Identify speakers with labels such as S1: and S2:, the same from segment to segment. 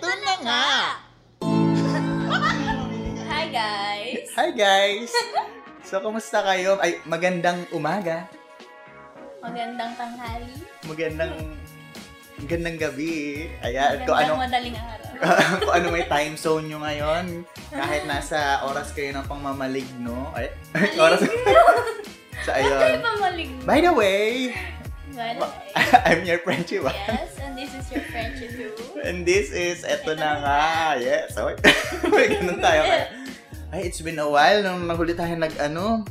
S1: Ano
S2: Hi guys! So, kumusta kayo? Ay, magandang umaga.
S1: Magandang tanghali.
S2: Magandang magandang gabi. Ayan,
S1: Magandang
S2: kung ano,
S1: madaling araw.
S2: kung ano may time zone nyo ngayon. Kahit nasa oras kayo ng pangmamaligno. Ay, oras. so,
S1: Ay,
S2: ayun.
S1: pamalig.
S2: By the way,
S1: Well,
S2: Ba- I'm your friend, Chiwa.
S1: yes, and this is your friend, Chidu.
S2: And this is, eto na nga. Yes. Okay. May ganun tayo. kaya. Ay, it's been a while nung nahuli tayo nag-ano.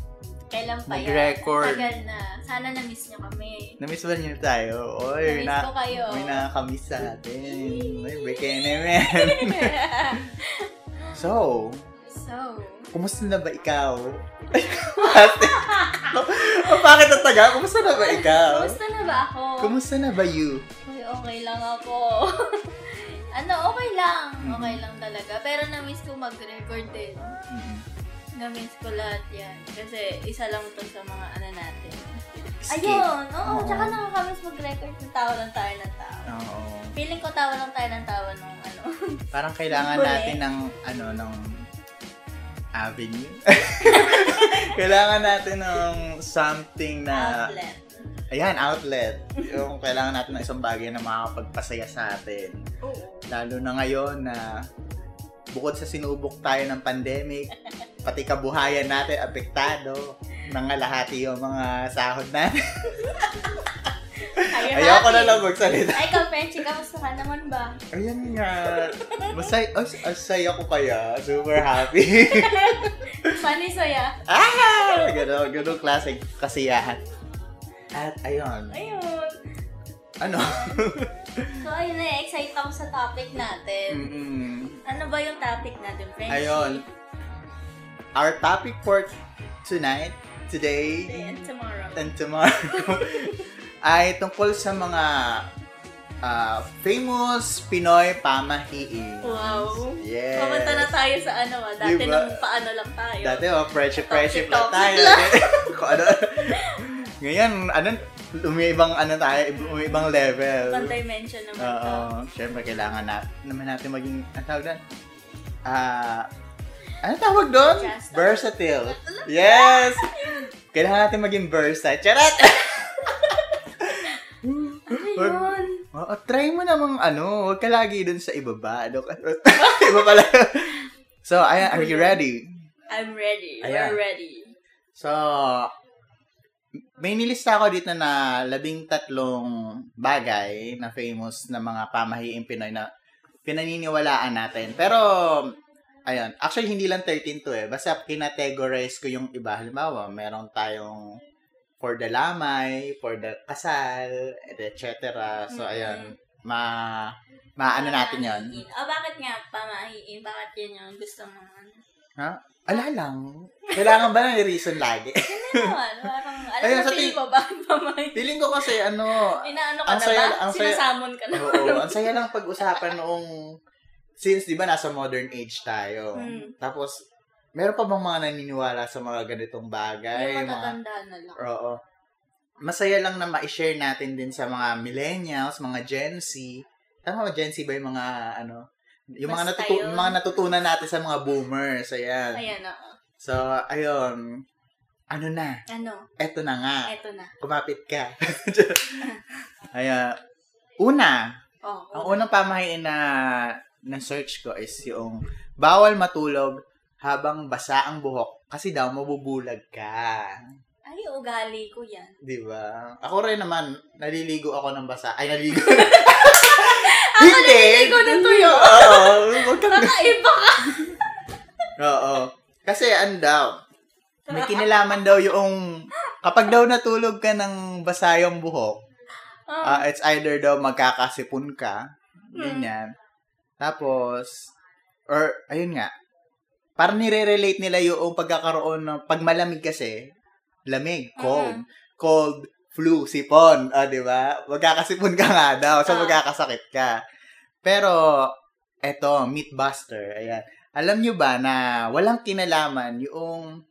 S1: Kailan pa yan?
S2: Nag-record.
S1: Tagal na. Sana na-miss niyo kami.
S2: Namiss ba niyo tayo? Oy,
S1: Na-miss
S2: na,
S1: ko kayo.
S2: May nakakamiss sa atin. May bikini, man. So,
S1: so,
S2: kumusta na ba ikaw? Ate, bakit ang taga? Kumusta na ba ikaw?
S1: Kumusta na ba ako?
S2: Kumusta na ba you?
S1: Uy, okay lang ako. ano, okay lang.
S2: Mm-hmm.
S1: Okay lang talaga. Pero na-miss ko mag-record din. Mm-hmm. Na-miss ko lahat yan. Kasi isa lang to sa mga ano natin. Ayun! Oo,
S2: Oo.
S1: tsaka nakakamiss mag-record ng tawa ng tayo ng tao.
S2: Oo.
S1: Feeling ko tawa lang tayo ng tawa nung ano.
S2: Parang kailangan
S1: Huli.
S2: natin ng, ano, ng avenue. kailangan natin ng something na,
S1: Outlet.
S2: ayan, outlet. Yung kailangan natin ng isang bagay na makakapagpasaya sa atin.
S1: Oo.
S2: Lalo na ngayon na bukod sa sinubok tayo ng pandemic, pati kabuhayan natin apektado, nangalahati yung mga sahod natin. Ayoko na lang magsalita.
S1: Ay, ikaw, Frenchie, kamusta ka naman ba?
S2: Ayan nga. Masay, as, as saya ko kaya. Super happy.
S1: Funny saya.
S2: ah! Ganun, ganun klaseng kasiyahan. At ayun,
S1: Ayun.
S2: ano?
S1: So, ayun, na-excite ako sa topic natin.
S2: Mm-mm.
S1: Ano ba yung topic natin, Frenchie?
S2: Hmm. Ayun. Our topic for tonight, today,
S1: Today and tomorrow.
S2: and tomorrow ay tungkol sa mga ah, famous Pinoy pamahiin.
S1: Wow.
S2: Yes.
S1: Pumunta na tayo sa ano ah. Dati
S2: Diba?
S1: nung paano lang tayo.
S2: Dati, oh, friendship, friendship
S1: Toxic,
S2: lang tayo. Kung ano, ngayon, ano, umiibang, ano tayo, umiibang level.
S1: Ibang dimension naman to.
S2: Oo. Siyempre, kailangan na, naman natin maging, ang tawag doon? Ah, ano tawag doon?
S1: Just-
S2: Versatile. Yes! Kailangan natin maging versatile. Charot!
S1: Ano
S2: Wag-
S1: yun?
S2: Oo, try mo namang ano, huwag ka lagi dun sa ibaba. Ano ka- Iba pala. So, ayan, are you ready?
S1: I'm ready.
S2: Ayan.
S1: We're ready.
S2: So, may nilista ako dito na labing tatlong bagay na famous na mga pamahiing Pinoy na pinaniniwalaan natin. Pero, ayun, actually hindi lang 13 to eh. Basta kinategorize ko yung iba. Halimbawa, meron tayong for the lamay, for the kasal, etc. So,
S1: Mhm.
S2: ayun, ma, maano Ano natin yon
S1: Pamahiin. Ah, bakit nga pamahiin? Bakit yun yung gusto mo? Ano
S2: Ala lang. Kailangan ba na reason lagi?
S1: naman? Parang, alam
S2: Ayun,
S1: na
S2: sa
S1: pili
S2: ti-
S1: mo bakit pamahiin?
S2: Feeling ko kasi ano,
S1: Inaano ka
S2: Ang
S1: na
S2: saya-
S1: ba?
S2: ang saya-
S1: Sinasamon ka na ba?
S2: Oo, ang saya lang pag-usapan noong since 'di ba nasa modern age tayo.
S1: Mm.
S2: Tapos meron pa bang mga naniniwala sa mga ganitong bagay?
S1: Yung
S2: Mga,
S1: matatanda na lang.
S2: oo. Masaya lang na ma-share natin din sa mga millennials, mga Gen Z. Tama ba Gen Z ba yung mga ano? Yung mga,
S1: Basta
S2: natutu-
S1: yun.
S2: mga natutunan natin sa mga boomers. Ayan.
S1: Ayan, ah, oo.
S2: So, ayun. Ano na?
S1: Ano?
S2: Eto na nga.
S1: Eto na.
S2: Kumapit ka. Ayan. Una,
S1: Oo.
S2: Ang unang pamahiin na na-search ko is yung bawal matulog habang basa ang buhok kasi daw mabubulag ka.
S1: Ay, ugali ko yan.
S2: Di ba? Ako rin naman, naliligo ako ng basa. Ay, naliligo.
S1: Ako naliligo ng tuyo.
S2: Oo. Huwag kang...
S1: Nakaiba ka!
S2: Oo. Kasi, ano daw, may kinalaman daw yung kapag daw natulog ka ng basa yung buhok, Ah,
S1: Ah,
S2: it's either daw magkakasipon ka, ganyan. Tapos, or, ayun nga, parang nire-relate nila yung pagkakaroon ng, pag malamig kasi, lamig, cold, cold, flu, sipon, ah, di ba? Magkakasipon ka nga daw, so
S1: Ah.
S2: magkakasakit ka. Pero, eto, Mythbuster, ayan. Alam nyo ba na walang kinalaman yung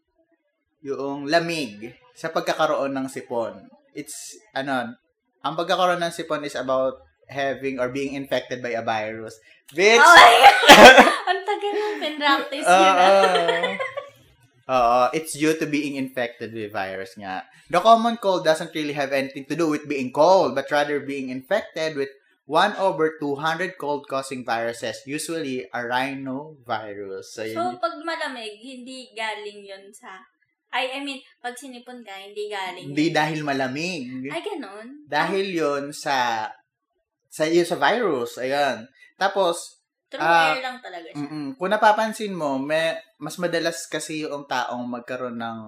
S2: yung lamig sa pagkakaroon ng sipon. It's, ano, ang pagkakaroon ng sipon is about having or being infected by a virus. Bitch! Ah,
S1: Oh my God! Ang tagal ng pinractice
S2: Oo.
S1: yun. ah.
S2: Oo, it's due to being infected with virus nga. The common cold doesn't really have anything to do with being cold, but rather being infected with 1 over 200 cold-causing viruses, usually a rhinovirus. So,
S1: So,
S2: yun,
S1: pag malamig, hindi galing yun sa... Ay, I mean, pag sinipon ka, hindi galing
S2: hindi
S1: yun.
S2: dahil malamig.
S1: Ay, um, ganun?
S2: Dahil yon sa sa yun sa virus. Ayan. Tapos,
S1: True
S2: Ah,
S1: air lang talaga siya.
S2: Mm-mm. Kung napapansin mo, may, mas madalas kasi yung taong magkaroon ng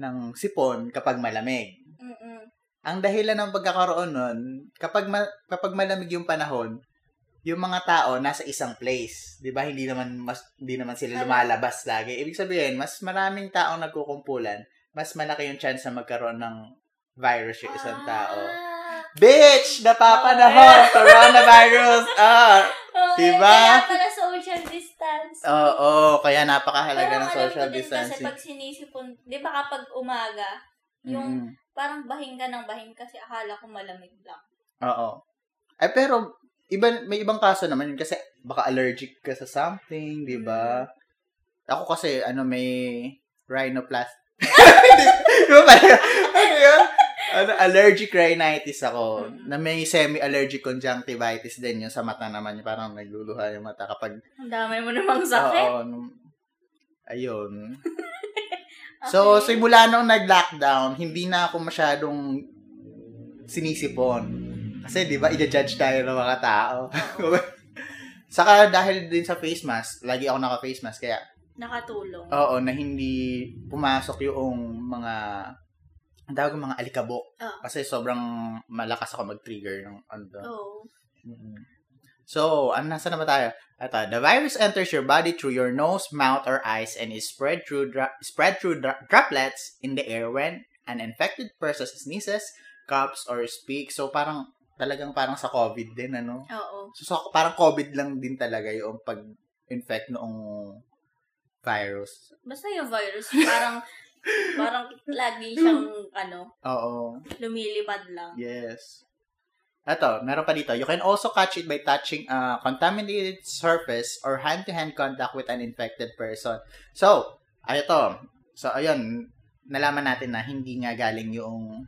S2: ng sipon kapag malamig.
S1: Mm-mm.
S2: Ang dahilan ng pagkakaroon nun, kapag, ma- kapag malamig yung panahon, yung mga tao nasa isang place, 'di ba? Hindi naman mas hindi naman sila
S1: Alam.
S2: lumalabas lagi. Ibig sabihin, mas maraming taong nagkukumpulan, mas malaki yung chance na magkaroon ng virus yung isang tao.
S1: Ah, Oh.
S2: Bitch, napapanahon coronavirus. Ah,
S1: oo,
S2: Diba?
S1: Kaya pala social distance.
S2: Oo, kaya napakahalaga
S1: Pero
S2: ng
S1: alam
S2: social
S1: ko din Kasi
S2: distancing.
S1: pag sinisipon, di ba kapag umaga,
S2: Mm,
S1: yung parang bahing ka ng bahing kasi akala ko malamig lang.
S2: Oo. Ay, pero, iba, may ibang kaso naman yun kasi baka allergic ka sa something, di ba? Ako kasi, ano, may rhinoplasty. di ba pala yun? Ano yun? Ano, allergic rhinitis ako.
S1: Mm.
S2: Na may semi-allergic conjunctivitis din yun sa mata naman. Yung Parang nagluluha yung mata kapag...
S1: Ang damay mo namang sakit.
S2: Oo, nung- ayun. So,
S1: Okay.
S2: simula nung nag-lockdown, hindi na ako masyadong sinisipon. Kasi, di ba, i-judge tayo ng mga tao. Saka, dahil din sa face mask, lagi ako naka-face mask, kaya,
S1: Nakatulong.
S2: oo, na hindi pumasok yung mga, ang tawag yung mga alikabok.
S1: Oo.
S2: Kasi sobrang malakas ako mag-trigger ng, ano, doon.
S1: Oo.
S2: Mm. So, ano nasa na ba tayo? Ito, the virus enters your body through your nose, mouth, or eyes and is spread through dra- spread through dra- droplets in the air when an infected person sneezes, coughs, or speaks. So, parang talagang parang sa COVID din, ano?
S1: Oo.
S2: So, so, parang COVID lang din talaga yung pag-infect noong virus.
S1: Basta yung virus, parang parang lagi siyang ano,
S2: Oo.
S1: lumilipad lang.
S2: Yes. Ito, meron pa dito. You can also catch it by touching a contaminated surface or hand-to-hand contact with an infected person. So, ay ito. So, ayun. Nalaman natin na hindi nga galing yung...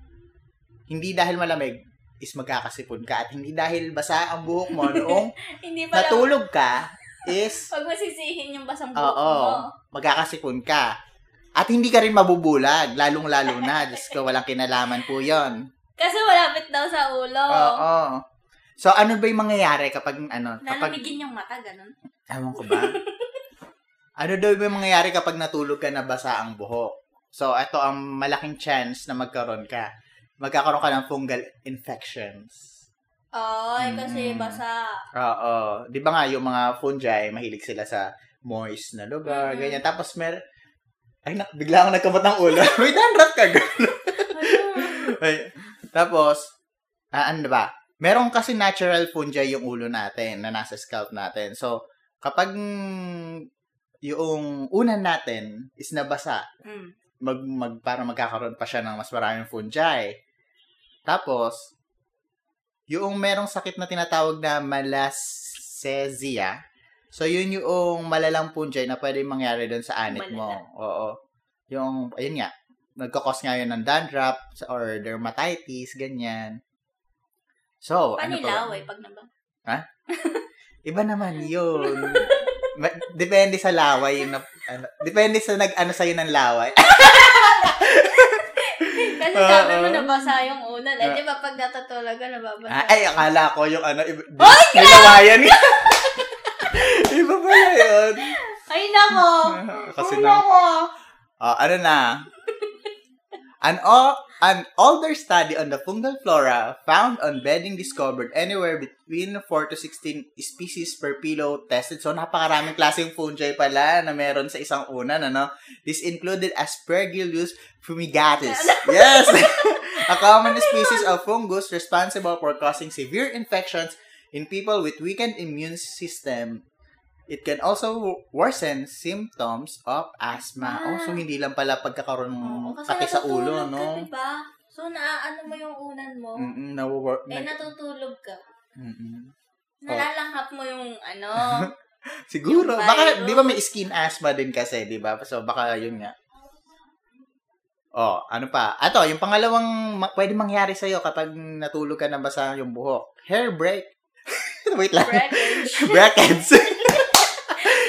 S2: Hindi dahil malamig is magkakasipon ka at hindi dahil basa ang buhok mo noong
S1: Hindi pala,
S2: natulog ka is
S1: pag masisihin yung basang buhok
S2: Oo.
S1: mo.
S2: magkakasipon ka. At hindi ka rin mabubulag, lalong-lalo na. Diyos ko, walang kinalaman po yon.
S1: Kasi malapit daw sa ulo.
S2: Oo. So, ano ba yung mangyayari kapag, ano, kapag,
S1: Lalamigin yung mata, ganun.
S2: ewan ko ba? ano daw ba yung mangyayari kapag natulog ka na basa ang buhok? So, ito ang malaking chance na magkaroon ka. Magkakaroon ka ng fungal infections.
S1: Ay, kasi
S2: Mm.
S1: basa.
S2: Oo. Di ba nga, yung mga fungi, mahilig sila sa moist na lugar,
S1: Mm.
S2: ganyan. Tapos, mer... Ay, nak, bigla akong nagkamot ng ulo. May dandruff ka, girl.
S1: Ayun.
S2: Ay, tapos, ah, ano ba? Meron kasi natural fungi yung ulo natin na nasa scalp natin. So, kapag mm, yung unan natin is nabasa,
S1: Mm.
S2: mag, mag, para magkakaroon pa siya ng mas maraming fungi. Tapos, yung merong sakit na tinatawag na malassezia, so yun yung malalang fungi na pwede mangyari doon sa anit mo.
S1: Malala.
S2: Oo. Yung, ayun nga, nagkakos nga yun ng dandruff or dermatitis, ganyan. So, ano pa?
S1: Panilaw
S2: ba?
S1: eh, pag naba.
S2: Iba naman yun. Ma- depende sa laway. Yun na, ano, depende sa nag-ano sa'yo ng laway.
S1: Kasi
S2: Oo.
S1: sabi mo nabasa yung ulan. Eh,
S2: Ah.
S1: di ba pag natutulog ka, nababasa.
S2: Ah, ay, akala ko yung ano, iba, nilawayan. iba pala yun.
S1: Ay, nako!
S2: eh. Kasi
S1: Ay,
S2: na,
S1: nako!
S2: oh, ano na. An, o- an older study on the fungal flora found on bedding discovered anywhere between 4 to 16 species per pillow tested. So, napakaraming klaseng fungi pala na meron sa isang unan, ano? This included Aspergillus fumigatus. Yes! a common species of fungus responsible for causing severe infections in people with weakened immune system. It can also worsen symptoms of asthma.
S1: Ah.
S2: Oh, so hindi lang pala pagkakaroon
S1: Oo,
S2: ng
S1: kasi
S2: Mm. pati sa ulo,
S1: natutulog Ka,
S2: no?
S1: diba? So, naaano mo yung unan mo.
S2: Mm-mm, nawo-
S1: Eh,
S2: nag- Oh.
S1: natutulog ka.
S2: Mm-mm.
S1: Nalalanghap mo yung oh. ano.
S2: Siguro.
S1: Yung
S2: Baka,
S1: viral.
S2: di ba may skin asthma din kasi, di ba? So, baka yun nga. Oh, ano pa? Ato, yung pangalawang ma- pwede mangyari sa'yo kapag natulog ka na basa yung buhok. Hair break. Wait lang.
S1: Brackage.
S2: Brackets. Eh?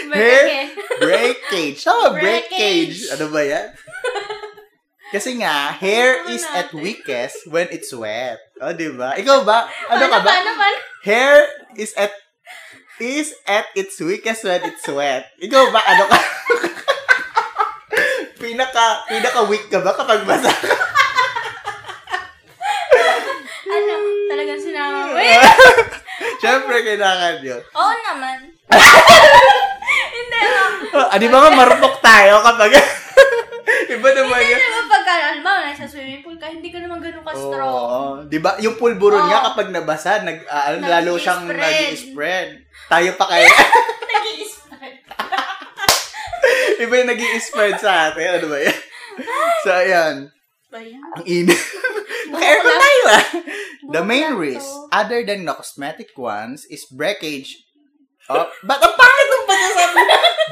S1: Brackage.
S2: breakage. Tama, breakage.
S1: Breakage.
S2: Ano ba yan? Kasi nga, hair
S1: Ano
S2: is
S1: natin?
S2: at weakest when it's wet. O, di ba? Ikaw ba? Ano ka ba?
S1: Paano, paano?
S2: Hair is at is at its weakest when it's wet. Ikaw ba? Ano ka? pinaka, pinaka weak ka ba kapag basa ka?
S1: Ano? Talagang sinama mo.
S2: Siyempre, kailangan yun.
S1: Oo naman. Hindi mo.
S2: Ah, di ba nga marupok tayo kapag... Iba naman
S1: Hindi
S2: yun.
S1: naman pagka, alam mo, nasa swimming pool ka, hindi ka naman ganun ka-strong.
S2: Oo. Di ba? Yung pulburon
S1: Oo.
S2: nga kapag nabasa, nag, ah, ano, lalo siyang
S1: Nag-i-spread.
S2: nag-spread. Tayo pa kaya.
S1: Nag-i-spread.
S2: Iba yung nag-i-spread sa atin. Ano ba yan? So, ayan.
S1: Ba yan?
S2: Ang init. Naka-aircon tayo ah. The main risk, other than the cosmetic ones, is breakage. Oh, ba't ang pangit ng pagkasabi?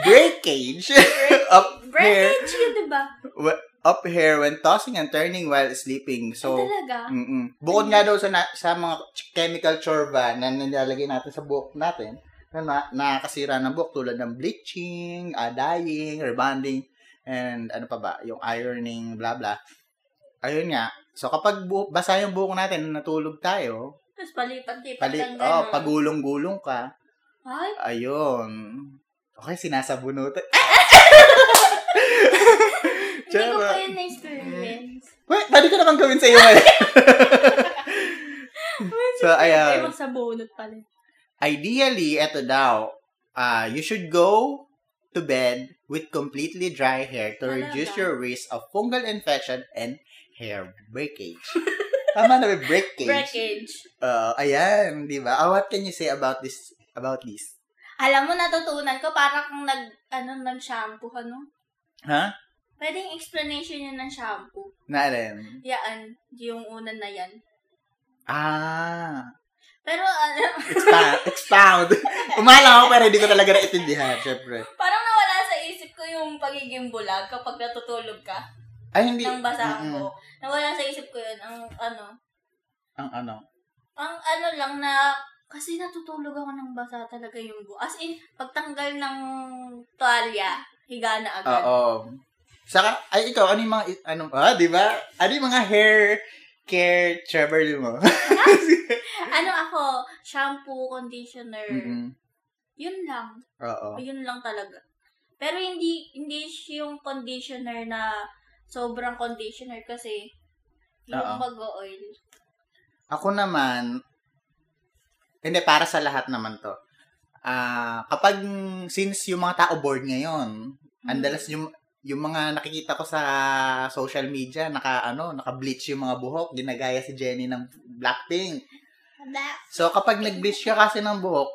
S2: breakage of hair,
S1: Brackage yun, di ba?
S2: of hair when tossing and turning while sleeping.
S1: So,
S2: So,
S1: talaga?
S2: mm Bukod nga daw sa, na- sa mga ch- chemical chorba na nilalagay natin sa buhok natin, na, na nakakasira ng buhok tulad ng bleaching, ah, dyeing, rebonding, and ano pa ba, yung ironing, bla bla. Ayun nga. So kapag bu- basa yung buhok natin, natulog tayo,
S1: Tapos palipat-lipat
S2: pali,
S1: lang ganun.
S2: oh, pagulong-gulong ka,
S1: Ay,
S2: ayun. Okay, sinasabunutan.
S1: hindi ko
S2: Tsaka-
S1: pa yun na-experience.
S2: Wait, pwede ko naman gawin sa iyo ngayon. so,
S1: Ay,
S2: ayan.
S1: magsabunot pala.
S2: Ideally, eto daw, ah, you should go to bed with completely dry hair to
S1: Talaga?
S2: reduce your risk of fungal infection and hair breakage. Tama na ba? Breakage.
S1: Brackage.
S2: Uh, ayan, di ba? Ah, what can you say about this? About this?
S1: Alam mo, natutunan ko, parang kung nag, ano, nag-shampoo, ano?
S2: Ha?
S1: Pwedeng explanation yun ng shampoo.
S2: Na alin?
S1: Yaan, yung unan na yan.
S2: Ah,
S1: Pero, ano,
S2: expound. expound. Umala ako pero hindi ko talaga naiintindihan, syempre.
S1: parang nawala sa isip ko yung pagiging bulag kapag natutulog ka
S2: Ay, hindi.
S1: nang basa
S2: Mm-mm.
S1: ko. Nawala sa isip ko yun. Ang, ano,
S2: Ang ano?
S1: ang ano lang na, kasi natutulog ako nang basa talaga yung buo. As in, pagtanggal ng tuwalya, higa na agad.
S2: Oo. Saka, ay ikaw, ano yung mga, ano, ah, di ba? Ano yung mga hair care Trevor mo?
S1: Ano ako, shampoo, conditioner,
S2: Mm-mm.
S1: yun lang.
S2: Oo.
S1: Yun lang talaga. Pero hindi hindi siya yung conditioner na sobrang conditioner kasi
S2: Oo.
S1: yung mag-oil.
S2: Ako naman, hindi, para sa lahat naman to. Ah, kapag, since yung mga tao bored ngayon,
S1: Hmm. Mm.
S2: ang dalas yung, yung mga nakikita ko sa social media, naka, ano, naka-bleach yung mga buhok, ginagaya si Jennie ng Blackpink. So, kapag nag-bleach ka kasi ng buhok,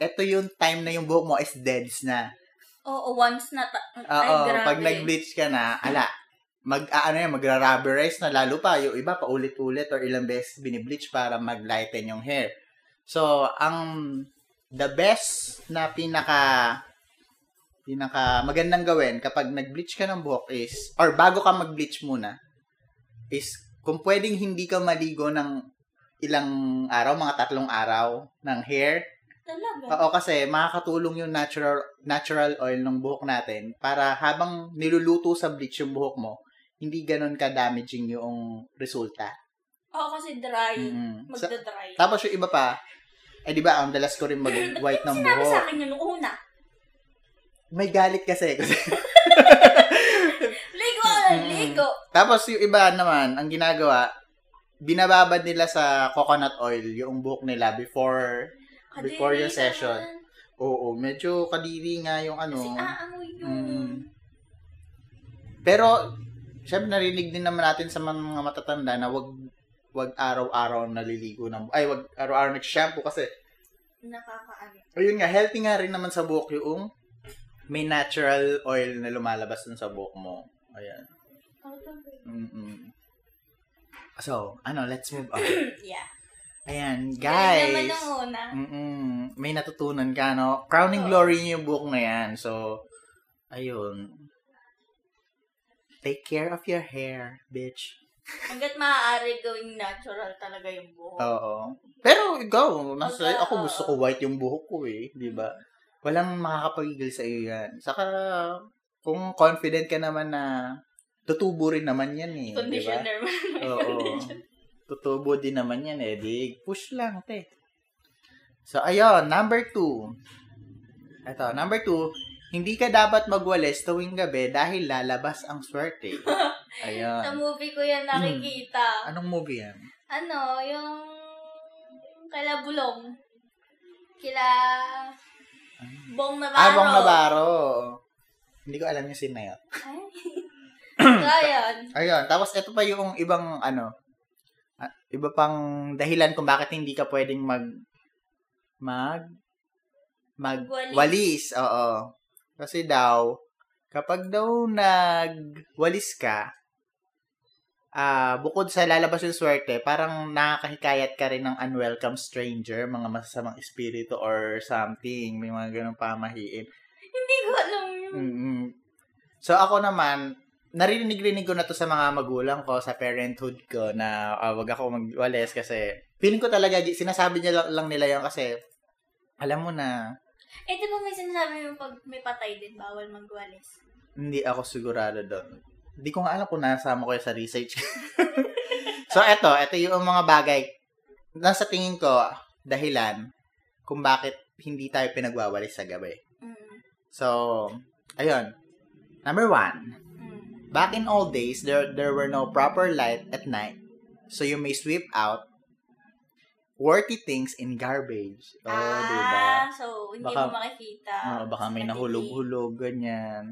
S2: eto yung time na yung buhok mo is deads na.
S1: Oo, once na ta- ay,
S2: Oo,
S1: grabe.
S2: pag nag-bleach ka na, ala, mag ano yan, magra-rubberize na lalo pa yung iba paulit-ulit or ilang beses binibleach para mag-lighten yung hair. So, ang the best na pinaka pinaka magandang gawin kapag nag-bleach ka ng buhok is or bago ka mag-bleach muna is kung pwedeng hindi ka maligo ng ilang araw, mga tatlong araw ng hair,
S1: Talaga.
S2: Oo, kasi makakatulong yung natural natural oil ng buhok natin para habang niluluto sa bleach yung buhok mo, hindi ganun ka-damaging yung resulta.
S1: Oo, kasi dry.
S2: Mm-mm. Sa-
S1: Magda-dry.
S2: tapos yung iba pa, eh di ba, ang dalas ko rin mag-white ng
S1: Sinabi sa
S2: buhok.
S1: akin yun nung una.
S2: May galit kasi.
S1: Ligo, alam,
S2: Mm-mm.
S1: ligo.
S2: tapos yung iba naman, ang ginagawa, binababad nila sa coconut oil yung buhok nila before, Before your
S1: Kadiri
S2: session.
S1: naman.
S2: oo, medyo kadiri nga yung ano.
S1: Kasi ah, aamoy yun.
S2: Mm. Pero, syempre narinig din naman natin sa mga matatanda na wag wag araw-araw naliligo ng ay wag araw-araw nag-shampoo kasi
S1: Nakakaano.
S2: ayun nga healthy nga rin naman sa buhok yung may natural oil na lumalabas dun sa buhok mo. Ayan.
S1: Ano to?
S2: Mm-mm. So, ano, let's move on.
S1: Yeah.
S2: Ayan,
S1: Guys.
S2: guys.
S1: naman nung una.
S2: Mm-mm. May natutunan ka, no? Crowning
S1: Oo.
S2: glory niyo yung book na yan. So, ayun. Take care of your hair, bitch.
S1: Hanggat maaari gawing natural talaga yung buhok.
S2: Oo. Pero ikaw, nasa
S1: Wala,
S2: ako gusto
S1: oo.
S2: ko white yung buhok ko eh, 'di ba? Walang makakapagigil sa iyo 'yan. Saka kung confident ka naman na tutubo rin naman 'yan eh, 'di ba?
S1: Conditioner man. May
S2: Oo.
S1: conditioner.
S2: Tutubo din naman 'yan eh, di push lang 'te. So ayun, number two. Ito, number two, hindi ka dapat magwalis tuwing gabi dahil lalabas ang swerte.
S1: Sa
S2: Ayun.
S1: movie ko
S2: Mm.
S1: yan nakikita.
S2: Anong movie yan?
S1: Ano, yung... yung Kala Bulong. Kila... Bong Navarro.
S2: Abong Ah. Navarro. Hindi ko alam yung scene na yun.
S1: Ay. so, yun.
S2: Ayun, tapos ito pa yung ibang ano, ah, iba pang dahilan kung bakit hindi ka pwedeng mag mag mag
S1: Walis.
S2: walis. Oo. Kasi daw kapag daw nagwalis ka, ah bukod sa lalabas yung swerte, parang nakakahikayat ka rin ng unwelcome stranger, mga masasamang espiritu or something, may mga ganung pamahiin.
S1: Hindi ko alam yun.
S2: mm So ako naman, naririnig-rinig ko na to sa mga magulang ko, sa parenthood ko, na ah, wag ako magwalis kasi feeling ko talaga, gi- sinasabi niya lang, lang nila yun kasi alam mo na,
S1: Eh, di ba may sinasabi yung pag may patay din, bawal magwalis.
S2: hindi ako sigurado doon. Hindi ko nga alam kung nasama ko yun sa research. so eto, eto yung mga bagay na sa tingin ko, dahilan kung bakit hindi tayo pinagwawalis sa gabi.
S1: Mm.
S2: So, ayun. Number one,
S1: Mm.
S2: Back in old days, there there were no proper light at night, so you may sweep out worthy things in garbage. Oh, di ba?
S1: ah, so hindi
S2: Baka-
S1: mo makikita.
S2: Oo, Ah, baka may
S1: Madilim.
S2: nahulog-hulog, ganyan.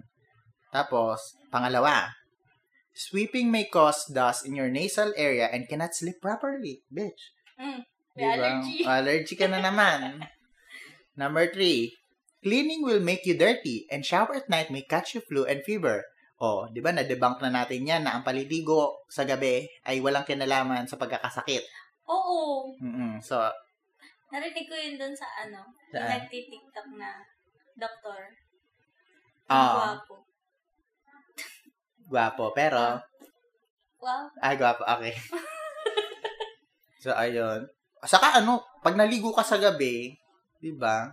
S2: Tapos, pangalawa, sweeping may cause dust in your nasal area and cannot sleep properly, bitch.
S1: Mm,
S2: Di
S1: may
S2: ba? Oh,
S1: allergy.
S2: Allergy ka na naman. Number three, cleaning will make you dirty and shower at night may catch you flu and fever. O, di ba, na-debunk na natin yan na ang paliligo sa gabi ay walang kinalaman sa pagkakasakit.
S1: Oo.
S2: mm So, ah,
S1: Narinig ko yun dun sa ano. Yung
S2: Saan?
S1: nagtitiktok na doktor.
S2: Oo.
S1: Guwapo.
S2: guwapo. Pero,
S1: Wow.
S2: Ay, gwapo. Okay. so, ayun. Saka ano, pag naligo ka sa gabi, di ba?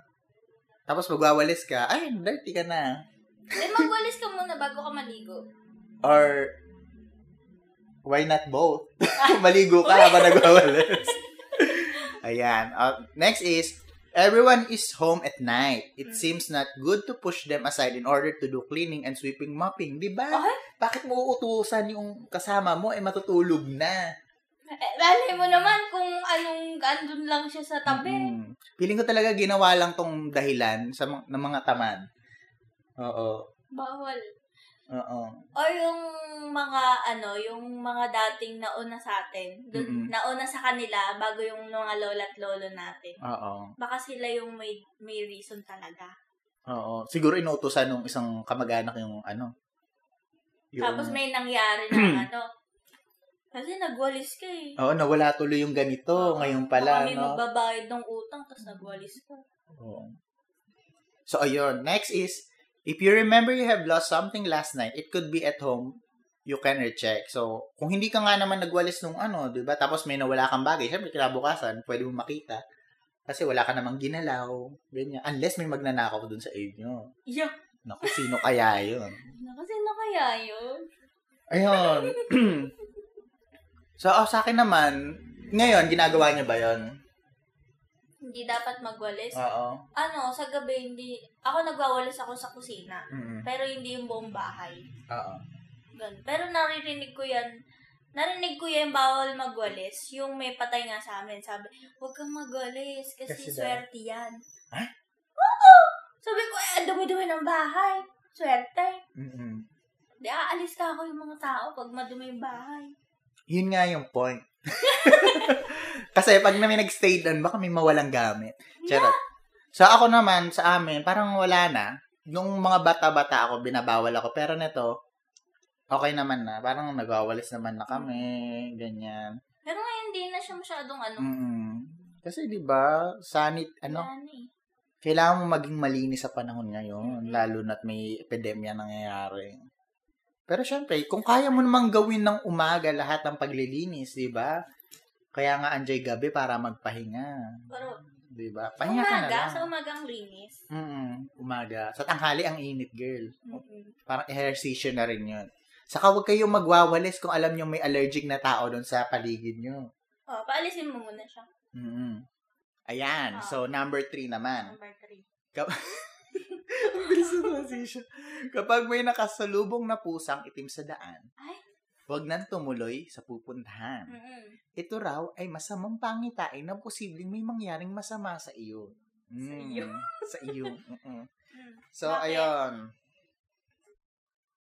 S2: Tapos magwawalis ka, ay, dirty ka na.
S1: Then Eh, magwalis ka muna bago ka maligo.
S2: Or, why not both? Maligo ka habang nagwawalis. Ayan. Uh, next is, everyone is home at night. It
S1: Mm.
S2: seems not good to push them aside in order to do cleaning and sweeping mopping. Di ba?
S1: Okay.
S2: Bakit mo uutusan yung kasama mo? Eh, matutulog na.
S1: Eh, Lalay mo naman kung anong andun lang siya sa tabi.
S2: Mm. Feeling ko talaga ginawa lang tong dahilan sa mga, ng mga tamad. Oo.
S1: Bawal.
S2: Oo.
S1: Or yung mga ano, yung mga dating nauna sa atin, dun,
S2: Mm-mm.
S1: nauna sa kanila bago yung mga lola at lolo natin.
S2: Oo.
S1: Baka sila yung may may reason talaga.
S2: Oo. Siguro inuutosan nung isang kamag-anak yung ano.
S1: Tapos may nangyari na ano. Kasi nagwalis ka eh.
S2: Oo, nawala tuloy yung ganito. Ngayon
S1: Baka
S2: pala,
S1: may
S2: no?
S1: magbabayad ng utang, tapos nagwalis ka.
S2: Oo. So, ayun. Next is, if you remember you have lost something last night, it could be at home, you can recheck. So, kung hindi ka nga naman nagwalis nung ano, di ba? Tapos may nawala kang bagay, syempre kinabukasan, pwede mo makita. Kasi wala ka namang ginalaw. Ganyan. Unless may magnanakaw dun sa aid nyo.
S1: Yeah.
S2: Naku, sino kaya yun?
S1: Kasi na kaya yun?
S2: Ayun. so, oh, sa akin naman, ngayon, ginagawa niya ba yun?
S1: Hindi dapat magwalis.
S2: Oo.
S1: ano, sa gabi hindi, ako nagwawalis ako sa kusina.
S2: Mm-mm.
S1: Pero hindi yung buong bahay.
S2: Oo.
S1: Ganun. Pero naririnig ko yan, narinig ko yan bawal magwalis. Yung may patay nga sa amin, sabi, huwag kang magwalis kasi,
S2: Kasi daw-
S1: swerte yan.
S2: Ha?
S1: Oo! Sabi ko, eh, ang dumi-dumi ng bahay. Swerte.
S2: Mm-mm.
S1: Di aalis ka ako yung mga tao pag madumi yung bahay.
S2: Yun nga yung point. Kasi pag na may nag-stay doon, baka may mawalang gamit. Charot. So ako naman, sa amin, parang wala na. Nung mga bata-bata ako, binabawal ako. Pero nito, okay naman na. Parang nagawalis naman na kami, ganyan.
S1: Pero ngayon, hindi na siya masyadong ano.
S2: Mm-mm. Kasi 'di ba, sanit Hmm, ano,
S1: Wala na eh.
S2: kailangan mo maging malinis sa panahon ngayon, lalo na't may epidemya nangyayari. Pero syempre, kung kaya mo namang gawin ng umaga lahat ng paglilinis, 'di ba? Kaya nga anjay gabi para magpahinga,
S1: Pero,
S2: 'di ba? Pahinga ka na
S1: umaga, um
S2: lang.
S1: sa umagang linis.
S2: Mm, umaga. Sa tanghali ang init, girl.
S1: Mm-mm.
S2: Parang ehersisyo na rin 'yun. Saka huwag kayong magwawalis kung alam niyo may allergic na tao doon sa paligid niyo.
S1: Oh, paalisin mo muna siya.
S2: Mm. Ayan.
S1: Ah.
S2: So, number three naman.
S1: Number three.
S2: Ang bilis ng transition. Kapag may nakasalubong na pusang itim sa daan,
S1: Ay.
S2: huwag nang tumuloy sa pupuntahan.
S1: Mm-mm.
S2: Ito raw ay masamang pangitain na posibleng may mangyaring masama sa iyo. Hmm.
S1: Sa iyo?
S2: sa iyo. Mm-mm.
S1: Mm.
S2: So,
S1: Bakit?
S2: ayon.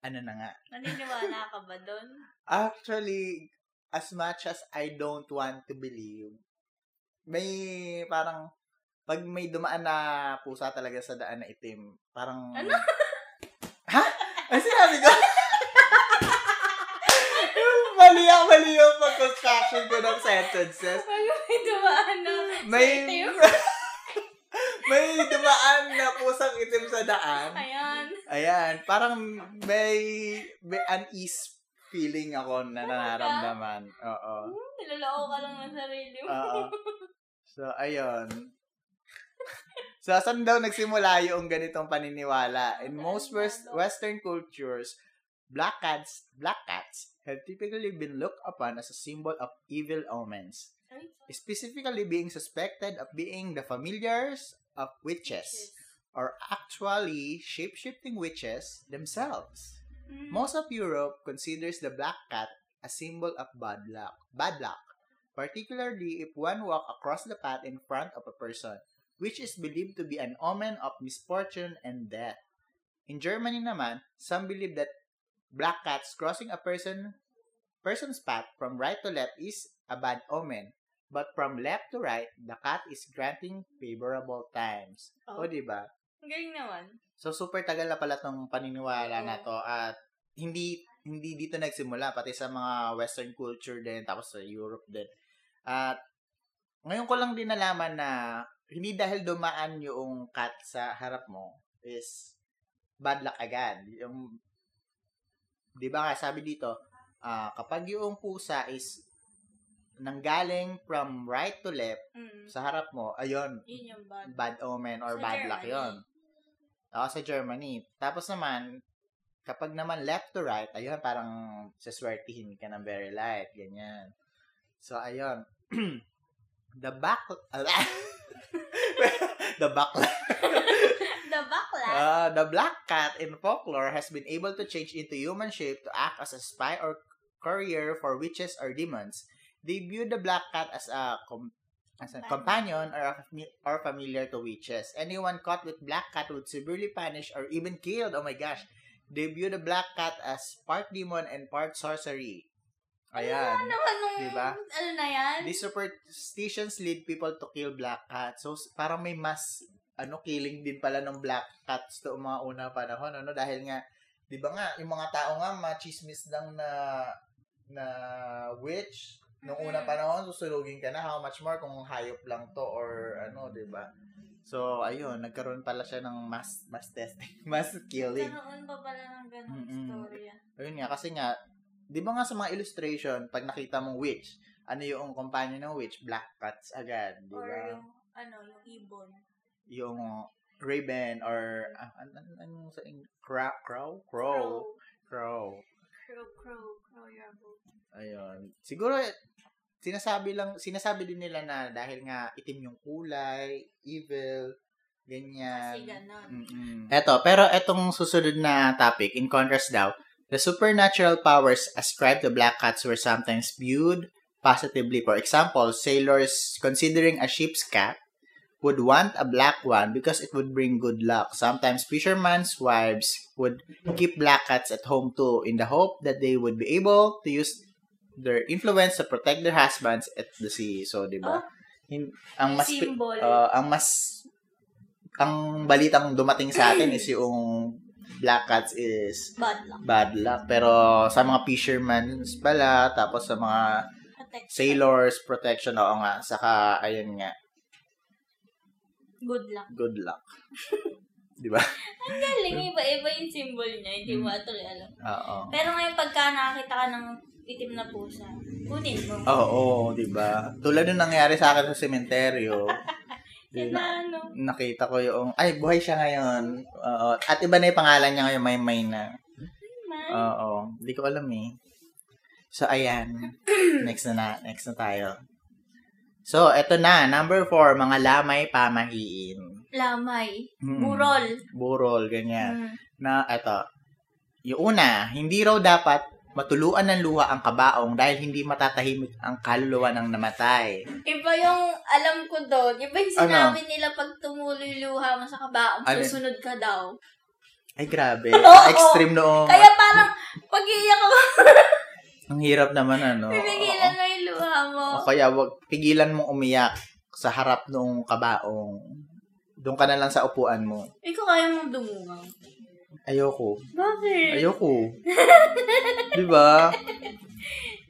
S2: Ano na nga.
S1: Naniniwala ka ba doon?
S2: Actually, as much as I don't want to believe, may parang pag may dumaan na pusa talaga sa daan na itim, parang...
S1: Ano?
S2: ha? Ano sinabi ko? mali ang mali yung pag-construction ko ng sentences.
S1: Pag may dumaan na
S2: May...
S1: itim.
S2: may dumaan na pusang itim sa daan.
S1: Ayan.
S2: Ayan, parang may, may unease feeling ako na nararamdaman. Oo.
S1: Hmm, Nilalao ka lang ng sarili mo.
S2: Oo. So, ayun. So, saan daw nagsimula yung ganitong paniniwala? In most west, Western cultures, black cats, black cats have typically been looked upon as a symbol of evil omens,
S1: Ay,
S2: specifically being suspected of being the familiars of witches, or actually shape-shifting witches themselves.
S1: Mm.
S2: Most of Europe considers the black cat a symbol of bad luck, bad luck, particularly if one walk across the path in front of a person, which is believed to be an omen of misfortune and death. In Germany naman, some believe that black cats crossing a person person's path from right to left is a bad omen, but from left to right, the cat is granting favorable times.
S1: Oh.
S2: O, di ba?
S1: Ang galing naman.
S2: So super tagal na pala tong paniniwala na
S1: Oo.
S2: to at hindi hindi dito nagsimula pati sa mga western culture din tapos sa Europe din. At ngayon ko lang din nalaman na hindi dahil dumaan yung cat sa harap mo is bad luck agad. Yung 'di ba nga sabi dito ah, kapag yung pusa is nanggaling from right to left
S1: Mm.
S2: sa harap mo, ayun,
S1: Yun yung bad.
S2: bad omen or
S1: Sa
S2: bad
S1: Germany.
S2: luck yon. Oo, sa Germany. Tapos naman, kapag naman left to right, ayun, parang saswertihin ka ng very light, ganyan. So, ayun. the back... the back...
S1: The backlash.
S2: Uh, the black cat in folklore has been able to change into human shape to act as a spy or courier for witches or demons. They view the black cat as a com- as a companion or a fami- or familiar to witches. Anyone caught with black cat would severely punished or even killed. Oh my gosh. They view the black cat as part demon and part sorcery. Ayan.
S1: Ano naman nung,
S2: Diba?
S1: ano na yan?
S2: These superstitions lead people to kill black cats. So, s- parang may mas, ano, killing din pala ng black cats to mga una panahon, ano, dahil nga, di ba nga, yung mga tao nga, machismis lang na, na witch, nung
S1: Mhm.
S2: una panahon, susulugin ka na, how much more kung hayop lang to, or ano, di ba? So, ayun, nagkaroon pala siya ng mass, mass testing, mass killing.
S1: Nagkaroon pa pala ng ganong
S2: Mm-mm.
S1: istorya.
S2: Ayun nga, kasi nga, di ba nga sa mga illustration, pag nakita mong witch, ano yung companion ng witch? Black cats agad, di
S1: Or
S2: ba?
S1: yung, ano, yung ibon.
S2: Yung raven or, ah, an- an- ano sa Eng- cra- crow? Crow. Crow.
S1: Crow, crow, crow, your boat.
S2: Ayun. Siguro, eh, sinasabi lang, sinasabi din nila na dahil nga itim yung kulay, evil, ganyan.
S1: Kasi ganon.
S2: Eto, pero etong susunod na topic, in contrast daw, the supernatural powers ascribed to black cats were sometimes viewed positively. For example, sailors considering a ship's cat would want a black one because it would bring good luck. Sometimes fishermen's wives would keep black cats at home too in the hope that they would be able to use their influence to protect their husbands at the sea. So, di ba? Hin- ang mas pi-
S1: Symbol.
S2: Ah, ang mas ang balitang dumating sa atin is yung black cats is
S1: bad luck.
S2: bad luck pero sa mga fishermen pala tapos sa mga
S1: Protection.
S2: sailors protection oo nga saka ayun nga
S1: Good luck.
S2: Good luck. Di ba?
S1: Galing, iba-iba yung symbol niya. Hindi mo
S2: Mm.
S1: atuloy alam.
S2: Oo.
S1: Pero ngayon, pagka nakakita ka ng itim na pusa, kunin mo.
S2: Oo, di ba? Tulad nung nangyari sa akin sa sementeryo.
S1: Yan na, ano.
S2: nakita ko yung, ay, buhay siya ngayon. Oo. At iba na yung pangalan niya ngayon, may may na.
S1: Man.
S2: Ah. Oo. Hindi ko alam eh. So, ayan. next na na. Next na tayo. So, eto na. Number four, mga lamay pamahiin.
S1: Lamay.
S2: Mm.
S1: Burol.
S2: Burol, ganyan.
S1: Mm.
S2: Na, eto. Yung una, hindi raw dapat matuluan ng luha ang kabaong dahil hindi matatahimik ang kaluluwa ng namatay.
S1: Iba yung alam ko doon. Iba yung
S2: Ano?
S1: sinabi nila pag tumuloy luha mo sa kabaong,
S2: Ano?
S1: susunod ka daw.
S2: Ay, grabe.
S1: Oo.
S2: Extreme noong.
S1: Kaya parang pag iiyak ako,
S2: Ang hirap naman, ano.
S1: pipigilan mo yung luha mo.
S2: O kaya wag pigilan mong umiyak sa harap noong kabaong. Doon ka na lang sa upuan mo.
S1: Ikaw kaya mong dumungaw.
S2: Ayoko.
S1: Bakit?
S2: Ayoko. 'Di ba?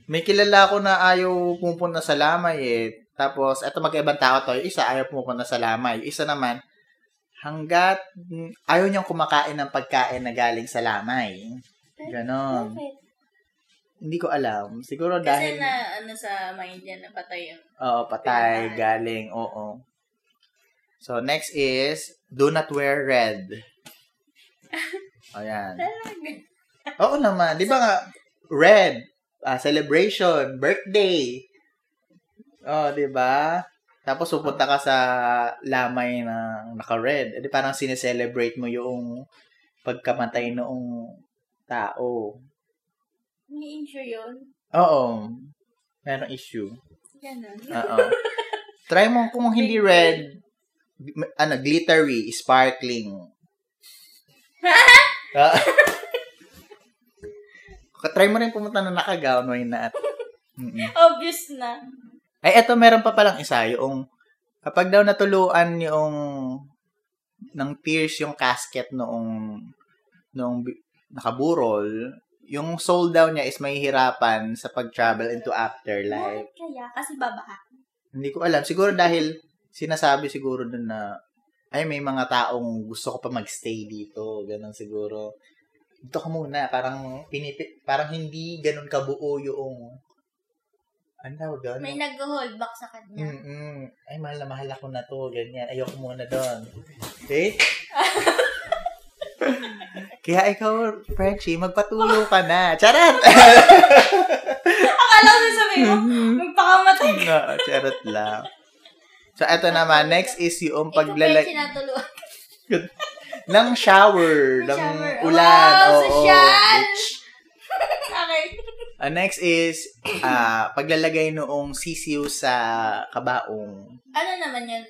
S2: May kilala ko na ayaw pupunta sa lamay eh. Tapos, eto magkaibang tao to. Yung isa ayaw pupunta sa lamay. Yung isa naman, hanggat mm, ayaw niyang kumakain ng pagkain na galing sa lamay. Ganon.
S1: Bakit?
S2: Hindi ko alam. Siguro dahil...
S1: Kasi na, ano sa mind niya, napatay yun.
S2: Oo, patay,
S1: Pinatay.
S2: galing, oo. So, next is, do not wear red. Ayan.
S1: Talaga.
S2: Oo naman, di ba nga, red, ah, celebration, birthday. Oh, di ba? Tapos pupunta ka sa lamay na naka-red. Eh, di parang sineselebrate mo yung pagkamatay noong tao.
S1: May issue yun.
S2: Oo. Merong issue.
S1: Ganon.
S2: Oo. Try mo kung hindi red, gl- ano, glittery, sparkling. Ah. Try mo rin pumunta na nakagawn, why not? Mm-mm.
S1: Obvious na.
S2: Ay, eto, meron pa palang isa, yung kapag daw natuluan yung ng tears yung casket noong noong bi- nakaburol, yung soul daw niya is mahihirapan sa pag-travel into afterlife.
S1: Bakit kaya? Kasi babaha.
S2: Hindi ko alam. Siguro dahil sinasabi siguro dun na ay may mga taong gusto ko pa magstay dito. Ganon siguro. Dito ka muna. Parang, pinipi, parang hindi ganun kabuo yung ano Hmm. tawag doon?
S1: May nag-hold back sa kanya.
S2: Mm-mm. Ay, mahal na mahal ako na to. Ganyan. Ayoko muna doon. Okay? Kaya ikaw, Frenchie, magpatulo ka na. Charot!
S1: Akala ko sabi mo,
S2: Hmm.
S1: magpakamatay ka.
S2: Oo, charot lang. So, eto naman. Next is yung
S1: Ikaw pa
S2: paglalay...
S1: yung sinatuluan.
S2: ng shower,
S1: Ng
S2: ng
S1: shower.
S2: ulan.
S1: Wow,
S2: oo,
S1: sosyal!
S2: bitch.
S1: okay.
S2: Ah, next is, ah, paglalagay noong sisiyo sa kabaong.
S1: Ano naman yun?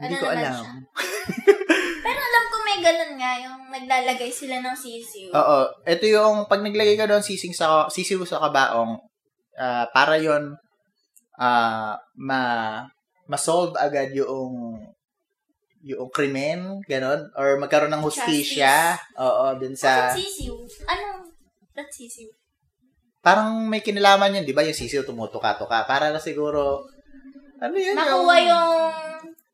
S1: Ano
S2: Hindi ko
S1: naman
S2: alam.
S1: siya? Pero alam ko may ganun nga, yung naglalagay sila ng sisiw.
S2: Oo, ito yung, pag naglagay ka doon sising sa, sisiyo sa kabaong, ah, para yon ah, ma, ma-solve agad yung yung krimen, ganon, or magkaroon ng hustisya. Oo, dun sa...
S1: Bakit sisiw? Ano? Ba't sisiw?
S2: parang may kinalaman yun, di ba? Yung sisiyo tumutuka-tuka. Para na siguro, ano yun?
S1: Nakuha yung...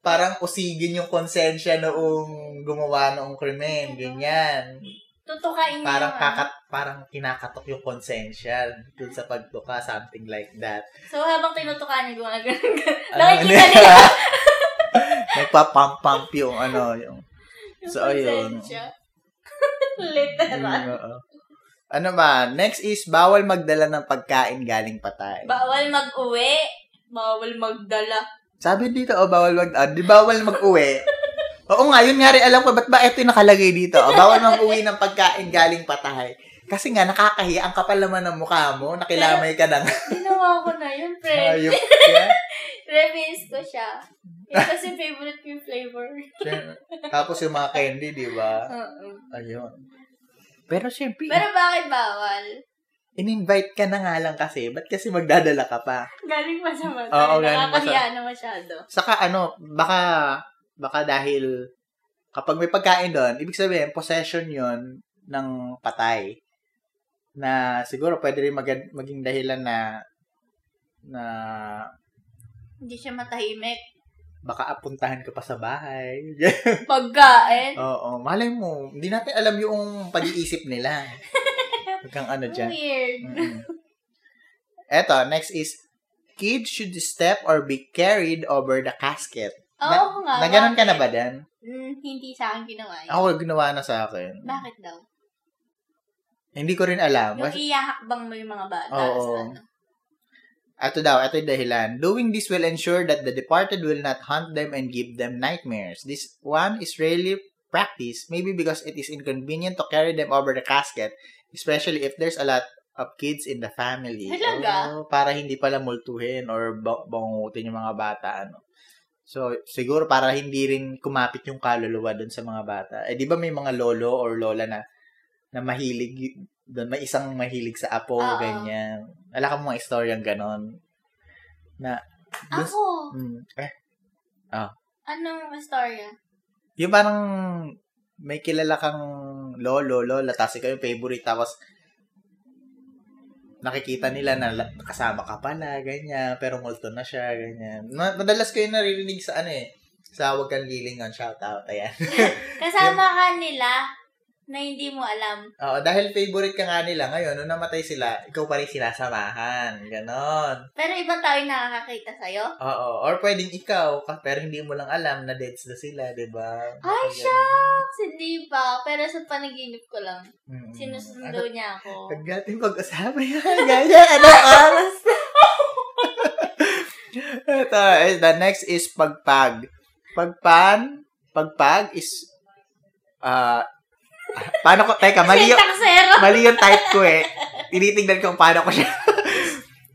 S2: Parang usigin yung konsensya noong gumawa noong krimen, ganyan.
S1: Tutukain niya
S2: Parang
S1: yung ano.
S2: kakat, parang kinakatok yung konsensya dun sa pagtuka, something like that. Ano
S1: So, habang tinutukan niya, gumagano.
S2: Alam mo
S1: Nakikita
S2: na-
S1: nila.
S2: Nagpa-pump-pump yung ano, yung...
S1: yung
S2: So, ayun.
S1: konsensya. Literal.
S2: Oo. Ano ba? Next is, bawal magdala ng pagkain galing patay.
S1: Bawal mag-uwi. Bawal magdala.
S2: Sabi dito, oh, bawal mag, ah, di bawal mag-uwi. Oo nga, yun nga rin, alam ko, ba't ba ito yung nakalagay dito? Oh, bawal mag-uwi ng pagkain galing patay. Kasi nga, nakakahiya, ang kapal naman ng mukha mo, nakilamay ka ng
S1: Ginawa ko na yun, pre.
S2: hayop.
S1: Reminis ko siya. Eh, kasi favorite ko yung flavor.
S2: Sure. Tapos yung mga candy, di ba?
S1: Oo.
S2: Ayun. Pero syempre,
S1: Pero bakit bawal?
S2: in-invite ka na nga lang kasi, ba't kasi magdadala ka pa?
S1: Galing pa sa mata.
S2: Oo, galing pa sa-
S1: Nakakahiya na masyado.
S2: Saka ano, baka, baka dahil, kapag may pagkain doon, ibig sabihin, possession yon ng patay. Na siguro pwede rin mag- maging dahilan na, na,
S1: Hindi siya matahimik.
S2: baka apuntahan ka pa sa bahay.
S1: Pagkain.
S2: Oo, malay mo. Hindi natin alam yung pag-iisip nila. Huwag kang ano dyan.
S1: Weird.
S2: Mm-mm. Eto, next is, kids should step or be carried over the casket.
S1: Oo
S2: Na-
S1: nga.
S2: Na ganun ka na ba
S1: Ah, bakit?
S2: Dan?
S1: Mm, hindi sa akin ginawa yun.
S2: Ako, ginawa na sa akin.
S1: Bakit daw?
S2: Hindi ko rin alam.
S1: Yung
S2: Kasi,
S1: iyahakbang mo yung mga bata sa
S2: Oo.
S1: ano.
S2: ato daw, ato yung dahilan. Doing this will ensure that the departed will not haunt them and give them nightmares. This one is rarely practiced, maybe because it is inconvenient to carry them over the casket, especially if there's a lot of kids in the family.
S1: Talaga?
S2: Oo, para hindi pala multuhin or ba- bangungutin yung mga bata. Ano. So, siguro para hindi rin kumapit yung kaluluwa dun sa mga bata. Eh, di ba may mga lolo or lola na na mahilig y- doon may isang mahilig sa apo
S1: Oo.
S2: ganyan alam ka mga istoryang ganon na dun-
S1: Ako,
S2: Mm, eh,
S1: anong storya?
S2: yung parang may kilala kang lolo lola tapos ikaw yung favorite tapos nakikita nila na la- kasama ka pala ganyan pero multo na siya ganyan Ma- madalas ko yung naririnig sa ano eh sa huwag kang lilingon shout out ayan
S1: Kasama ka nila na hindi mo alam.
S2: oo dahil favorite ka nga nila ngayon nung namatay sila ikaw pa rin sinasamahan ganon
S1: Pero iba tayo nakakakita sa'yo.
S2: Oo. Or pwedeng ikaw, ka- pero hindi mo lang alam na dates na sila, di ba?
S1: Ay,
S2: Ganyan.
S1: shucks! Hindi pa. Pero sa panaginip ko lang,
S2: Mm.
S1: sinusundo
S2: Ano,
S1: niya ako.
S2: Huwag natin pag-usapan yan. Ganyan, ano oras na? Ito, eh, the next is pagpag. Pagpan, pagpag is, ah, paano ko, teka, mali
S1: Mali
S2: yung,
S1: taksero!
S2: mali yung type ko eh. Tinitignan ko kung paano ko siya.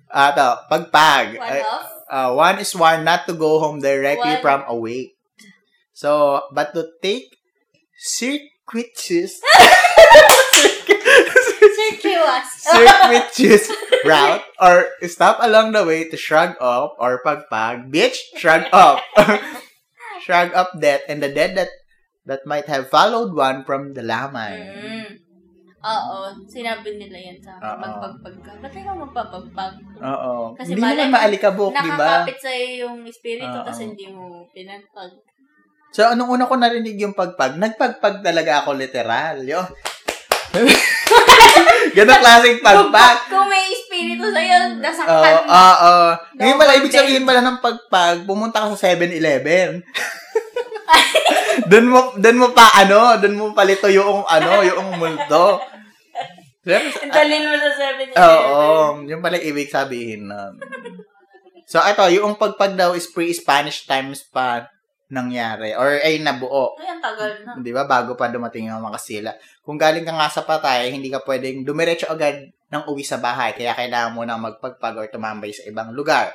S2: Ah, to, pagpag.
S1: One
S2: Ay,
S1: off?
S2: Uh, one is warned not to go home directly
S1: One.
S2: from awake. So, but to take circuitous,
S1: Circuitous.
S2: circuitous route or stop along the way to shrug up or pagpag, bitch, shrug up. shrug up death and the dead that that might have followed one from the lamay.
S1: Mm. Oo, sinabi nila yan sa akin.
S2: Oo.
S1: Magpagpag ka. Ba't ikaw magpapagpag?
S2: Oo.
S1: Kasi
S2: hindi naman
S1: malay mo,
S2: maalikabok, Ah, di ba? Ah,
S1: Nakakapit sa'yo yung espiritu,
S2: Oo.
S1: tapos hindi mo pinagpag.
S2: So, anong una ko narinig yung pagpag, nagpagpag talaga ako literal. Yo. Ganong klaseng pagpag.
S1: Kung may espiritu
S2: Ah,
S1: sa'yo,
S2: Oo,
S1: nasaktan mo.
S2: oo. Ngayon
S1: Double
S2: pala, ibig
S1: date.
S2: sabihin pala ng pagpag, pumunta ka sa 7-Eleven. doon mo, doon mo pa, ano, doon mo palito yung, ano, yung multo. Sir,
S1: Ang dalhin mo sa 7-Eleven.
S2: Oo, yung pala ibig sabihin nun. So, ito, yung pagpag daw is pre-Spanish times pa nangyari. Or, ay, nabuo.
S1: Ay, ang tagal na.
S2: Di ba? Bago pa dumating yung mga kasila. Kung galing ka nga sa patay, hindi ka pwedeng dumiretso agad ng uwi sa bahay. Kaya kailangan mo nang magpagpag or tumambay sa ibang lugar.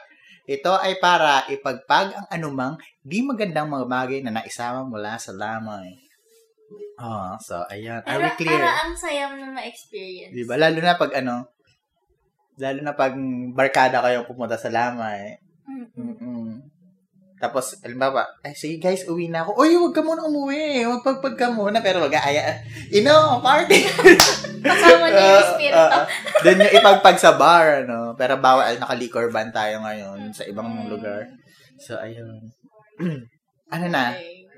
S2: Ito ay para ipagpag ang anumang di magandang mga bagay na naisama mula sa lamay. Oh, so, ayan. Are
S1: Pero, ah,
S2: we clear?
S1: para ang sayang ng ma-experience.
S2: Di ba? Lalo na pag ano, lalo na pag barkada kayong pumunta sa lamay.
S1: Mm-mm.
S2: Mm-mm. Tapos, halimbawa, ay, sige guys, uwi na ako. Uy, huwag ka muna umuwi. Magpagpag ka muna. Pero wag aaya. Ino, party.
S1: Kasama niya yung espiritu.
S2: Doon yung ipagpag sa bar, ano. Pero bawal, naka-liquor ban tayo ngayon sa
S1: Mm.
S2: ibang lugar. So, ayun. ano na?
S1: Okay.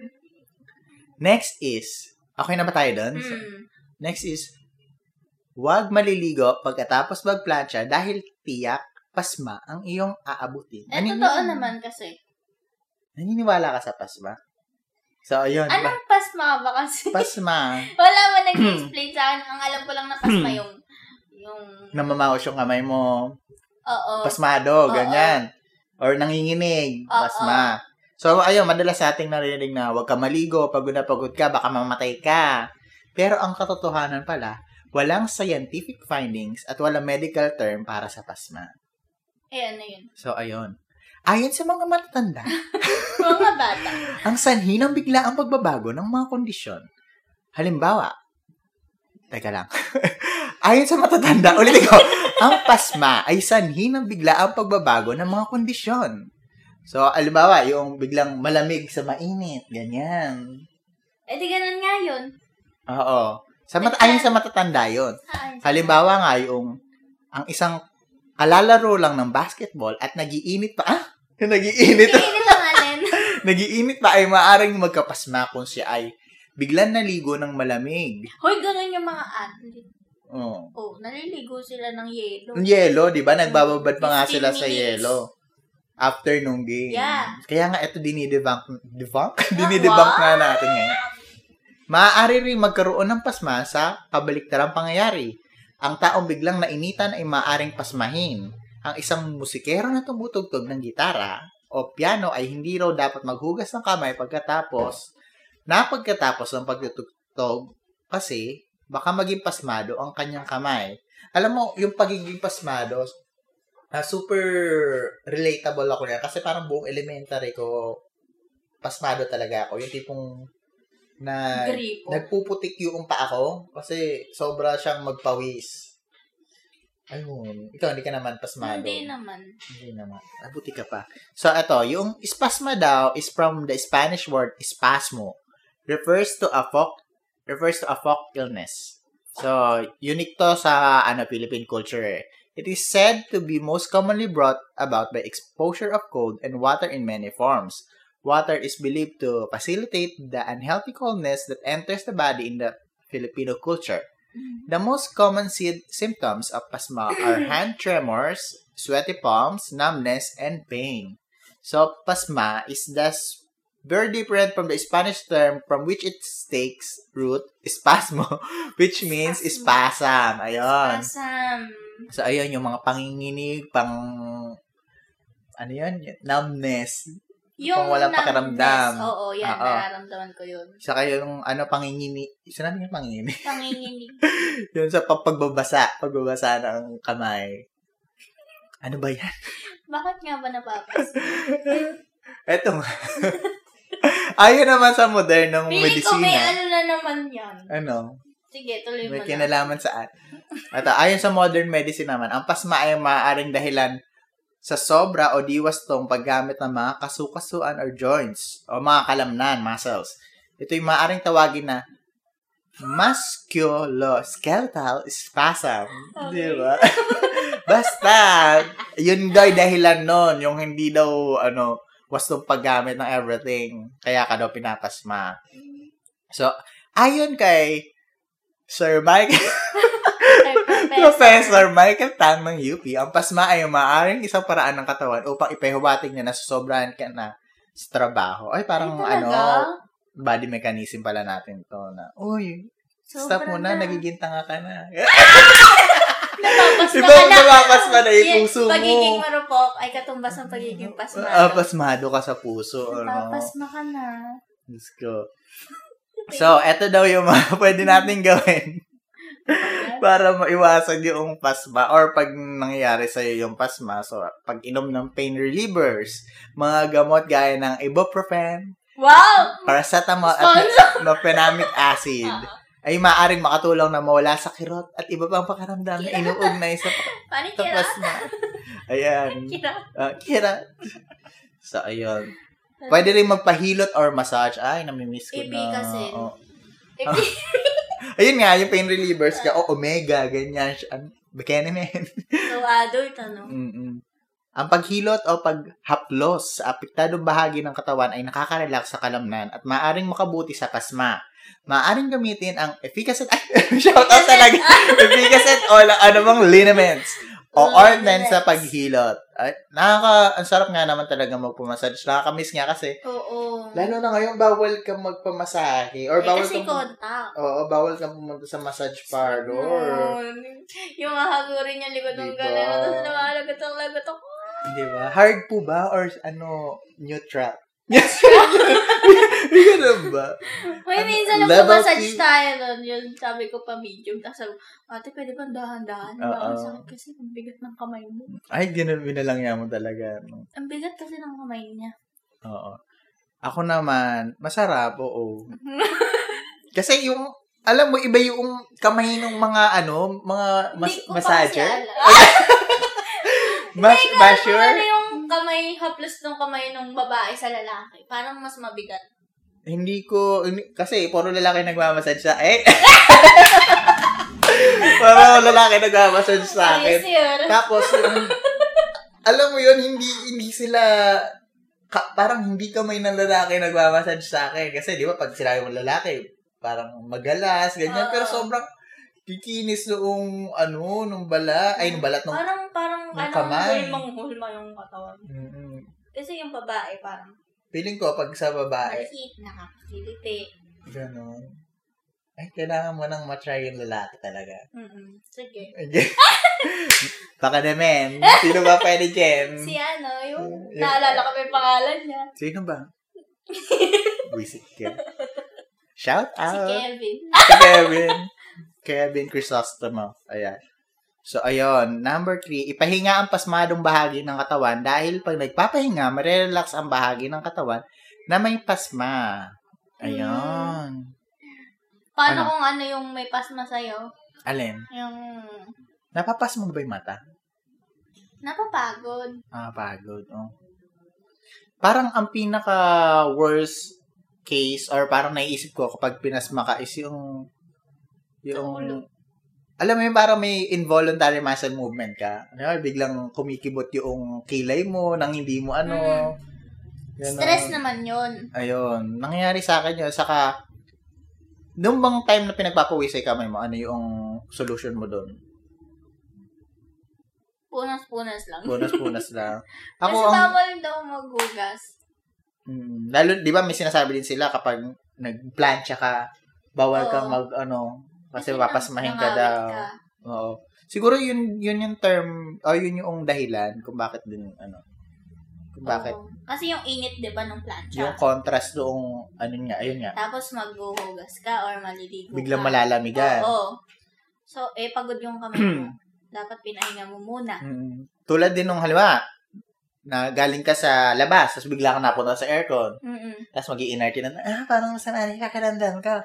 S2: Next is, okay na ba tayo doon?
S1: Mm.
S2: Next is, huwag maliligo pagkatapos magplancha dahil tiyak pasma ang iyong aabutin. Ano
S1: Eh,
S2: Nanini-
S1: totoo naman kasi.
S2: Naniniwala ka sa pasma? So, ayun. Ano ba-
S1: Anong pasma ba kasi?
S2: Pasma.
S1: Wala mo nag-explain sa akin. Ang alam ko lang na pasma yung... yung...
S2: Namamaos yung kamay mo.
S1: Oo.
S2: Pasmado,
S1: Oo.
S2: ganyan. Or nanginginig.
S1: Oo.
S2: Pasma. So, ayun, madalas sa ating narinig na huwag ka maligo, pagod na pagod ka, baka mamatay ka. Pero ang katotohanan pala, walang scientific findings at walang medical term para sa pasma.
S1: Eh, ano yun?
S2: So, ayun. Ayon sa mga matatanda,
S1: Mga bata.
S2: ang sanhi ng bigla ang pagbabago ng mga kondisyon. Halimbawa, teka lang. Ayon sa matatanda, ulitin ko, ang pasma ay sanhi ng bigla ang pagbabago ng mga kondisyon. So, halimbawa, yung biglang malamig sa mainit, ganyan.
S1: Eh, di ganun nga yun.
S2: Oo. Sa mat- ayon sa matatanda yon.
S1: Saan?
S2: Halimbawa nga yung ang isang kalalaro lang ng basketball at nagiinit pa. Ah, nagiinit
S1: Hindi na alin.
S2: Nagiinit pa ay maaaring magkapasma kung siya ay biglang naligo ng malamig.
S1: Hoy, ganun yung mga athlete.
S2: Oh.
S1: Oh, naliligo sila ng yelo.
S2: Yung yelo, di ba? Nagbababad pa nga
S1: 15
S2: sila sa
S1: minutes.
S2: yelo. After nung game.
S1: Yeah.
S2: Kaya nga ito dinidebunk, debunk? dinidebunk nga natin ngayon. Maaari rin magkaroon ng pasma sa kabaliktarang pangyayari. Ang taong biglang nainitan ay maaaring pasmahin. Ang isang musikero na tumutugtog ng gitara o piano ay hindi raw dapat maghugas ng kamay pagkatapos na pagkatapos ng pagtutugtog kasi baka maging pasmado ang kanyang kamay. Alam mo, yung pagiging pasmado, ah, super relatable ako niya kasi parang buong elementary ko, pasmado talaga ako. Yung tipong na
S1: Gripo.
S2: nagpuputik yung pa ako kasi sobra siyang magpawis. Ayun. Ikaw, hindi ka naman pasmado.
S1: Hindi naman.
S2: Hindi naman. Abuti ka pa. So, ito, yung espasma daw is from the Spanish word espasmo. Refers to a folk, refers to a folk illness. So, unique to sa ano, Philippine culture. eh. It is said to be most commonly brought about by exposure of cold and water in many forms. Water is believed to facilitate the unhealthy coldness that enters the body in the Filipino culture. The most common sy- symptoms of pasma are hand tremors, sweaty palms, numbness, and pain. So, pasma is thus very different from the Spanish term from which it takes root, espasmo, which means
S1: Espasmo.
S2: espasam. Ayun.
S1: Asam.
S2: So, ayun, yung mga panginginig, pang... Ano yun? Numbness. Kung walang
S1: numbness,
S2: pakiramdam.
S1: Oo, yan.
S2: Oo.
S1: Nararamdaman ko yun.
S2: Saka yung ano, panginginig. Sinabi niya panginginig.
S1: Panginginig.
S2: Yun sa pag- pagbabasa, pagbabasa ng kamay. Ano ba yan?
S1: Bakit nga ba napapas?
S2: Eto nga. Ayon naman sa modernong
S1: Pili ko may
S2: medisina.
S1: ano na naman yan.
S2: Ano?
S1: Sige, tuloy mo
S2: May
S1: na.
S2: kinalaman saan. At ayon sa modern medicine naman, ang pasma ay maaaring dahilan sa sobra o diwastong paggamit ng mga kasukasuan or joints o mga kalamnan, muscles. Ito'y maaaring tawagin na musculoskeletal spasm. Di
S1: Okay.
S2: ba? Basta, yun daw yung dahilan nun, yung hindi daw, ano, wastong paggamit ng everything. Kaya ka daw pinapasma. So, ayon kay Sir Mike,
S1: Ay,
S2: Professor Michael Tang ng UP, ang pasma ay maaaring isang paraan ng katawan upang ipahiwatig na nasosobrahan ka na sa trabaho. Ay, parang
S1: Ay,
S2: ano,
S1: talaga?
S2: body mechanism pala natin to na, uy, stop
S1: Sobra
S2: muna, nagiging tanga ka na.
S1: Napapasma
S2: Iba
S1: ka
S2: ang
S1: na.
S2: napapasma na yung
S1: Yes,
S2: puso mo.
S1: Pagiging marupok ay katumbas ng pagiging pasma.
S2: Ah, pasmado ka sa puso. Ano?
S1: Napapasma ka na.
S2: Let's go. So, eto daw yung mga pwede natin gawin para maiwasan yung pasma or pag nangyayari sa'yo yung pasma. So, pag inom ng pain relievers, mga gamot gaya ng ibuprofen,
S1: Wow!
S2: paracetamol at
S1: Sponsor!
S2: mefenamic acid
S1: Oo.
S2: ay maaaring makatulong na mawala sa kirot at iba pang pakaramdam na inuugnay sa,
S1: Paano
S2: sa
S1: kira?
S2: pasma. Ayan.
S1: Kira?
S2: Ah, kira. So, ayun. Pwede rin magpahilot or massage. Ay, namimiss ko
S1: Ibi
S2: na.
S1: kasi.
S2: Oo.
S1: Ibi-
S2: Ayun nga, yung pain relievers ka. O, omega, ganyan. Ano, Bikini men.
S1: So, adult, ano?
S2: Mm-mm. Ang paghilot o paghaplos sa apektadong bahagi ng katawan ay nakakarelax sa kalamnan at maaring makabuti sa pasma. Maaring gamitin ang efficacy ay, shout out talaga. efficacy o la- ano bang liniments o
S1: Liniments.
S2: ointment sa paghilot. Ay, nakaka, ang sarap nga naman talaga magpumassage. Nakakamiss nga kasi.
S1: Oo.
S2: Lalo na ngayon, bawal kang magpamasahe. Or
S1: Eh,
S2: bawal
S1: kasi
S2: kang...
S1: contact.
S2: Oo, bawal kang pumunta sa massage parlor.
S1: Yun. Yung ahagurin niya likod ng
S2: Diba?
S1: gano'n. Tapos lumalagot ang lagot ako.
S2: Di ba? Hard po ba or ano, neutral? Yes! Ganun ba?
S1: Uy,
S2: Ano,
S1: minsan nung
S2: level
S1: pumassage
S2: three.
S1: tayo nun, yun sabi ko pa medium. Tapos sabi ko, ate, pwede bang dahan-dahan? Diba? Ang
S2: Oo.
S1: sakit kasi ang bigat ng kamay mo.
S2: Ay, ganun binalangya mo talaga. no?
S1: Ang bigat kasi ng kamay niya.
S2: Oo. Ako naman, masarap, oo. Kasi yung, alam mo, iba yung kamay ng mga, ano, mga mas,
S1: Hindi ko pa
S2: massager.
S1: kasi alam.
S2: Mas,
S1: Hindi ko alam kung Ano
S2: basher.
S1: yung kamay, haplos ng kamay ng babae sa lalaki? Parang mas mabigat.
S2: Hindi ko, hindi- kasi puro lalaki nagmamassage sa, eh. puro lalaki nagmamassage sa akin.
S1: Ayos yun.
S2: Tapos, yung- alam mo yun, hindi, hindi sila ka- parang hindi kamay ng lalaki nagmamassage sa akin. Kasi di ba pag sinabi mong lalaki, parang magalas, ganyan.
S1: Oo.
S2: Pero sobrang kikinis noong ano, nung bala, ay nung balat nung...
S1: Parang, parang,
S2: nung
S1: ano,
S2: kamay.
S1: hulmang-hulma yung katawan.
S2: Mm-mm.
S1: Kasi yung babae, parang,
S2: Feeling ko pag sa babae,
S1: maliit, nakakakiliti.
S2: ganun. Ay, kailangan mo nang matry yung lalaki talaga.
S1: Mm-mm. Sige.
S2: Baka naman. Sino ba pwede, Jen?
S1: Si ano, yung,
S2: Yung-
S1: naalala ko pa yung pangalan niya.
S2: Sino ba? Wisit ka. Shout
S1: Si
S2: out!
S1: Kevin.
S2: Si Kevin. Kevin Chrysostomo. Ayan. So, ayun. Number three, ipahinga ang pasmadong bahagi ng katawan dahil pag nagpapahinga, marirelax ang bahagi ng katawan na may pasma.
S1: Hmm.
S2: Ayun. Ano?
S1: Paano kung ano yung may pasma sa'yo?
S2: Alin?
S1: Yung
S2: Napapasma ba yung mata?
S1: napapagod.
S2: Ah, pagod. Oh. Parang ang pinaka worst case or parang naiisip ko kapag pinasma ka is yung
S1: Sa ulo.
S2: yung alam mo yun, parang may involuntary muscle movement ka. Ano, biglang kumikibot yung kilay mo nang hindi mo ano. Ganon.
S1: Hmm. Stress naman yun.
S2: Ayun. Nangyayari sa akin yun. Saka, nung bang time na pinagpapawisay kamay mo, ano yung solution mo doon?
S1: Punas-punas lang.
S2: Punas-punas lang.
S1: Kasi
S2: Ako, ang,
S1: bawal daw maghugas.
S2: Mm, lalo, di ba may sinasabi din sila kapag nag-plancha ka, bawal
S1: Oo.
S2: kang mag, ano, kasi
S1: nang-
S2: mapasmahin ka
S1: nangawit
S2: daw.
S1: ka.
S2: Oo. Siguro yun, yun yung term, o yun yung dahilan kung bakit din, ano, kung bakit.
S1: Oo. Kasi yung init, di ba, ng plancha.
S2: Yung contrast doong, ano nga, ayun nga,
S1: Tapos maghuhugas ka or maliligo
S2: biglang
S1: ka.
S2: malalamigan.
S1: Oo. So, eh, pagod yung kamay mo. Dapat pinahinga mo muna.
S2: Mm. Tulad din nung halimbawa, na galing ka sa labas, tapos bigla ka napunta sa aircon,
S1: Mm-mm.
S2: tapos mag iinert na, ah, parang masanay, kakaramdam ka.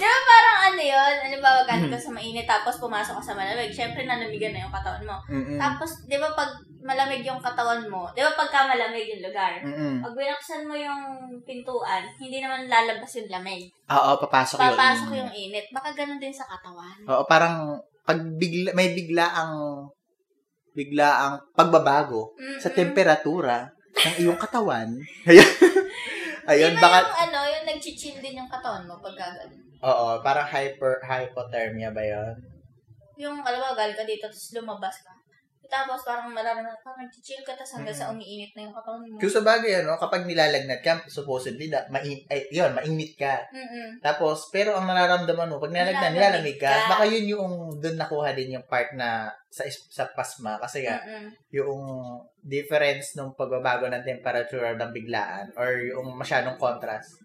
S1: Di ba parang ano yun? Halimbawa, galing ka
S2: Mm-hmm.
S1: sa mainit tapos pumasok ka sa malamig. Siyempre, nanamigan na yung katawan mo.
S2: Mm-mm.
S1: Tapos, di ba pag malamig yung katawan mo, di ba pagka malamig yung lugar,
S2: Mm-mm.
S1: pag binuksan mo yung pintuan, hindi naman lalabas yung lamig.
S2: Oo, papasok,
S1: Papasok
S2: yung
S1: yung init. Baka ganun din sa katawan.
S2: Oo, parang pag bigla, may bigla ang bigla ang pagbabago
S1: Mm-mm.
S2: sa temperatura ng iyong katawan. Ayun. Ayun,
S1: Di ba
S2: baka
S1: yung ano, yung nag-chill din yung katawan mo pag ganun?
S2: Oo, parang hyper hypothermia ba 'yon?
S1: Yung, alam mo, galing ka dito, tapos lumabas ka. Tapos parang mararamdaman, parang chill ka, tapos hanggang
S2: Mm.
S1: sa umiinit na yung katawan mo.
S2: Kasi sa bagay ano, kapag nilalagnat ka, supposedly da, main, ay, yun, mainit ka.
S1: Mm-mm.
S2: Tapos, pero ang nararamdaman mo, pag nilalagnat, nilalamig
S1: Nilalamig
S2: ka,
S1: ka.
S2: baka yun yung doon nakuha din yung part na sa, is- sa pasma. Kasi nga,
S1: Mm-mm.
S2: yung difference ng pagbabago ng temperature ng biglaan or yung masyadong contrast.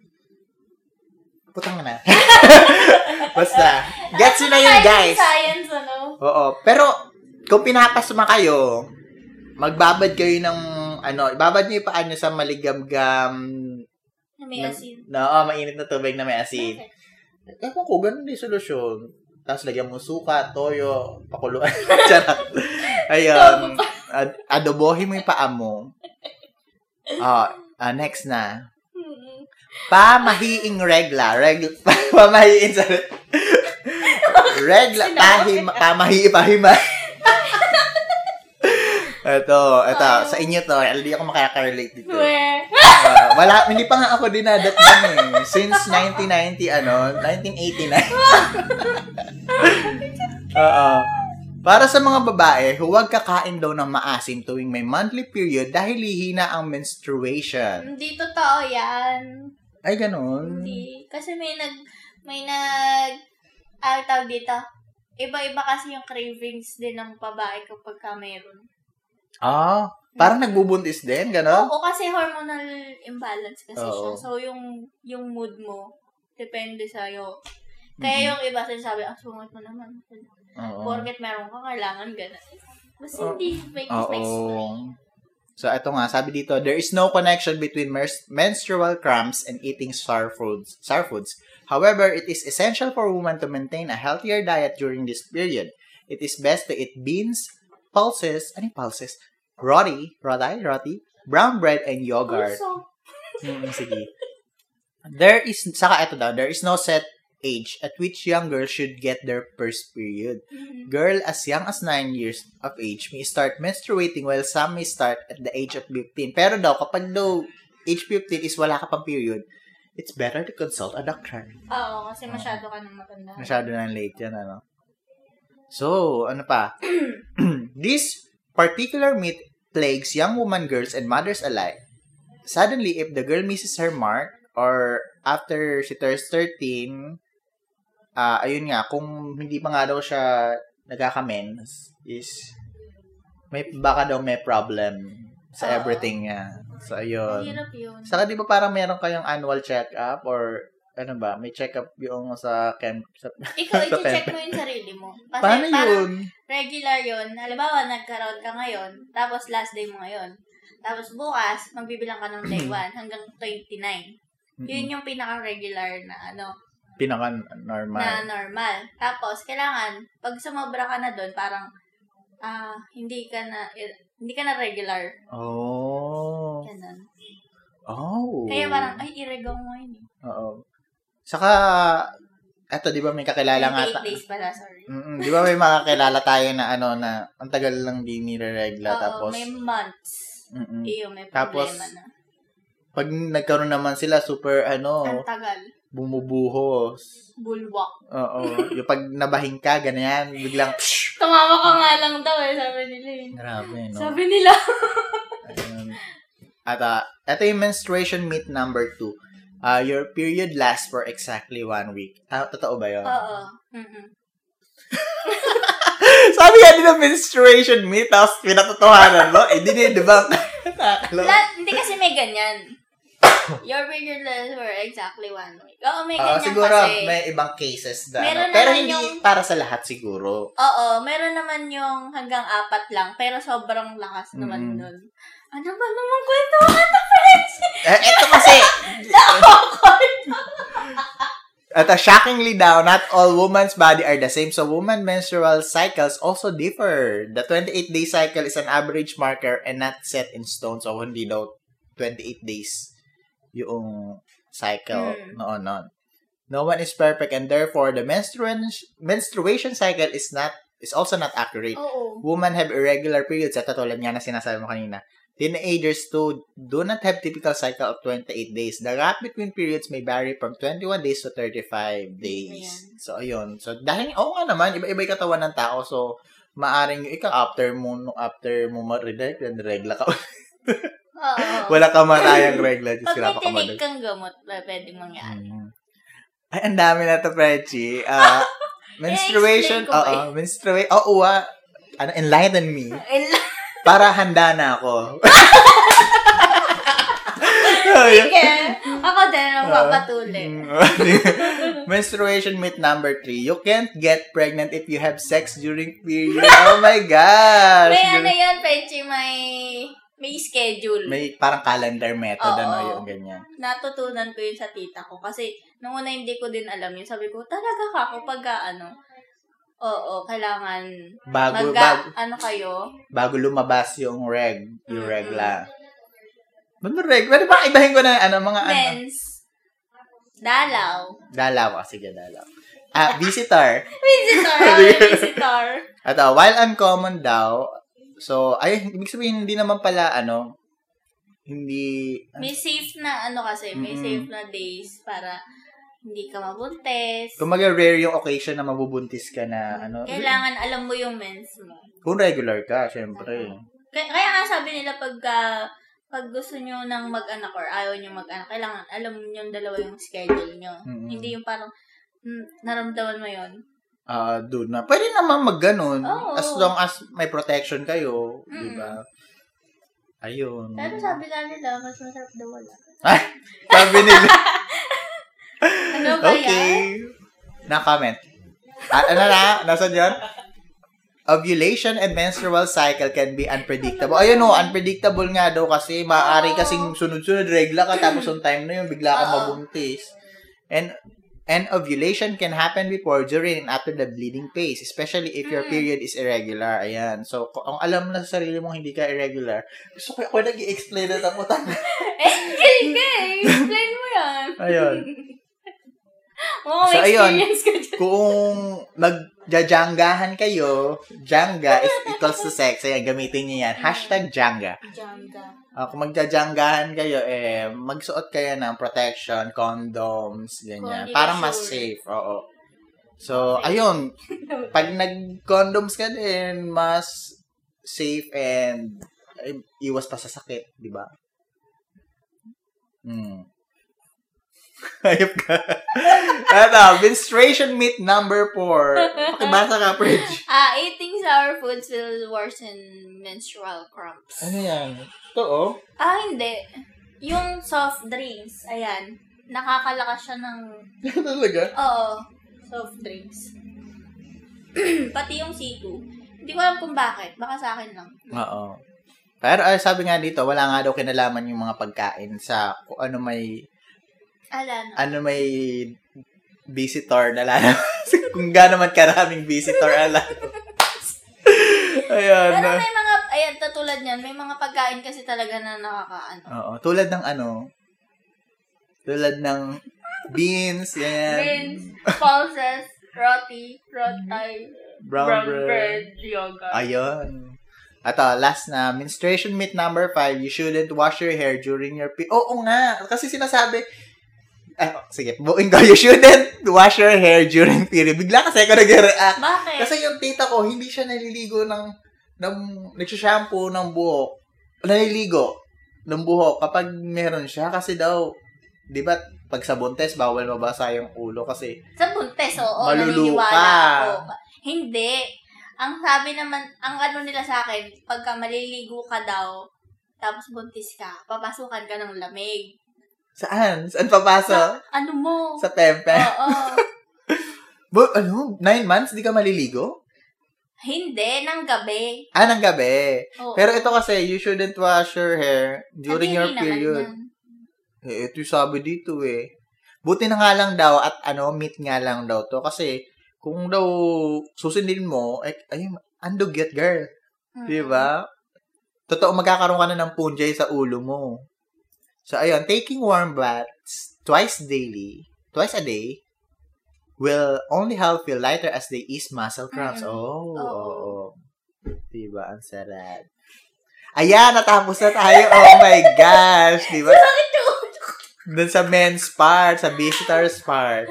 S2: Putang na. Basta. Gets nyo na yun, guys.
S1: Science, ano?
S2: Oo. Pero, kung pinapasma kayo, magbabad kayo ng, ano, ibabad nyo yung paa nyo sa maligamgam
S1: Na may
S2: Nag-
S1: asin.
S2: na, oo, mainit na tubig na may asin.
S1: Bakit?
S2: Ewan ko, ganun din yung solusyon. Tapos lagyan mo suka, toyo, pakuluan. Charot. Ayun. Ad- adobohin mo yung paa mo. Ah, ah, next na.
S1: Mm-mm.
S2: Pamahiing regla. Regla. Pamahiin sa... regla.
S1: Sinabi.
S2: Pahima. Pamahi. Pahima. Ito, ito,
S1: Ayaw.
S2: sa inyo to, hindi ako makaka-relate dito.
S1: Weh.
S2: Ah, wala, hindi pa nga ako dinadatnan eh. Since 1990, ano, 1989. Oo. Para sa mga babae, huwag kakain daw ng maasim tuwing may monthly period dahil hihina ang menstruation.
S1: Hindi totoo yan.
S2: Ay, ganun.
S1: Hindi. Kasi may nag, may nag, ah, tawag dito. Iba-iba kasi yung cravings din ng babae kapag ka mayroon.
S2: Ah, parang nagbubuntis din, ganun?
S1: Oo, kasi hormonal imbalance kasi siya.
S2: Oo.
S1: So, yung, yung mood mo, depende sa'yo. Kaya yung iba sinasabi, ang sungit mo naman.
S2: Oh. Oo.
S1: Porket meron ka, kailangan ganun. Basta
S2: Oo.
S1: hindi, may kiss,
S2: Oh. Ah,
S1: may
S2: Oo. So, ito nga, sabi dito, there is no connection between mers- menstrual cramps and eating sour foods. Sour foods. However, it is essential for women to maintain a healthier diet during this period. It is best to eat beans, pulses, ano yung pulses? Roti, roti, roti, brown bread, and yogurt.
S1: Puso.
S2: Mm, sige. There is, saka ito daw, there is no set age at which young girls should get their first period.
S1: Mm-hmm.
S2: Girl as young as 9 years of age may start menstruating while some may start at the age of 15. Pero daw, kapag daw age 15 is wala ka pang period, it's better to consult a doctor.
S1: Ah, Oo, kasi masyado ka nang matanda.
S2: Ah. Masyado na late yan, ano? So, ano pa? This particular myth plagues young women, girls, and mothers alike. Suddenly, if the girl misses her mark or after she turns 13, ah ayun nga, kung hindi pa nga daw siya nagkakamens, is may, baka daw may problem sa
S1: Oo.
S2: everything niya. So, ayun.
S1: Hirap yun.
S2: Saka di ba parang meron kayong annual check-up or ano ba, may check-up yung sa camp. Sa,
S1: Ikaw,
S2: Sa
S1: iti-check
S2: tempe.
S1: mo yung sarili mo. Kasi
S2: paano
S1: parang
S2: yun?
S1: regular yun. Halimbawa, nagkaroon ka ngayon, tapos last day mo ngayon. Tapos bukas, magbibilang ka ng
S2: Mm-hmm.
S1: day 1 hanggang 29. Yun yung pinaka-regular na ano, na
S2: Pinaka-normal.
S1: normal. Tapos, kailangan, pag sumobra ka na doon, parang, ah, hindi ka na, eh, hindi ka na regular.
S2: Oh.
S1: Ganun.
S2: Oh.
S1: Kaya parang, ay, irego mo yun. eh.
S2: Oo. Saka, eto, di ba may kakilala nga
S1: 28
S2: ta-
S1: days pala, sorry.
S2: Mm, di ba may makakilala tayo na ano na ang tagal lang di nire-regla
S1: Oo,
S2: tapos
S1: may months.
S2: mm-mm.
S1: Iyo, may
S2: Tapos,
S1: problema na.
S2: pag nagkaroon naman sila super ano
S1: Ang tagal.
S2: bumubuhos.
S1: Bulwak.
S2: Oo. yung pag nabahing ka ganyan biglang
S1: Tumawa ka nga lang daw eh, sabi nila eh.
S2: Grabe, no?
S1: Sabi nila.
S2: Ayun. At ah, ito yung menstruation myth number two. Ah, your period lasts for exactly one week. Ah, totoo ba yun?
S1: Oo. Mm-hmm. Mm-mm.
S2: Sabi yan din ng menstruation myth, tapos pinatotohanan mo. Eh, dinidebunk. Nakakaloka.
S1: La- hindi kasi may ganyan. Your period lasts for exactly one week. Oo, may
S2: Ah,
S1: ganyan
S2: siguro
S1: kasi.
S2: may ibang cases na. ano.
S1: Meron
S2: Pero
S1: naman
S2: hindi
S1: yung-
S2: para sa lahat siguro.
S1: Oo, meron naman yung hanggang apat lang, pero sobrang lakas
S2: Mm.
S1: naman nun. Ano ba naman kwento ka na, Frenchie?
S2: Eh, eto kasi, At uh, shockingly daw, not all women's body are the same. So, women menstrual cycles also differ. The 28-day cycle is an average marker and not set in stone. So, hindi daw 28 days yung cycle
S1: Hmm.
S2: noon noon. No one is perfect and therefore the menstruation menstruation cycle is not is also not accurate.
S1: Oo.
S2: Women have irregular periods at tulad nga na sinasabi mo kanina. Teenagers too do not have typical cycle of 28 days. The gap between periods may vary from 21 days to 35 days.
S1: Ayan.
S2: So, ayun. So, dahil, oo nga naman, iba-iba yung katawan ng tao. So, maaring yung ikaw after mo, nung after mo ma-redact, then regla ka.
S1: Oo.
S2: Wala ka matayang regla. Just
S1: Pag
S2: wala
S1: may
S2: ka
S1: tinig
S2: madag.
S1: kang gamot, pwedeng mangyari.
S2: Mm. Ay, ang dami na to, Frenchie. Ah, menstruation,
S1: Eh, explain ko
S2: oo,
S1: ba
S2: menstruation, oo, ah, ano, enlighten me.
S1: Ayun lang.
S2: Para handa na ako. Ayun.
S1: Sige. eh. Ako din, ang
S2: Oo.
S1: papatuloy.
S2: Mm-hmm. Menstruation myth number three. You can't get pregnant if you have sex during period. Oh my gosh.
S1: May ano yan, Frenchie, may, may schedule.
S2: May parang calendar method,
S1: Oo.
S2: ano, yung ganyan.
S1: natutunan ko yun sa tita ko. Kasi, nung una hindi ko din alam yun. Sabi ko, talaga ka kapag ah, ano, oo, kailangan
S2: Bago, bago,
S1: magka, ano kayo.
S2: bago lumabas yung reg, yung
S1: Mm-mm.
S2: regla. Ano reg? Pwede ba ibahin ko na ano, mga ano?
S1: Men's. Dalaw.
S2: Dalaw. Ah, sige, dalaw. Ah, visitor.
S1: Visitor. ah, may visitor.
S2: At uh, while uncommon daw, so, ay, ibig sabihin, hindi naman pala, ano, hindi,
S1: May safe na, ano kasi, may
S2: Mm-mm.
S1: safe na days para hindi ka mabuntis.
S2: kumaga rare yung occasion na mabubuntis ka na, ano,
S1: Kailangan alam mo yung mens mo.
S2: kung regular ka, syempre.
S1: Kaya, kaya nga sabi nila pag ah, pag gusto nyo ng mag-anak or ayaw nyo mag-anak, kailangan alam nyo yung dalawa yung schedule nyo.
S2: Mm-mm.
S1: Hindi yung parang, mm, naramdaman mo yun.
S2: Ah, doon na. Pwede naman magganon.
S1: Oo.
S2: As long as may protection kayo,
S1: Mm.
S2: di ba? Ayun.
S1: Pero sabi nga nila, mas masarap daw wala.
S2: Ay, sabi nila.
S1: Ano ba yan?
S2: okay. Na-comment. Ah, ano na? Nasaan yun? Ovulation and menstrual cycle can be unpredictable. Ayun o, unpredictable nga daw kasi
S1: Oh.
S2: maaari kasing sunod-sunod regla ka tapos on time na yun, bigla ka
S1: Oo.
S2: mabuntis. And and ovulation can happen before, during, and after the bleeding phase, especially if your
S1: Mm.
S2: period is irregular. Ayan. So, kung ang alam na sa sarili mong hindi ka irregular, gusto ko ako nag explain na tapos.
S1: Eh, galing ka eh. Explain mo yan.
S2: Ayun.
S1: Mukhang
S2: So, ayun.
S1: experience ko dyan.
S2: Kung magjajanggahan kayo, Janga is equals to sex. Ayan, gamitin niyo yan. Hashtag Janga.
S1: Janga.
S2: Ah, kung magjajanggahan kayo, eh, magsuot kayo ng protection, condoms, ganyan.
S1: Kung hindi
S2: Para
S1: ka
S2: mas
S1: sure.
S2: safe. Oo. So,
S1: Okay.
S2: ayun. Pag nag-condoms ka din, mas safe and eh, iwas pa sa sakit, di ba? Mm. Ayop ka. Eto, menstruation myth number 4. Pakibasa ka, Pridge.
S1: Ah, eating sour foods will worsen menstrual cramps.
S2: Ano yan? Totoo?
S1: Ah, hindi. Yung soft drinks, ayan. Nakakalakas siya ng...
S2: Talaga?
S1: Oo, soft drinks. Pati yung siku. Hindi ko alam kung bakit. Baka sa akin lang.
S2: Oo. Pero ay, sabi nga dito, wala nga daw kinalaman yung mga pagkain sa kung ano may
S1: Ala na.
S2: ano may visitor na lalo. kung gaano man karaming visitor ala. Ayan.
S1: Pero
S2: ah.
S1: may mga, ayan, tatulad niyan, may mga pagkain kasi talaga na nakakaano.
S2: Oo, tulad ng ano? Tulad ng beans, yan.
S1: Beans, pulses, roti, roti,
S2: brown, bread.
S1: yogurt.
S2: Ayun. Ato, last na, menstruation myth number five, you shouldn't wash your hair during your period. Oo nga, kasi sinasabi, ah, sige, buuin ko, you shouldn't wash your hair during period. Bigla kasi ako nag-react.
S1: Bakit?
S2: Kasi yung tita ko, hindi siya naliligo ng, ng nagsashampoo ng buhok. Naliligo ng buhok kapag meron siya. Kasi daw, di ba, pag sa buntes, bawal mabasa yung ulo kasi,
S1: Sa buntes, oo.
S2: Maluluka.
S1: naniniwala Ako. Hindi. Ang sabi naman, ang ano nila sa akin, pagka maliligo ka daw, tapos buntis ka, papasukan ka ng lamig.
S2: saan? Saan papasok?
S1: Ano mo?
S2: Sa pempe.
S1: Oo.
S2: Bu- ano? Nine months, di ka maliligo?
S1: Hindi, ng gabi.
S2: Ah, ng gabi.
S1: Oo.
S2: Pero ito kasi, you shouldn't wash your hair during
S1: Hindi
S2: your
S1: naman
S2: period.
S1: yan.
S2: Eh, ito yung sabi dito eh. Buti na nga lang daw at ano, meet nga lang daw to. Kasi kung daw susundin mo, eh, ayun, andugyot girl.
S1: Mm.
S2: Di ba? Totoo, magkakaroon ka na ng punjay sa ulo mo. So, ayun, taking warm baths twice daily, twice a day, will only help you lighter as they ease muscle cramps.
S1: Mm.
S2: Oh, oo.
S1: Oo.
S2: Diba? Ang sarap. Ayan, natapos na tayo. Oh my gosh. Diba?
S1: Bakit yun?
S2: Doon sa men's part, sa visitors part.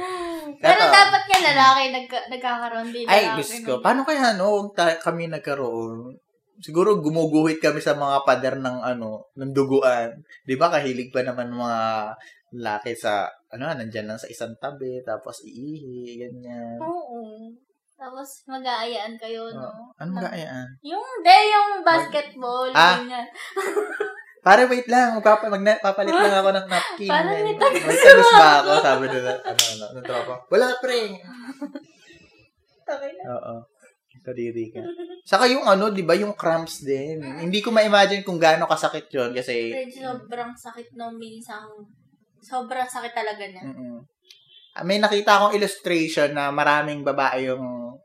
S1: Pero
S2: Ito.
S1: dapat nga lalaki, nagka- nagkakaroon din.
S2: Ay,
S1: lalaki
S2: gusto
S1: ng-
S2: ko. Paano kaya, no, huwag ta- kami nagkaroon? Siguro gumuguhit kami sa mga pader ng ano, ng duguan. 'Di ba kahilig pa naman mga laki sa ano, nandiyan lang sa isang tabi tapos iihi, ganyan.
S1: Oo. Tapos mag-aayaan kayo, no?
S2: Ano
S1: Ng-
S2: ba yan?
S1: Yung, de, yung basketball.
S2: Ah.
S1: ganyan.
S2: Pare, wait lang. Magpapa, magna, papalit lang ako ng napkin.
S1: Parang
S2: Yan.
S1: may tagas
S2: May tagas
S1: ba
S2: ba
S1: ako?
S2: ako? Sabi nila, ano, ano, ng tropa. Wala, pre.
S1: Okay na.
S2: Oo. Sariri ka. Saka yung ano, di ba, yung cramps din. Hindi ko ma-imagine kung gaano kasakit yun kasi...
S1: Fred, sobrang sakit no, minsan. Sobrang sakit talaga niya.
S2: Mm-mm. Ah, May nakita akong illustration na maraming babae yung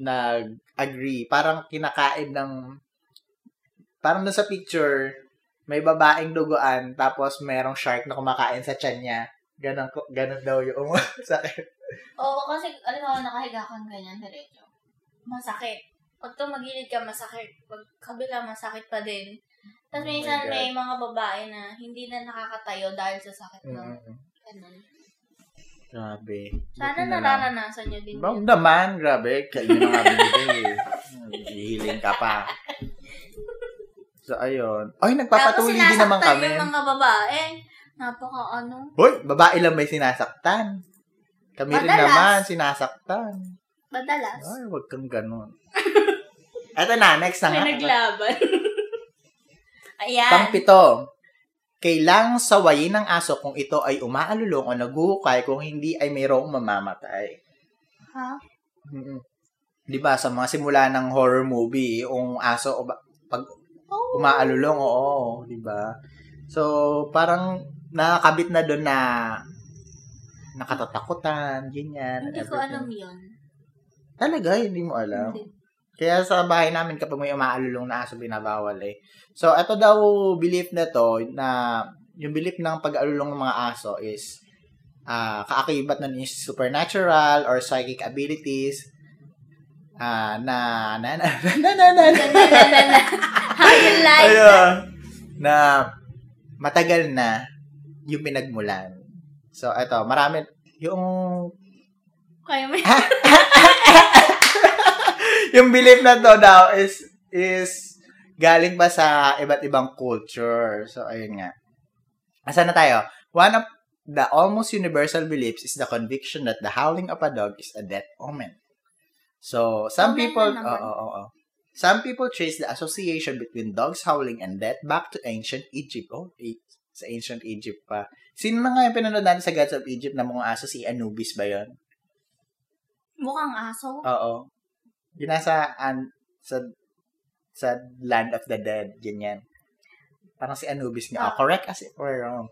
S2: nag-agree. Parang kinakain ng... Parang doon sa picture, may babaeng duguan, tapos merong shark na kumakain sa tiyan niya. Ganon, ko- ganon daw yung sakit.
S1: Oo, kasi alam mo, nakahiga kang ganyan diretso. Masakit. Pag tumagilid ka, masakit. Pag kabila, masakit pa din. Tapos
S2: Oh my
S1: minsan
S2: God.
S1: may mga babae na hindi na nakakatayo dahil sa sakit ng
S2: Mm-mm.
S1: ganun.
S2: Grabe.
S1: Sana
S2: Mm-hmm. Buti na lang.
S1: nararanasan nyo din
S2: Ba,
S1: yun.
S2: naman, grabe. Kaya yun ang binigay eh. Hihiling ka pa. So, ayun. Ay, nagpapatuloy din naman
S1: sinasaktan
S2: kami.
S1: yung mga babae. Napaka ano.
S2: Hoy, babae lang may sinasaktan. Kami rin
S1: Madalas.
S2: naman, sinasaktan.
S1: Madalas.
S2: Ay, wag kang ganun. Eto na, next na nga.
S1: May naglaban. Ayan.
S2: Pangpito. Kailang sawayin ng aso kung ito ay umaalulong o naguhukay kung hindi ay mayroong mamamatay.
S1: Ha?
S2: Mm-mm. Di ba, sa mga simula ng horror movie, yung aso, o ba- pag
S1: Oh.
S2: umaalulong, oo, di ba? So, parang nakakabit na doon na nakatatakutan, ganyan.
S1: Hindi ko
S2: everything.
S1: alam yun.
S2: Talaga, hindi mo alam.
S1: Hindi.
S2: Kaya sa bahay namin, kapag may umaalulong na aso, binabawal eh. So, ito daw, belief na to, na yung belief ng pag-alulong ng mga aso is ah, kaakibat nun is supernatural or psychic abilities ah na na na na na na, na,
S1: Higher life.
S2: Ayun. na matagal na yung pinagmulan. So, eto, marami, yung
S1: Kaya may...
S2: yung belief na to daw is is galing ba sa iba't ibang culture. So, ayun nga. Asan na tayo? One of the almost universal beliefs is the conviction that the howling of a dog is a death omen. So, some
S1: Omen na
S2: people...
S1: naman.
S2: Oo, oo, oo. Some people trace the association between dogs howling and death back to ancient Egypt. Oh, eh, sa ancient Egypt pa. Sino na nga yung pinanood natin sa Gods of Egypt na mga aso si Anubis ba yon?
S1: Mukhang aso.
S2: Oo. Yung nasa, an, sa, sa Land of the Dead, ganyan. Parang si Anubis nga. Oh,
S1: Ah.
S2: correct as if we're wrong.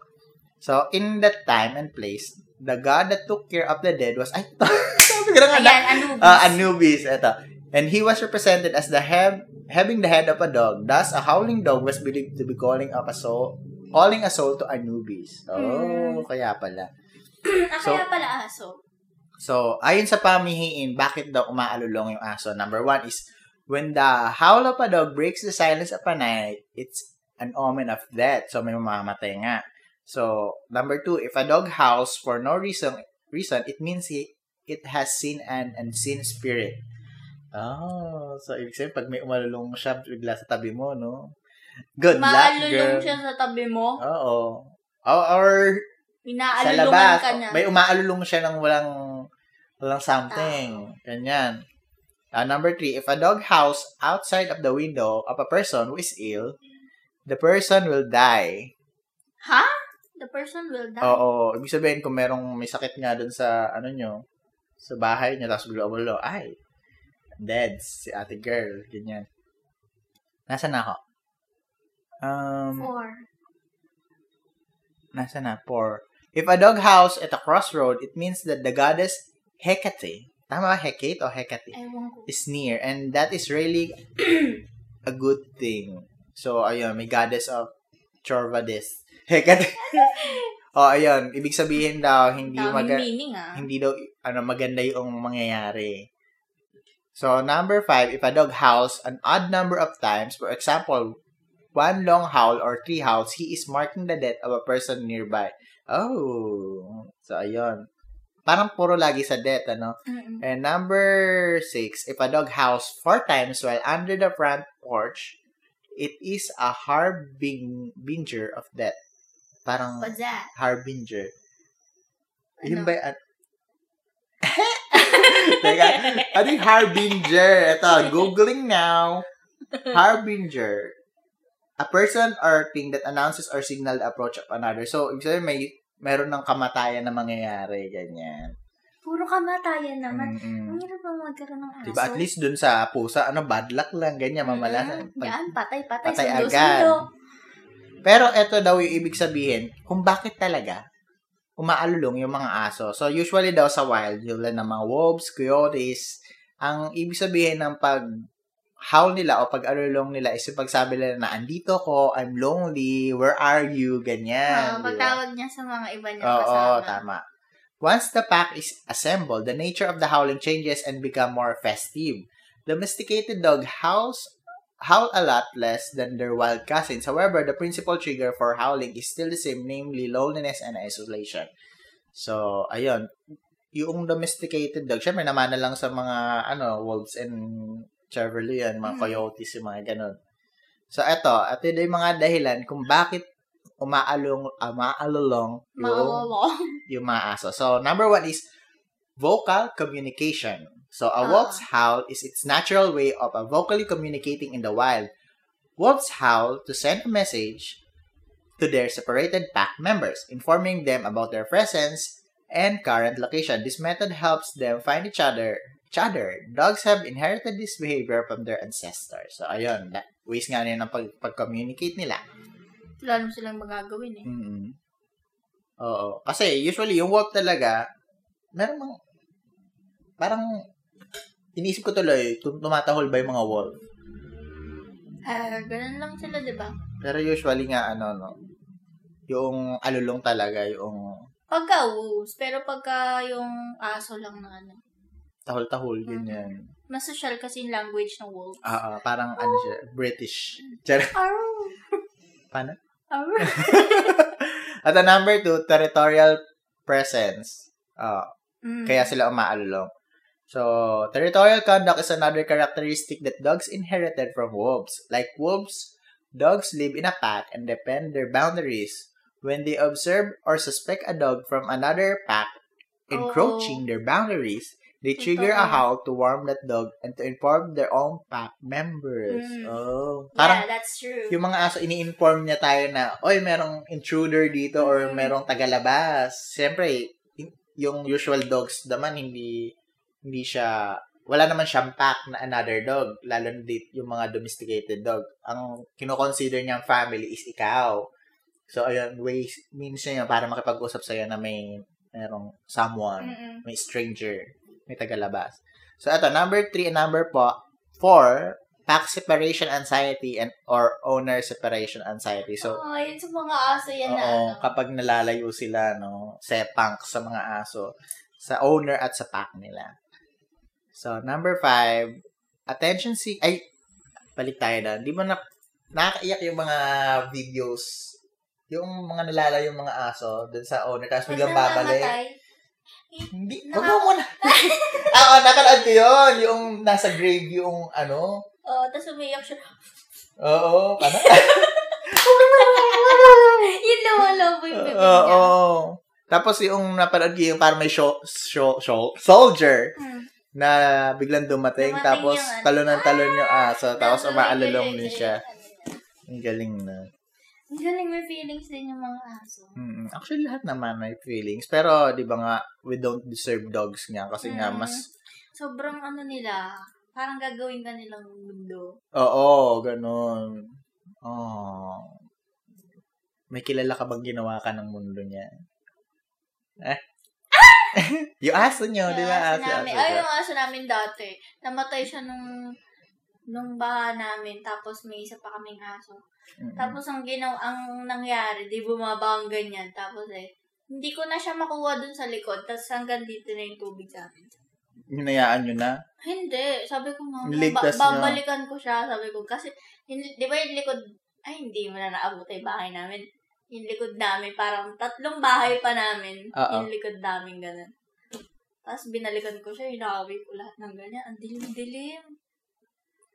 S2: So, in that time and place, the god that took care of the dead was, ay, ito, sabi ko na nga,
S1: Ayan, Anubis.
S2: Ah, Anubis, ito. And he was represented as the head, having the head of a dog. Thus, a howling dog was believed to be calling up a soul, calling a soul to Anubis. Oh,
S1: Hmm.
S2: kaya pala.
S1: ah,
S2: so-
S1: kaya pala aso.
S2: So, ayon sa pamihiin, bakit daw umaalulong yung aso? Number one is, when the howl of a dog breaks the silence of a night, it's an omen of death. So, may mamamatay nga. So, number two, if a dog howls for no reason, reason it means he, it has seen an unseen spirit. Oh, so ibig sabihin, pag may umalulong siya, bigla sa tabi mo, no? Good luck, girl.
S1: Maalulong siya sa tabi mo.
S2: Oo. Or, or sa labas, Oh,
S1: Inaalulungan ka niya.
S2: may um- umaalulong siya ng walang walang something. Ganyan. Ah, number three, if a dog house outside of the window of a person who is ill, the person will die.
S1: Ha? The person will die.
S2: Oo. Ibig sabihin, kung merong may sakit nga dun sa, ano nyo, sa bahay nyo, tapos bigla umulo, ay, dead, si ate girl, ganyan. Nasaan na ako? Um,
S1: Four.
S2: Nasa na? Four. If a dog house at a crossroad, it means that the goddess Hecate, tama ba Hecate o Hecate,
S1: Ewan ko.
S2: is near. And that is really a good thing. So, ayun, may goddess of Chorvadis. Hecate. o, ayun, ibig sabihin daw, hindi
S1: Daming
S2: maga-
S1: meaning ah.
S2: hindi daw ano maganda yung mangyayari. So, number five, if a dog howls an odd number of times, for example, one long howl or three howls, he is marking the death of a person nearby. Oh, so ayun. Parang puro lagi sa death, ano?
S1: Mm-mm.
S2: And number six, if a dog howls four times while under the front porch, it is a harbinger of death. Parang
S1: What's that?
S2: harbinger. Yun
S1: Ano?
S2: ba at... Teka, ano yung harbinger? Ito, googling now. Harbinger. A person or thing that announces or signal the approach of another. So, ibig sabihin, may meron ng kamatayan na mangyayari, ganyan.
S1: Puro kamatayan naman.
S2: Mm-mm.
S1: Ang hirap bang magkaroon ng aso?
S2: Mm. Diba, at least dun sa pusa, ano, bad luck lang, ganyan, mamalasan.
S1: Mm-mm. Yan, patay, patay.
S2: Patay
S1: Patay
S2: agad.
S1: agad.
S2: Pero ito daw yung ibig sabihin kung bakit talaga umaalulong yung mga aso. So, usually daw sa wild, yung ng mga wolves, coyotes, ang ibig sabihin ng pag howl nila o pag-alulong nila is yung pagsabi nila na andito ko, I'm lonely, where are you, ganyan. di ba?
S1: Ah, pagtawag niya sa mga iba niya
S2: diba? Oo,
S1: kasama.
S2: tama. Once the pack is assembled, the nature of the howling changes and become more festive. Domesticated dog howls howl a lot less than their wild cousins. However, the principal trigger for howling is still the same, namely loneliness and isolation. So, ayun. Yung domesticated dog, syempre naman na lang sa mga ano, wolves and Chevrolet yan, mga
S1: Mm.
S2: coyotes, yung mga ganun. So, eto, at yun yung mga dahilan kung bakit umaalong, umaalulong yung
S1: Mawawala.
S2: yung mga aso. So, number one is vocal communication. So, a
S1: Ah.
S2: wolf's howl is its natural way of uh, vocally communicating in the wild. Wolves howl to send a message to their separated pack members, informing them about their presence and current location. This method helps them find each other. Each other. Dogs have inherited this behavior from their ancestors. So, ayun. la- Ways nga nila ng pag- pag-communicate nila.
S1: Wala naman silang magagawin eh.
S2: Mm. Oo. Kasi usually yung walk talaga, meron mga, parang, iniisip ko tuloy, tum- tumatahol ba yung mga wolf?
S1: Ah, ganun lang sila, diba? di ba?
S2: Pero usually nga, ano, no, yung alulong talaga, yung
S1: Pagka wolves, pero pagka yung aso lang na ano.
S2: Tahol-tahol, ganyan.
S1: Mas social kasi yung language ng wolves.
S2: Ah, ah, parang ano siya, British. Char-
S1: Arr!
S2: Paano?
S1: Arr!
S2: At the number two, territorial presence. Ah,
S1: Mm.
S2: kaya sila umaalulong. So, territorial conduct is another characteristic that dogs inherited from wolves. Like wolves, dogs live in a pack and defend their boundaries. When they observe or suspect a dog from another pack encroaching their boundaries, they
S1: Oh. Totoo.
S2: trigger a howl to warn that dog and to inform their own pack members.
S1: Mm.
S2: Oh.
S1: yeah,
S2: Parang
S1: that's true.
S2: yung mga aso, ini-inform niya tayo na, oy, merong intruder dito or
S1: Mm.
S2: merong tagalabas. Siyempre, y- yung usual dogs naman, hindi, hindi siya, wala naman siyang pack na another dog, lalo na dit- yung mga domesticated dog. Ang kinoconsider niyang family is ikaw. So, ayun, ways, means niya yun para makipag-usap sa'yo na may, merong someone
S1: Mm-mm.
S2: may stranger, may tagalabas. So, ito, number three and number po, four, pack separation anxiety and or owner separation anxiety. So,
S1: oh, yun sa mga aso yan na
S2: oo,
S1: ano.
S2: kapag nalalayo sila, no, sepang sa mga aso, sa owner at sa pack nila. So, number five, attention seek, ay, balik tayo doon. Di ba na, nakakaiyak yung mga videos, yung mga nalalayo yung mga aso dun sa owner, tapos
S1: Pag
S2: biglang babalik.
S1: namamatay,
S2: Hindi.
S1: Naka-
S2: Wag mo muna. ah, oh, nakalaad ko yun. Yung nasa grave yung ano.
S1: Oh, tapos umiyak siya.
S2: Oo. Ano?
S1: yun lumalobo yung bibig niya.
S2: Oo. Tapos yung napanood ko yung parang may show, show, show, soldier
S1: Mm.
S2: na biglang dumating.
S1: Dumating
S2: tapos
S1: yung ano.
S2: talon ng talon yung aso. Tapos
S1: Nandun
S2: umaalalong
S1: yung
S2: din
S1: feelings
S2: siya.
S1: nila.
S2: Ang galing na.
S1: Ang galing may feelings din yung mga aso.
S2: Mm, Actually, lahat naman may feelings. Pero, di ba nga, we don't deserve dogs nga. Kasi nga,
S1: Mm.
S2: mas
S1: Sobrang ano nila, parang gagawin ka nilang mundo.
S2: Oo, ganun. Oh. May kilala ka bang ginawa ka ng mundo niya? Eh? yung diba, ah, aso niyo, di ba? Aso,
S1: Kaya sinabi-
S2: aso
S1: Ay,
S2: siya.
S1: yung aso namin dati. Namatay siya nung nung baha namin tapos may isa pa kaming aso.
S2: Mm-mm.
S1: Tapos ang ginaw ang nangyari, di bumaba ang ganyan. Tapos eh, hindi ko na siya makuha dun sa likod. Tapos hanggang dito na yung tubig sa akin.
S2: Hinayaan nyo na?
S1: Hindi. Sabi ko, mama,
S2: Niligtas
S1: ba-
S2: niya.
S1: babalikan ko siya. Sabi ko, kasi, hindi, di ba yung likod, ay, hindi mo na naabot yung bahay namin. Yung likod namin, parang tatlong bahay pa namin.
S2: Oo.
S1: Yung likod namin, ganun. Tapos binalikan ko siya, hinakawi ko lahat ng ganyan. Ang dilim-dilim.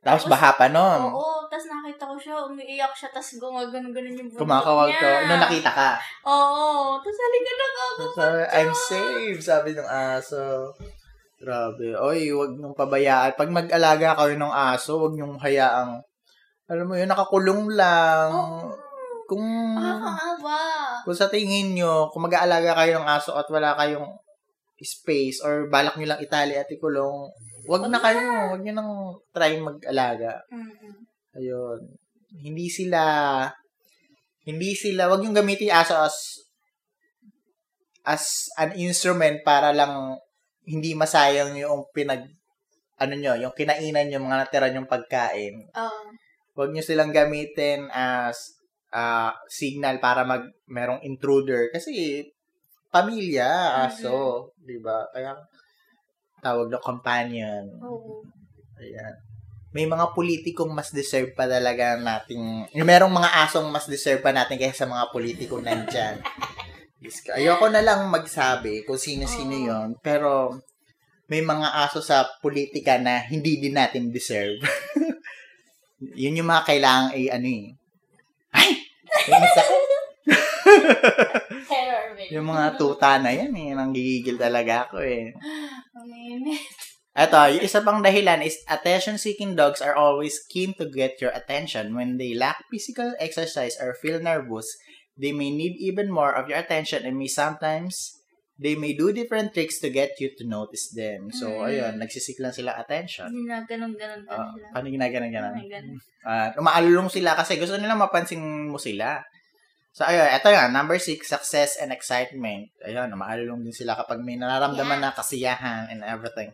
S2: Tapos
S1: Tapos-
S2: baha pa nun.
S1: Oo, tapos nakita ko siya, umiiyak siya, tapos gumagano-ganon yung buntot
S2: Kumakawag
S1: niya.
S2: ka. Nung nakita ka.
S1: Oo, tapos halika na ka.
S2: Sabi, I'm safe, sabi ng aso. Grabe. Oy, wag nung pabayaan. Pag mag-alaga kayo ng aso, wag niyong hayaang, alam mo yun, nakakulong lang.
S1: Oo. Ah,
S2: Kung...
S1: Nakakaawa.
S2: Kung sa tingin nyo, kung mag-aalaga kayo ng aso at wala kayong space or balak nyo lang itali at ikulong, wag na kayo. Wag nyo nang try mag-alaga.
S1: Mm-mm.
S2: Ayun. Hindi sila, hindi sila, wag nyo gamitin yung aso as, as an instrument para lang hindi masayang yung pinag, ano nyo, yung kinainan nyo, mga natira yung pagkain
S1: Oo.
S2: huwag nyo silang gamitin as ah, signal para mag merong intruder kasi pamilya aso, 'di ba? Kaya tawag na companion.
S1: Oo.
S2: Ayan. May mga politikong mas deserve pa talaga nating yung merong mga asong mas deserve pa natin kaysa sa mga politikong nandyan. Diyos ko. Ayoko na lang magsabi kung sino-sino
S1: Oo.
S2: yon pero may mga aso sa politika na hindi din natin deserve. yun yung mga kailangan ay ano eh. Ay! Yung isa-
S1: Terror me.
S2: yung mga tuta na yan eh. Nanggigigil talaga ako eh.
S1: Mamimit.
S2: Ito, yung isa pang dahilan is attention-seeking dogs are always keen to get your attention. When they lack physical exercise or feel nervous, they may need even more of your attention and may sometimes they may do different tricks to get you to notice them. So,
S1: Mm.
S2: ayun, nagsisik lang sila attention.
S1: Hindi na ganun-ganun pa
S2: Uh,
S1: nila.
S2: paano ginagana-gana?
S1: Ay, ganun.
S2: At umaalulong Ah, sila kasi gusto nila mapansin mo sila. So, ayun, ito nga, number six, success and excitement. Ayun, umaalulong din sila kapag may nararamdaman na kasiyahan and everything.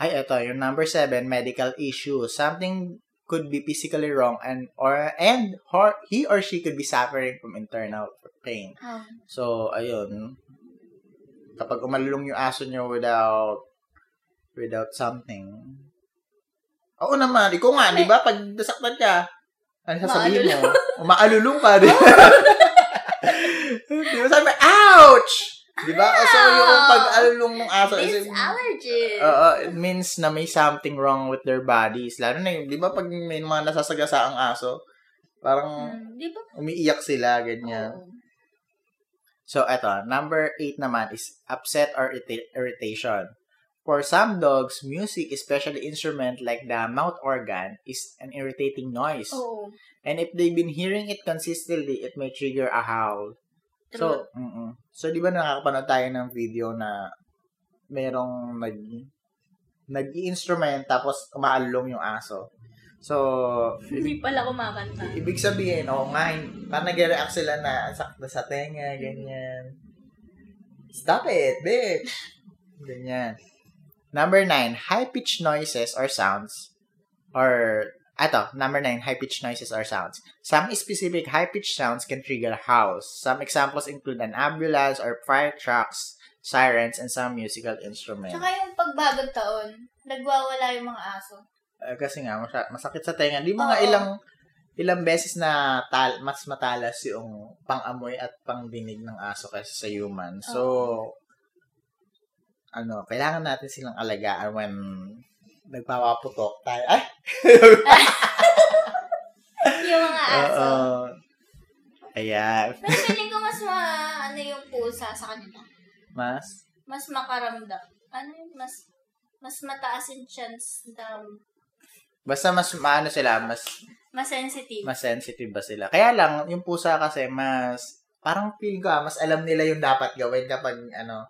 S2: Ay, ito, yung number seven, medical issue. Something could be physically wrong and or and Ah, or, he or she could be suffering from internal pain.
S1: Um,
S2: So, ayun, kapag umalulong yung aso nyo without without something. Oo naman, ikaw nga, di ba? Pag nasaktan ka, ano sasabihin mo? Umaalulong ka, di ba? di ba sabi, mo, ouch! Di ba? So, yung pag-alulong ng aso is Ah.
S1: This allergy.
S2: Oo, it means na may something wrong with their bodies. Lalo na yun, di ba pag may mga nasasagasa ang aso, parang
S1: Mm, di ba?
S2: umiiyak sila, ganyan.
S1: Oo.
S2: So, eto, number eight naman is upset or irrita- irritation. For some dogs, music, especially instrument like the mouth organ, is an irritating noise.
S1: Oo.
S2: And if they've been hearing it consistently, it may trigger a howl.
S1: True.
S2: So, mm So, di ba nakakapanood tayo ng video na merong nag nag-instrument tapos umaalong yung aso. So,
S1: Hindi pala kumakanta.
S2: ibig sabihin, oo nga, hin- parang nag-react sila na ang sakit na sa tenga, ganyan. Stop it, bitch! Ganyan. Number nine, high-pitched noises or sounds. Or, ato, number nine, high-pitched noises or sounds. Some specific high-pitched sounds can trigger howls. Some examples include an ambulance or fire trucks, sirens, and some musical instruments.
S1: Tsaka yung pagbagong taon, nagwawala yung mga aso.
S2: Eh, kasi nga, masya- masakit sa tenga. Di mga
S1: Oo.
S2: ilang ilang beses na tal- mas matalas yung pang-amoy at pangdinig ng aso kaysa sa human. So, ano, kailangan natin silang alagaan when nagpapaputok tayo. Ay!
S1: yung mga aso.
S2: Oo. Ayan.
S1: Pero feeling ko mas ma, ano yung pusa sa kanila.
S2: Mas?
S1: Mas makaramdam. Ano yun? Mas, mas mataas yung chance na
S2: Basta mas maano sila, mas
S1: mas sensitive.
S2: mas sensitive ba sila. Kaya lang, yung pusa kasi mas, parang feel ko ah, mas alam nila yung dapat gawin kapag ano,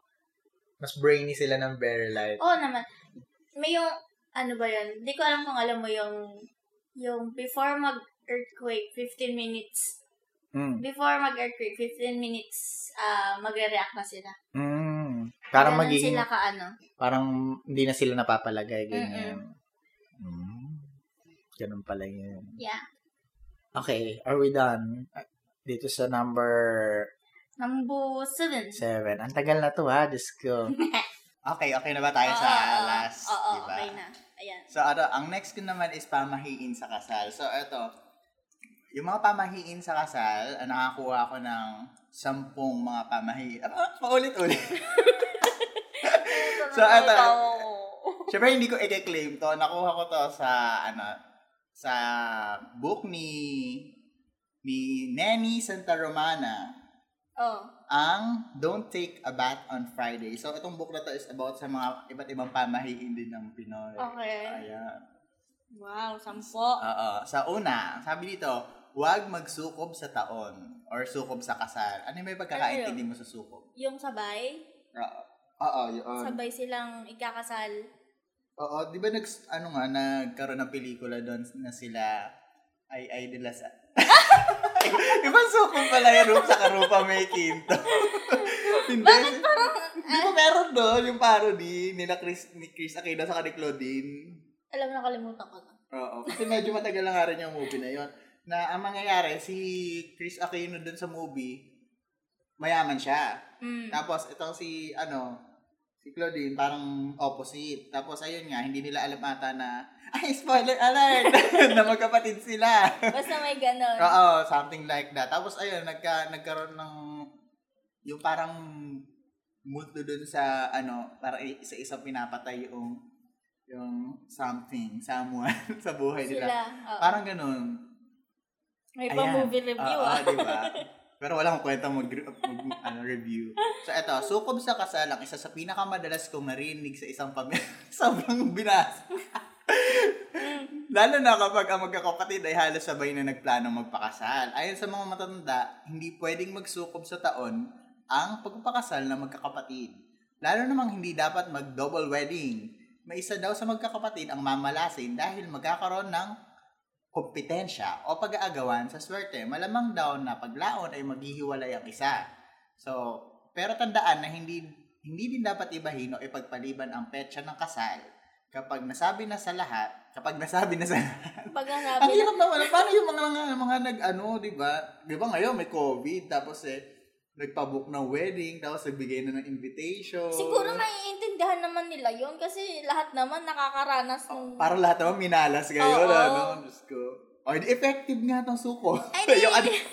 S2: mas brainy sila ng very light.
S1: Oo naman. May yung, ano ba yun? Hindi ko alam kung alam mo yung, yung before mag-earthquake, 15 minutes.
S2: Mm.
S1: Hmm. Before mag-earthquake, 15 minutes, ah magre-react na sila.
S2: Mm. Parang
S1: Ganun
S2: magiging,
S1: sila ka ano.
S2: parang hindi na sila napapalagay, ganyan. Mm. Ganun pala yun.
S1: Yeah.
S2: Okay, are we done? Ah, Dito sa number
S1: Number 7.
S2: seven. Ang tagal na to ha, Diyos ko. okay, okay na ba tayo sa last?
S1: Oo, oo,
S2: diba?
S1: okay na. Ayan.
S2: So, ano, ang next ko naman is pamahiin sa kasal. So, eto, yung mga pamahiin sa kasal, ah, nakakuha ako ng sampung mga pamahiin. Ah, paulit-ulit. So, ito- Siyempre, hindi ko i-claim to. Nakuha ko to sa, ano, sa book ni ni Nanny Santa Romana,
S1: Oh.
S2: ang Don't Take a Bath on Friday. So, itong book na to is about sa mga iba't ibang pamahiin din ng Pinoy.
S1: Okay.
S2: Ayan.
S1: Wow, sampo.
S2: Oo. Sa una, sabi dito, huwag magsukob sa taon or sukob sa kasal. Ano yung may pagkakaintindi mo sa sukob?
S1: Yung sabay,
S2: Oo. Oo, yun.
S1: sabay silang ikakasal.
S2: Oo, di ba nag, ano nga, nagkaroon ng pelikula doon na sila ay ay nila sa... Ibang sukob pala yung room sa karupa may kinto. Hindi. Bakit parang... ah? Di ba meron doon yung parody nila Chris, ni Chris Aquino sa ni Claudine?
S1: Alam na kalimutan ko na.
S2: Oo. Kasi medyo matagal na nga rin yung movie na yun. Na ang mangyayari, si Chris Aquino dun sa movie, mayaman siya.
S1: Mm.
S2: Tapos ito si, ano, si Claudine, parang opposite. Tapos ayun nga, hindi nila alam ata na, ay, spoiler alert! na magkapatid sila.
S1: Basta may ganon.
S2: Oo, something like that. Tapos ayun, nagka, nagkaroon ng, yung parang multo dun sa, ano, para isa-isa pinapatay yung, yung something, someone sa buhay nila.
S1: Sila. oo.
S2: Parang ganun. Ayan.
S1: May pa-movie review
S2: Oo,
S1: ah.
S2: di ba? Pero wala akong kwenta mag, mag- ano, review. So, eto, sukob sa kasal, ang isa sa pinakamadalas kong narinig sa isang pamilya. Sobrang binas. Lalo na kapag ang magkakapatid ay halos sabay na nagplano magpakasal. Ayon sa mga matatanda, hindi pwedeng magsukob sa taon ang pagpapakasal na magkakapatid. Lalo namang hindi dapat mag-double wedding. May isa daw sa magkakapatid ang mamalasin dahil magkakaroon ng kompetensya o pag-aagawan sa swerte. Malamang daw na paglaon ay maghihiwalay ang isa. So, pero tandaan na hindi hindi din dapat ibahin o ipagpaliban ang petsa ng kasal kapag nasabi na sa lahat, kapag nasabi na sa lahat.
S1: Pag
S2: Ang
S1: nasabi na,
S2: hirap naman. Paano yung mga, mga, mga nag, ano, di ba? Di ba ngayon may COVID, tapos eh, nagpabook ng wedding, tapos nagbigay na ng invitation.
S1: Siguro maiintindihan naman nila yon kasi lahat naman nakakaranas ng...
S2: Para lahat naman minalas kayo,
S1: Oh. Oo.
S2: ano? Diyos ko. O, hindi, effective nga tong suko.
S1: Ay, di.
S2: Yung ano-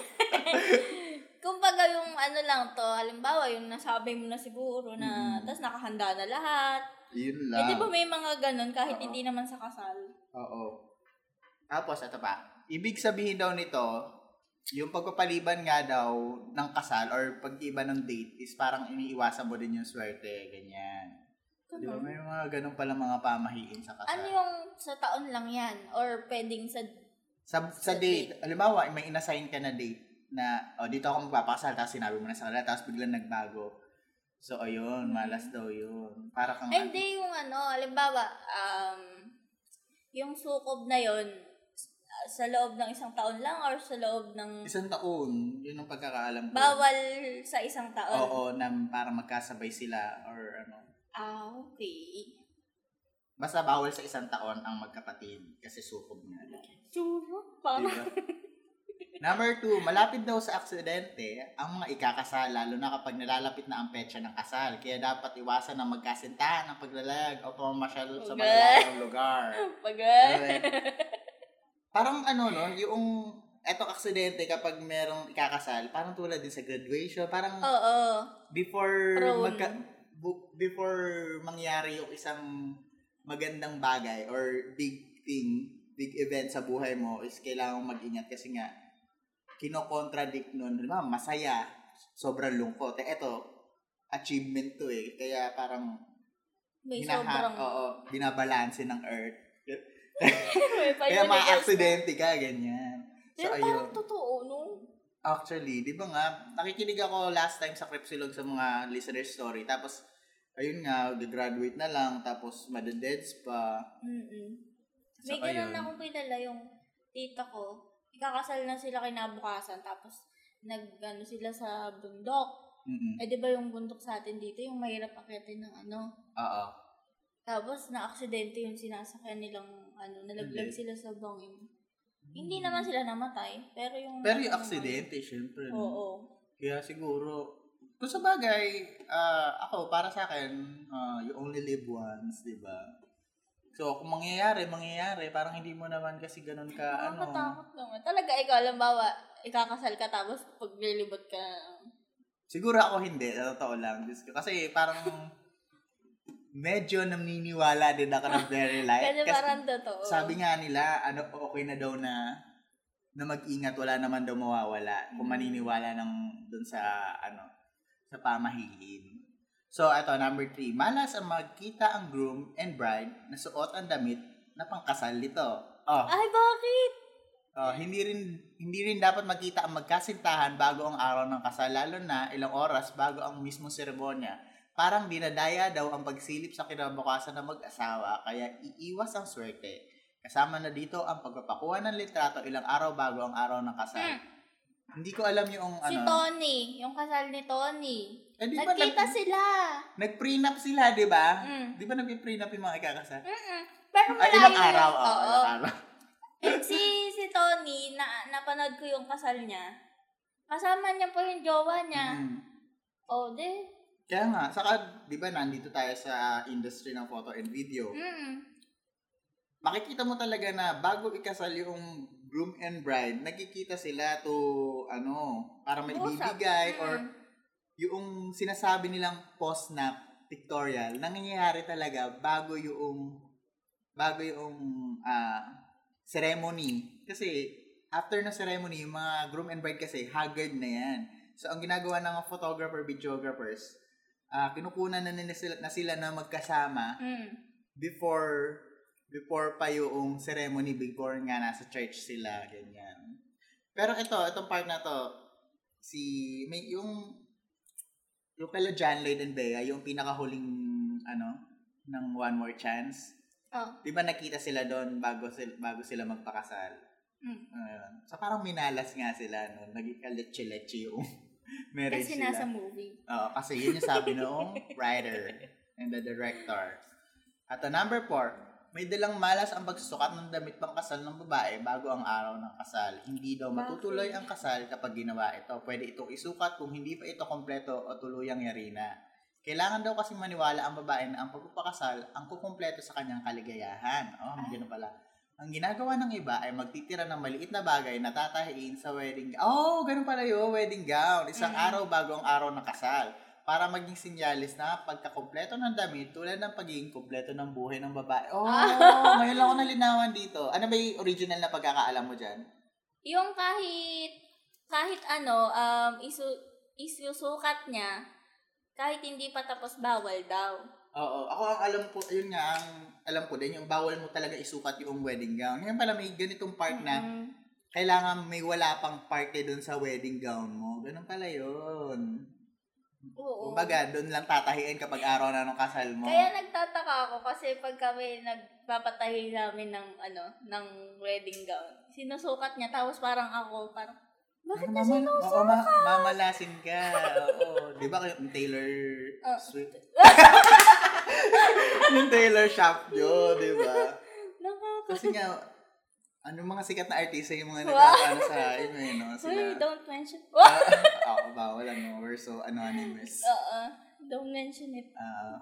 S1: Kumbaga yung ano lang to, halimbawa yung nasabi mo na siguro na,
S2: Mm.
S1: tas nakahanda na lahat.
S2: Yun
S1: Eh,
S2: lang.
S1: di ba may mga ganun kahit
S2: Oo.
S1: hindi naman sa kasal?
S2: Oo. Tapos, ito pa. Ibig sabihin daw nito, yung pagpapaliban nga daw ng kasal or pag-iba ng date is parang iniiwasan mo din yung swerte, ganyan. Di ba?
S1: Ganun.
S2: May mga ganun pala mga pamahiin sa kasal.
S1: Ano yung sa taon lang yan? Or pwedeng sa...
S2: Sa, sa date, halimbawa, may inassign ka na date na, oh, dito ako magpapakasal, tapos sinabi mo na sa kanila, tapos biglang nagbago. So, ayun, malas daw yun. Para kang,
S1: Mm. Ay, hindi yung ano, halimbawa, um, yung sukob na yon ah, sa loob ng isang taon lang or sa loob ng
S2: isang taon, yun ang pagkakaalam ko.
S1: bawal sa isang taon?
S2: Oo, na para magkasabay sila or ano.
S1: Ah, okay.
S2: Basta bawal sa isang taon ang magkapatid kasi sukob nga. daw.
S1: Suro, parang...
S2: Diba? Number two, malapit daw sa aksidente ang mga ikakasal lalo na kapag nalalapit na ang petsa ng kasal. Kaya dapat iwasan ang magkasintahan ng paglalag o pamamasyal sa
S1: Okay.
S2: malalayong lugar.
S1: Pagay.
S2: Alright. parang ano no, yung etong aksidente kapag merong ikakasal, parang tulad din sa graduation, parang
S1: Oo.
S2: before
S1: Prone.
S2: magka- bu- before mangyari yung isang magandang bagay or big thing, big event sa buhay mo is kailangan mong mag-ingat kasi nga kinokontradict nun, di ba, masaya, sobrang lungkot. Eh, eto, achievement to eh. Kaya parang
S1: May
S2: binaha-
S1: sobrang...
S2: oo, binabalanse ng earth.
S1: may
S2: Kaya
S1: pa-universe.
S2: ma-aksidente ka, ganyan. So,
S1: Pero
S2: ayun.
S1: parang totoo, no?
S2: Actually, di ba nga, nakikinig ako last time sa Crepsilog sa mga listener story. Tapos, ayun nga, graduate na lang. Tapos, madadeds pa.
S1: Mm-mm.
S2: So,
S1: May ganun
S2: ayun.
S1: akong kilala yung tita ko. Ikakasal na sila kinabukasan, tapos nagano sila sa bundok.
S2: Mm-mm.
S1: Eh, di ba yung bundok sa atin dito, yung mahirap akitin ng ano.
S2: Oo.
S1: Tapos, na-aksidente yung sinasakyan nilang, ano, nalaglag
S2: Hindi.
S1: sila sa bangin. Hindi naman sila namatay, pero yung...
S2: Pero yung aksidente, syempre.
S1: Oo.
S2: no? Kaya siguro, kung sa bagay, ah, ako, para sa akin, ah, you only live once, di ba? So, kung mangyayari, mangyayari. Parang hindi mo naman kasi ganun ka, ano.
S1: Nakakatakot naman. Talaga, ikaw, alambawa, ikakasal ka tapos paglilibot ka na.
S2: Siguro ako hindi, sa totoo lang. Diyos ko. Kasi parang medyo naniniwala din ako ng very light.
S1: Kasi parang totoo.
S2: sabi nga nila, ano, okay na daw na na mag-ingat, wala naman daw mawawala. Kung
S1: Mm.
S2: maniniwala ng dun sa, ano, sa pamahiin. So, ito, number three. Malas ang magkita ang groom and bride na suot ang damit na pangkasal nito. Oh,
S1: Ay, bakit?
S2: Oh, hindi rin hindi rin dapat makita ang magkasintahan bago ang araw ng kasal lalo na ilang oras bago ang mismong seremonya. Parang dinadaya daw ang pagsilip sa kinabukasan ng mag-asawa kaya iiwas ang swerte. Kasama na dito ang pagpapakuha ng litrato ilang araw bago ang araw ng kasal.
S1: Hmm.
S2: Hindi ko alam yung
S1: Si
S2: ano.
S1: Tony, yung kasal ni Tony.
S2: Eh, di ba
S1: Nagkita
S2: nag,
S1: sila.
S2: nag-prenup sila, di ba?
S1: Mm.
S2: Di ba nag-prenup yung mga ikakasal?
S1: Mm-mm. Pero
S2: Ay,
S1: malayo
S2: ilang
S1: yun.
S2: araw. Oh,
S1: Oo.
S2: ilang araw.
S1: Eh, si, si Tony, na, napanood ko yung kasal niya. Kasama niya po yung jowa niya.
S2: Mm.
S1: Oh, di.
S2: Kaya nga, saka, di ba, nandito tayo sa industry ng photo and video.
S1: Mm-mm.
S2: makikita mo talaga na bago ikasal yung groom and bride, nagkikita sila to, ano, para may
S1: Usap.
S2: bibigay or
S1: Mm.
S2: yung sinasabi nilang post-nap pictorial, nangyayari talaga bago yung, bago yung ah, ceremony. Kasi, after ng ceremony, yung mga groom and bride kasi, haggard na yan. So, ang ginagawa ng mga photographer, videographers, ah, kinukunan na nila sila, na sila na magkasama
S1: Mm.
S2: before before pa yung ceremony before nga nasa church sila ganyan. Pero ito, itong part na to si may yung yung kala John Lloyd and Bea, yung pinakahuling ano ng One More Chance.
S1: Oh.
S2: 'Di ba nakita sila doon bago sila, bago sila magpakasal?
S1: Mm.
S2: Ayun. So parang minalas nga sila no, naging kaleche-leche yung marriage
S1: Kasi
S2: nila.
S1: nasa movie.
S2: Oo, kasi yun yung sabi noong writer and the director. At the number four, May dalang malas ang pagsusukat ng damit pang kasal ng babae bago ang araw ng kasal. Hindi daw matutuloy ang kasal kapag ginawa ito. Pwede itong isukat kung hindi pa ito kompleto o tuluyang yari na. Kailangan daw kasi maniwala ang babae na ang pagpapakasal ang kukumpleto sa kanyang kaligayahan. Oh, may ganun pala. Ang ginagawa ng iba ay magtitira ng maliit na bagay na tatahiin sa wedding Oh, ganun pala yun, wedding gown. Isang
S1: Mm.
S2: araw bago ang araw ng kasal para maging sinyalis na pagkakompleto ng damit tulad ng pagiging kompleto ng buhay ng babae. Oh, ngayon lang ako nalinawan dito. Ano ba yung original na pagkakaalam mo dyan?
S1: Yung kahit, kahit ano, um, isu, isusukat niya, kahit hindi pa tapos bawal daw.
S2: Oo, ako ang alam ko, yun nga, ang alam ko din, yung bawal mo talaga isukat yung wedding gown. Ngayon pala may ganitong part na
S1: Mm.
S2: kailangan may wala pang parte dun sa wedding gown mo. Ganun pala yun.
S1: Oo.
S2: Kumbaga, dun lang tatahiin kapag araw na nung kasal mo.
S1: Kaya nagtataka ako kasi pag kami nagpapatahi namin ng ano, ng wedding gown, sinusukat niya tapos parang ako, parang, bakit na
S2: Mama-
S1: sinusukat?
S2: Ano oo, ma- mamalasin ka. Oo. Di ba kayo, yung Taylor
S1: Ah.
S2: Swift? yung Taylor Swift yun, di ba?
S1: Nakaka-
S2: Kasi nga, ano mga sikat na artista yung mga
S1: Wow.
S2: nagkakaano sa, yun eh, no? Sila.
S1: Uy, don't mention.
S2: Ah, Oo, bawal ano. We're so anonymous.
S1: Oo. Don't mention it.
S2: Ah.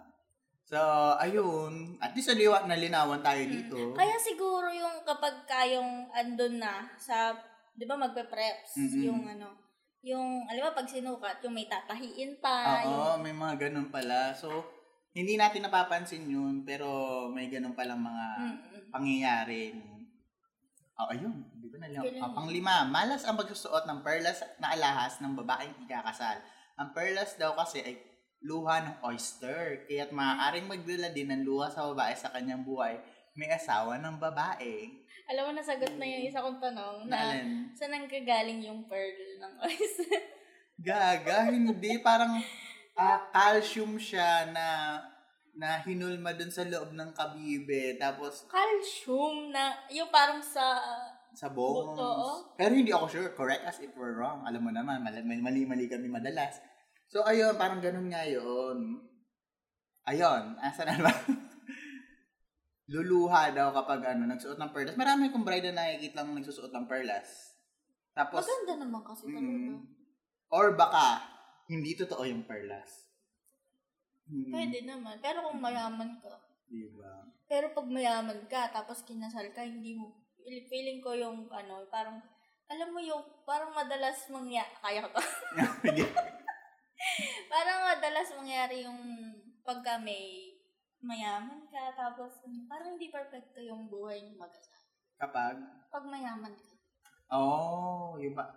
S2: so, ayun. At least naliwa, nalinawan tayo dito.
S1: Mm. Kaya siguro yung kapag kayong andun na sa, di ba magpe-preps,
S2: Mm-mm.
S1: yung ano, yung, alam mo, pag sinukat, yung may tatahiin pa. yung,
S2: Ah, Oo, may mga ganun pala. So, hindi natin napapansin yun, pero may ganun palang mga
S1: Mm-mm.
S2: pangyayari. Oh, ayun. Di ba nalang?
S1: Galing.
S2: Ah, panglima, malas ang pagsusuot ng perlas na alahas ng babaeng ikakasal. Ang perlas daw kasi ay luha ng oyster, kaya't maaaring magdala din ng luha sa babae sa kanyang buhay may asawa ng babae.
S1: Alam mo, nasagot na yung isa kong
S2: Na,
S1: tanong na,
S2: alin?
S1: saan nanggagaling yung pearl ng oyster?
S2: Gaga, hindi. Parang ah, calcium siya na na hinulma dun sa loob ng kabibe. Tapos
S1: calcium na, yung parang sa,
S2: sa bones.
S1: Buto.
S2: Pero hindi ako sure. Correct us if we're wrong. Alam mo naman, mali- mali-mali kami madalas. So, ayun, parang ganun nga yun. Ayun, asan na ba? Luluha daw kapag ano, nagsuot ng perlas. Marami kong bride na nakikita lang nagsusuot ng perlas. Tapos,
S1: maganda naman kasi talaga.
S2: Mm. Or baka, hindi totoo yung perlas. Hmm,
S1: Pwede naman, pero kung mayaman ka.
S2: Diba?
S1: Pero pag mayaman ka, tapos kinasal ka, hindi mo, feeling ko yung ano, parang, alam mo yung, parang madalas mangya, kaya ko to. parang madalas mangyari yung pagka may mayaman ka, tapos parang hindi perfecto yung buhay ng mag-asawa.
S2: Kapag,
S1: Pag mayaman ka.
S2: oh, yun ba?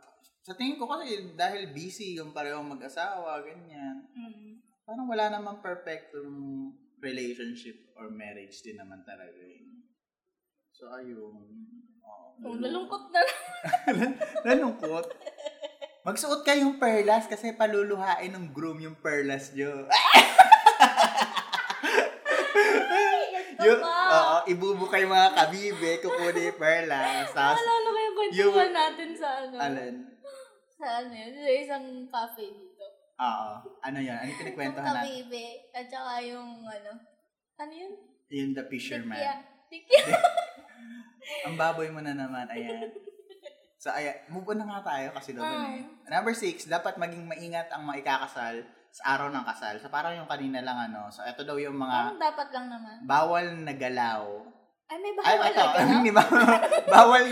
S2: Sa tingin ko kasi dahil busy yung parehong mag-asawa, ganyan.
S1: Mm.
S2: Parang wala namang perfect yung relationship or marriage din naman talaga yun. So, ayun. Oo.
S1: Kung Oh, nalungkot na lang.
S2: Nalungkot. Magsuot kayong perlas kasi paluluhain ng groom yung perlas nyo. Yung, oo, ibubukay mga kabibe, kukuni yung perlas. Tapos,
S1: Naalala ko yung kwentuhan natin sa ano.
S2: alin?
S1: Sa ano yun, sa isang cafe dito.
S2: Oo, ano yun? Ano yung
S1: Yung
S2: pinagkwentuhan natin?
S1: Kabibe, at saka yung ano, ano yun?
S2: Yung the fisherman.
S1: Tikya. Tikya.
S2: Ang baboy mo na naman, ayan. So, ayan, move on na nga tayo kasi doon.
S1: Ah.
S2: eh. Number six, dapat maging maingat ang mga ikakasal sa araw ng kasal. So, parang yung kanina lang, ano. So, ito daw yung mga
S1: Parang dapat lang naman.
S2: bawal na galaw.
S1: Ay, may
S2: Ay,
S1: bawal
S2: ito.
S1: ka na?
S2: Hindi ba? bawal,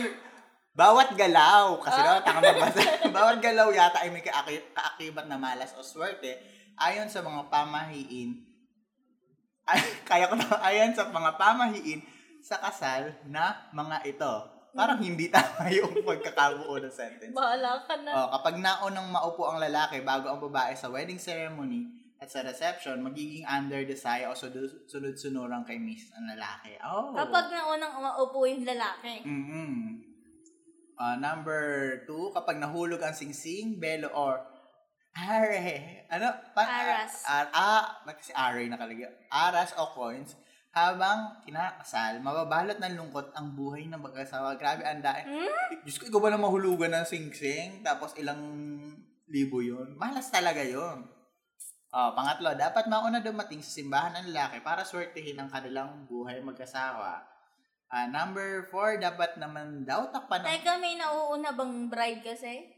S2: bawat galaw. Kasi
S1: Ah.
S2: daw, tanga magbasa. bawal galaw yata ay may kaaki- kaakibat na malas o swerte. Ayon sa mga pamahiin, ay, kaya ko na, ayon sa mga pamahiin sa kasal na mga ito. Parang hindi tama yung pagkakabuo ng sentence.
S1: Bahala ka na.
S2: Oh, kapag naunang maupo ang lalaki bago ang babae sa wedding ceremony at sa reception, magiging under desire o sudu- sunod-sunurang kay miss ang lalaki. Oh.
S1: Kapag naunang umaupo yung lalaki.
S2: Mm-mm. Mm-hmm. Ah, number two, kapag nahulog ang singsing, belo, or are. Ano? Pa-
S1: Aras.
S2: Ar, ah, ba't kasi are nakalagay? Aras o coins. Habang kinakasal, mababalot ng lungkot ang buhay ng mag-asawa. Grabe, ang dahil.
S1: Hmm?
S2: Diyos ko, ikaw ba na mahulugan ng singsing? Tapos ilang libo yun? Malas talaga yun. Oh, pangatlo, dapat mauna dumating sa simbahan ang lalaki para swertihin ang kanilang buhay mag-asawa. Ah, number four, dapat naman daw takpan ng
S1: Teka, may nauuna bang bride kasi?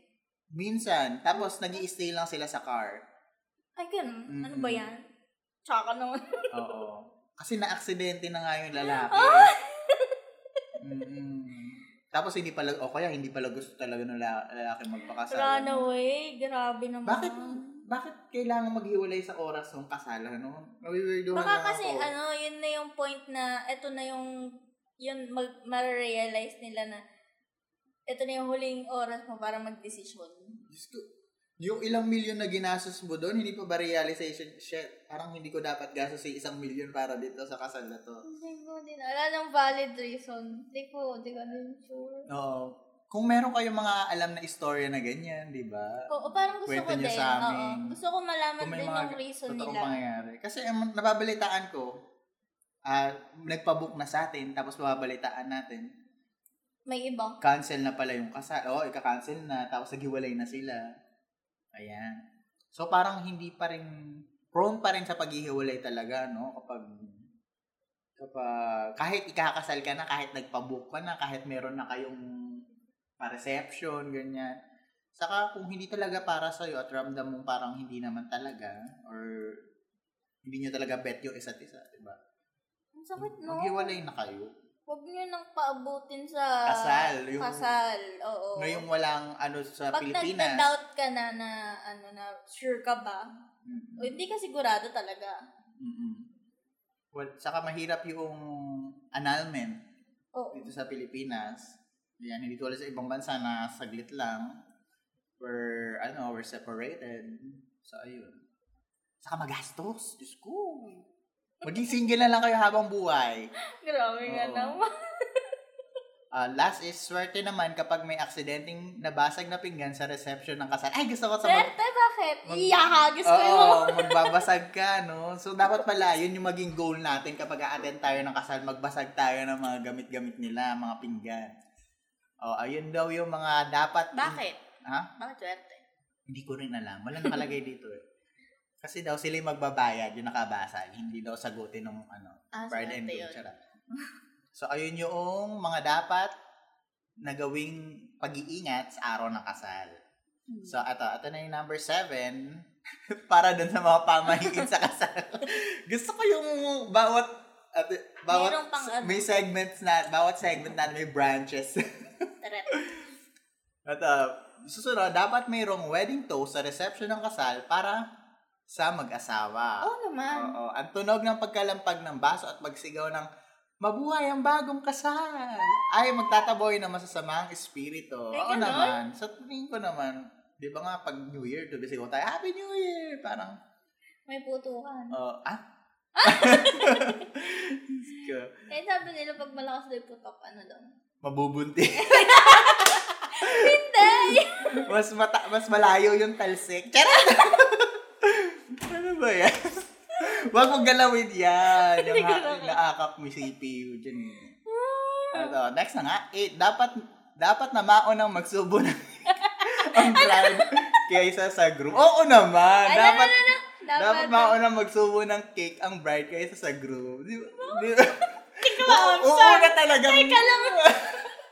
S2: minsan. Tapos, nag stay lang sila sa car.
S1: Ay, ganun. Ano
S2: Mm-mm.
S1: ba yan? Tsaka naman.
S2: Oo. Kasi na-aksidente na nga yung lalaki. Mm-mm. Tapos, hindi pala, o kaya hindi pala gusto talaga ng la- lalaki magpakasal.
S1: Runaway. Grabe naman.
S2: Bakit, bakit kailangan maghiwalay sa oras ng kasalan, no? Nawiwirdohan
S1: Baka
S2: lang
S1: kasi
S2: ako.
S1: ano, yun na yung point na, eto na yung, yun, mag, realize nila na, eto na yung huling oras mo para mag-desisyon.
S2: Diyos ko, yung ilang milyon na ginastos mo doon, hindi pa ba realization, shit, parang hindi ko dapat gastos yung isang milyon para dito sa kasal na to.
S1: Hindi ko din, wala nang valid reason. Hindi ko, hindi ko din sure.
S2: Oo. Kung meron kayong mga alam na istorya na ganyan, di ba?
S1: Oo, parang gusto
S2: Kwento
S1: ko
S2: niyo
S1: din.
S2: sa amin.
S1: Oo, gusto ko malaman
S2: Kung may
S1: din
S2: mga
S1: yung reason
S2: totoong
S1: nila.
S2: pangyayari. Kasi ang nababalitaan ko, ah nagpabook na sa atin, tapos mababalitaan natin,
S1: May iba.
S2: cancel na pala yung kasal. Oo, ika-cancel na, tapos naghiwalay na sila. Ayan. So, parang hindi pa rin, prone pa rin sa paghihiwalay talaga, no? Kapag, kapag, kahit ikakasal ka na, kahit nagpabook ka na, kahit meron na kayong pa-reception, ganyan. Saka, kung hindi talaga para sa'yo at ramdam mong parang hindi naman talaga, or hindi nyo talaga bet yung isa't isa, diba?
S1: Ang sakit, no?
S2: Maghiwalay na kayo.
S1: Huwag nyo nang paabutin sa...
S2: Kasal. Yung,
S1: Kasal, oo.
S2: Ngayong walang ano sa
S1: Pag
S2: Pilipinas.
S1: nagda-doubt ka na na, ano na, sure ka ba?
S2: Mm-mm.
S1: O, hindi ka sigurado talaga.
S2: Mm-mm. Well, saka mahirap yung annulment
S1: Oo.
S2: dito sa Pilipinas. Yan, hindi tulad sa ibang bansa na saglit lang. We're, ano, we're separated. So, ayun. Saka magastos. Diyos ko. Maging single na lang kayo habang buhay.
S1: Grabe nga
S2: Oo.
S1: naman.
S2: Ah, last is, swerte naman kapag may aksidenteng nabasag na pinggan sa reception ng kasal. Ay, gusto ko sa mag-
S1: Swerte, bakit?
S2: mag-
S1: Iyahagis ko yung mga...
S2: Oo, magbabasag ka, no? So, dapat pala, yun yung maging goal natin kapag a-attend tayo ng kasal, magbasag tayo ng mga gamit-gamit nila, mga pinggan. O, ayun daw yung mga dapat...
S1: Bakit?
S2: Ha?
S1: Bakit swerte?
S2: Hindi ko rin alam. Wala nakalagay dito eh. Kasi daw sila yung magbabayad, yung nakabasag. Hindi daw sagutin ng ano,
S1: Ah,
S2: Bride and
S1: swerte
S2: groom,
S1: yun.
S2: charot. So, ayun yung mga dapat na gawing pag-iingat sa araw ng kasal.
S1: Hmm.
S2: So, ito, ito na yung number seven para dun sa mga pamahiin sa kasal. Gusto ko yung bawat at, bawat
S1: Merong pang ano.
S2: may segments na bawat segment na may branches.
S1: Taret.
S2: At uh, susunod, dapat mayroong wedding toast sa reception ng kasal para sa mag-asawa.
S1: Oo naman.
S2: Oo. Ang tunog ng pagkalampag ng baso at pagsigaw ng mabuhay ang bagong kasal ay magtataboy ng masasamang espiritu.
S1: Ay,
S2: Oo
S1: ganon?
S2: naman. Sa tingin ko naman, di ba nga pag New Year, tuloy sigaw tayo, Happy New Year! Parang,
S1: May putukan.
S2: oh, ah? Diyos ko.
S1: Kaya sabi nila, pag malakas daw yung putok, ano daw?
S2: Mabubunti.
S1: Hindi!
S2: mas, mata- mas malayo yung talsik. Charot! ano ba yan? Huwag mong galawin yan. Yung,
S1: Hindi ko
S2: ha-
S1: na-
S2: yung naakap mo yung CPU dyan. eh. Ito, next na nga. Eight, dapat, dapat na maunang magsubo ng ang brand kaysa sa groom. Oo naman.
S1: Ay,
S2: Ah, dapat,
S1: no, no, no, no. Dapat,
S2: dapat maunang magsubo ng cake ang bride kaysa sa groom. Di ba? Di ba?
S1: Hindi ko ma-absorb.
S2: Oo na talaga.
S1: Teka lang.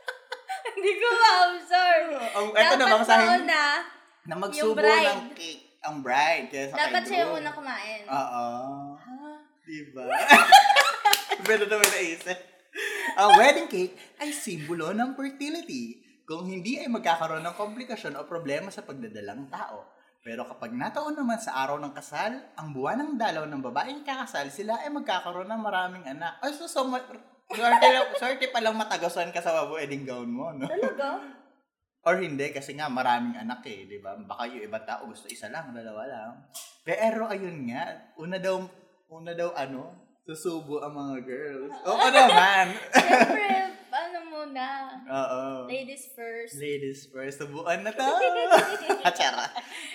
S1: Hindi ko ma-absorb.
S2: Ang, ito Oh, na bang sahin?
S1: mauna,
S2: Na magsubo
S1: bride.
S2: ng cake ang bride kaysa
S1: dapat
S2: kay
S1: siya yung
S2: groom.
S1: una kumain.
S2: Oo.
S1: Ah.
S2: Diba? Pero naman naisip. Ang wedding cake ay simbolo ng fertility. Kung hindi ay magkakaroon ng komplikasyon o problema sa pagdadalang tao. Pero kapag nataon naman sa araw ng kasal, ang buwan ng dalaw ng babaeng kakasal, sila ay magkakaroon ng maraming anak. Ay, so, so, ma- swerte, swerte palang matagasan ka sa wedding gown mo, no?
S1: Talaga?
S2: Or hindi, kasi nga maraming anak eh, di ba? Baka yung ibang tao gusto isa lang, dalawa lang. Pero ayun nga, una daw, una daw ano, susubo ang mga girls. Oo naman!
S1: Siyempre, ano muna.
S2: Oo.
S1: Ladies first.
S2: Ladies first, subuan na to! Chara.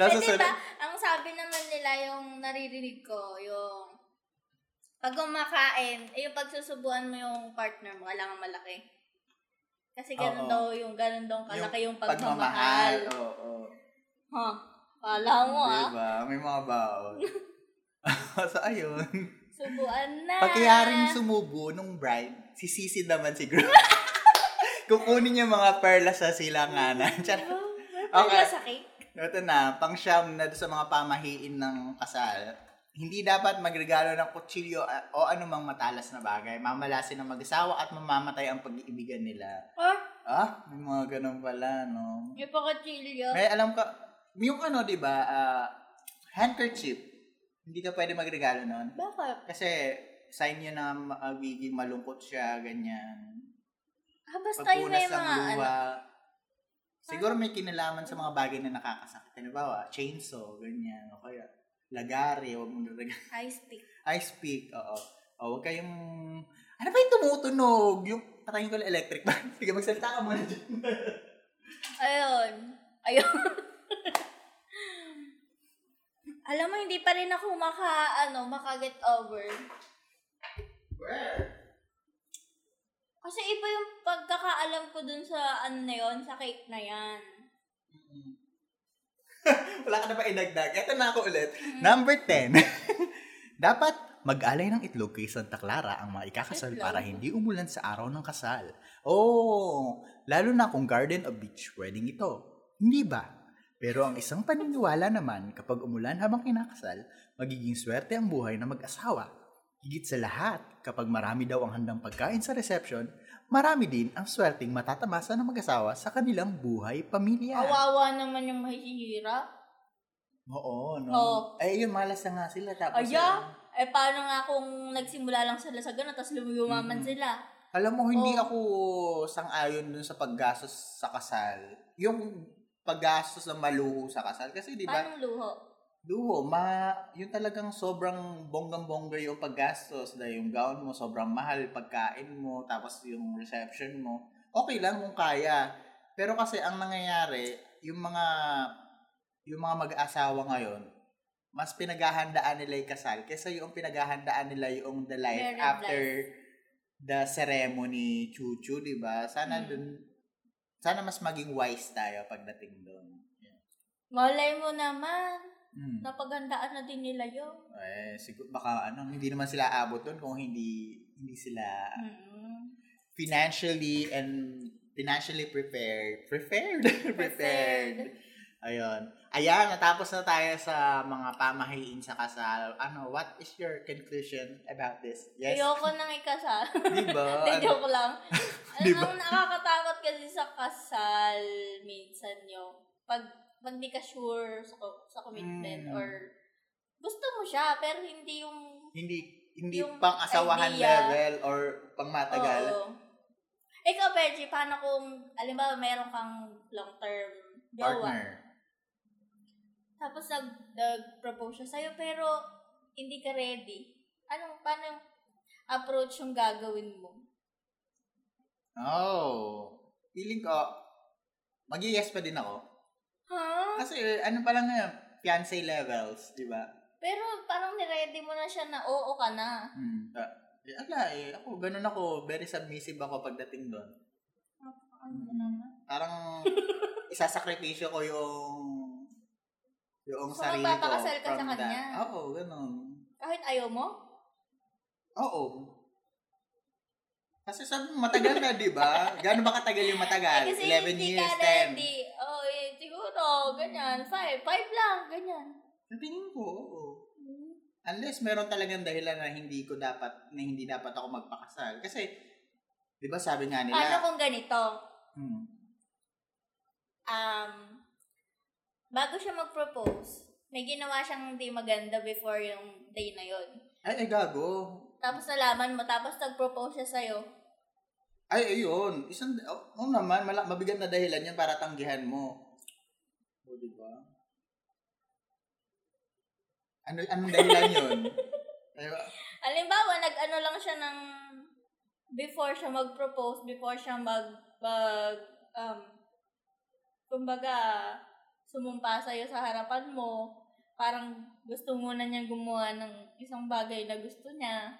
S2: Tapos
S1: Eh, diba,
S2: susunod,
S1: ang sabi naman nila yung naririnig ko, yung pag kumakain, eh, yung pagsusubuan mo yung partner mo, kailangan malaki. Kasi
S2: Oo.
S1: ganun daw yung, ganun daw kalaki yung,
S2: pagmamahal.
S1: pagmamahal.
S2: Oo.
S1: Ha? Kala mo ah.
S2: Diba? May mga baon. so ayun.
S1: Subuan na.
S2: Pakiyaring sumubo nung bride, sisisi naman si groom. Kukunin niya mga perlas sa silanganan. Tsara. Okay.
S1: Okay. Sa cake.
S2: Ito na, pang siyam na doon sa mga pamahiin ng kasal. Hindi dapat magregalo ng kutsilyo ah, o anumang matalas na bagay. Mamalasin ang mag-asawa at mamamatay ang pag-iibigan nila.
S1: Or,
S2: Ah, may mga ganun pala, no?
S1: yung pakachilyo.
S2: May alam ka, yung ano, di ba, ah, handkerchief. Hindi ka pwede magregalo nun.
S1: Bakit?
S2: Kasi sign yun na ma- ah, giging malungkot siya, ganyan.
S1: Ah, basta yung may
S2: Pagpunas ng
S1: mga ano.
S2: luha. Siguro may kinalaman sa mga bagay na nakakasakit. Halimbawa, chainsaw, ganyan. O kaya, lagari, huwag mong lalagay.
S1: High stick.
S2: Ice pick, oo. O huwag kayong... Ano ba yung tumutunog? Yung patayin ko lang electric ba? Sige, magsalita ka muna dyan.
S1: Ayun. Ayun. Alam mo, hindi pa rin ako maka, ano, maka-get over. Kasi iba yung pagkakaalam ko dun sa, ano na yun, sa cake na yan.
S2: Wala ka na ba idagdag? Ito na ako ulit.
S1: Mm.
S2: Number 10. Dapat mag-alay ng itlog kay Santa Clara ang mga ikakasal
S1: Itlog?
S2: para hindi umulan sa araw ng kasal. Oh, lalo na kung garden o beach wedding ito. Hindi ba? Pero ang isang paniniwala naman, kapag umulan habang kinakasal, magiging swerte ang buhay ng mag-asawa. Higit sa lahat, kapag marami daw ang handang pagkain sa reception, marami din ang swerteng matatamasa ng mag-asawa sa kanilang buhay pamilya.
S1: Awawa naman yung mahihirap.
S2: Oo, no?
S1: Oo.
S2: Ay, yun, malas na nga sila. Tapos,
S1: Oh. Aya, eh paano nga kung nagsimula lang sila sa ganun, tapos lumiyumaman
S2: Mm.
S1: sila.
S2: eh, alam mo, hindi
S1: Oo.
S2: ako sang-ayon dun sa paggastos sa kasal. Yung paggastos na maluho sa kasal. Kasi, di ba,
S1: Paano luho?
S2: duho, ma, yung talagang sobrang bonggang-bongga yung paggastos. Dahil yung gown mo, sobrang mahal, pagkain mo, tapos yung reception mo. Okay lang kung kaya. Pero kasi, ang nangyayari, yung mga, yung mga mag-asawa ngayon, mas pinaghahandaan nila yung kasal kaysa yung pinaghahandaan nila yung the life
S1: Married
S2: after the ceremony chuchu, di ba? Sana
S1: Mm.
S2: dun, sana mas maging wise tayo pagdating dun.
S1: Malay mo naman,
S2: Mm.
S1: napaghandaan na din nila yun.
S2: Eh, siguro, baka ano, hindi naman sila abot doon kung hindi hindi sila
S1: Mm-mm.
S2: financially and financially prepared. Prepared? prepared. Ayun. Ayan, natapos na tayo sa mga pamahiin sa kasal. Ano, what is your conclusion about this? Yes.
S1: Ayoko nang ikasal.
S2: Di ba?
S1: Hindi,
S2: Ano?
S1: joke lang.
S2: Di ba?
S1: Ang nakakatakot kasi sa kasal, minsan yung, pag, pag di ka sure sa, co- sa
S2: Mm.
S1: commitment or gusto mo siya, pero hindi yung,
S2: Hindi, hindi
S1: Yung
S2: pang asawahan
S1: idea.
S2: level or pang matagal.
S1: oo. Ikaw, Benji, paano kung, alimbawa, meron kang long-term jowa,
S2: Partner.
S1: tapos nag, nag-propose siya sa'yo, pero hindi ka ready, anong, paano yung approach yung gagawin mo?
S2: Oh. Feeling ko, mag-yes pa din ako.
S1: Huh?
S2: Kasi ano pa lang ngayon, fiancé levels, di ba?
S1: Pero parang niready mo na siya na oo ka na.
S2: Hmm. Ah, Eh, ala eh, ako, ganun ako, very submissive ako pagdating doon.
S1: Ano naman?
S2: Parang, isasakripisyo ko yung, yung
S1: So,
S2: sarili ko.
S1: magpapakasal ka
S2: from
S1: sa
S2: that.
S1: kanya?
S2: Oo, ganun.
S1: Kahit ayaw mo?
S2: Oo. Kasi sabi mo, matagal na, di ba? Gano'n ba katagal yung matagal?
S1: Eh, kasi
S2: 11
S1: hindi
S2: years,
S1: ka
S2: 10.
S1: ready. Oo, eh, siguro, ganyan. Five. Five lang, ganyan.
S2: Sa Tingin ko, oo. Unless meron talagang dahilan na hindi ko dapat, na hindi dapat ako magpakasal. Kasi, di ba sabi nga nila,
S1: Paano kung ganito?
S2: Hmm.
S1: Um, bago siya mag-propose, may ginawa siyang hindi maganda before yung day na yon.
S2: Ay, ay, gago.
S1: Tapos nalaman mo, tapos nag-propose siya sa'yo.
S2: Ay, ayun. Isang, oh, oh naman, mala, mabigat na dahilan yan para tanggihan mo. O, di ba? Ano, anong dahilan yun? Ay, wa-
S1: Halimbawa, nag-ano lang siya ng before siya mag-propose, before siya mag, mag um, kumbaga, sumumpa sa'yo sa harapan mo, parang gusto muna niyang gumawa ng isang bagay na gusto niya.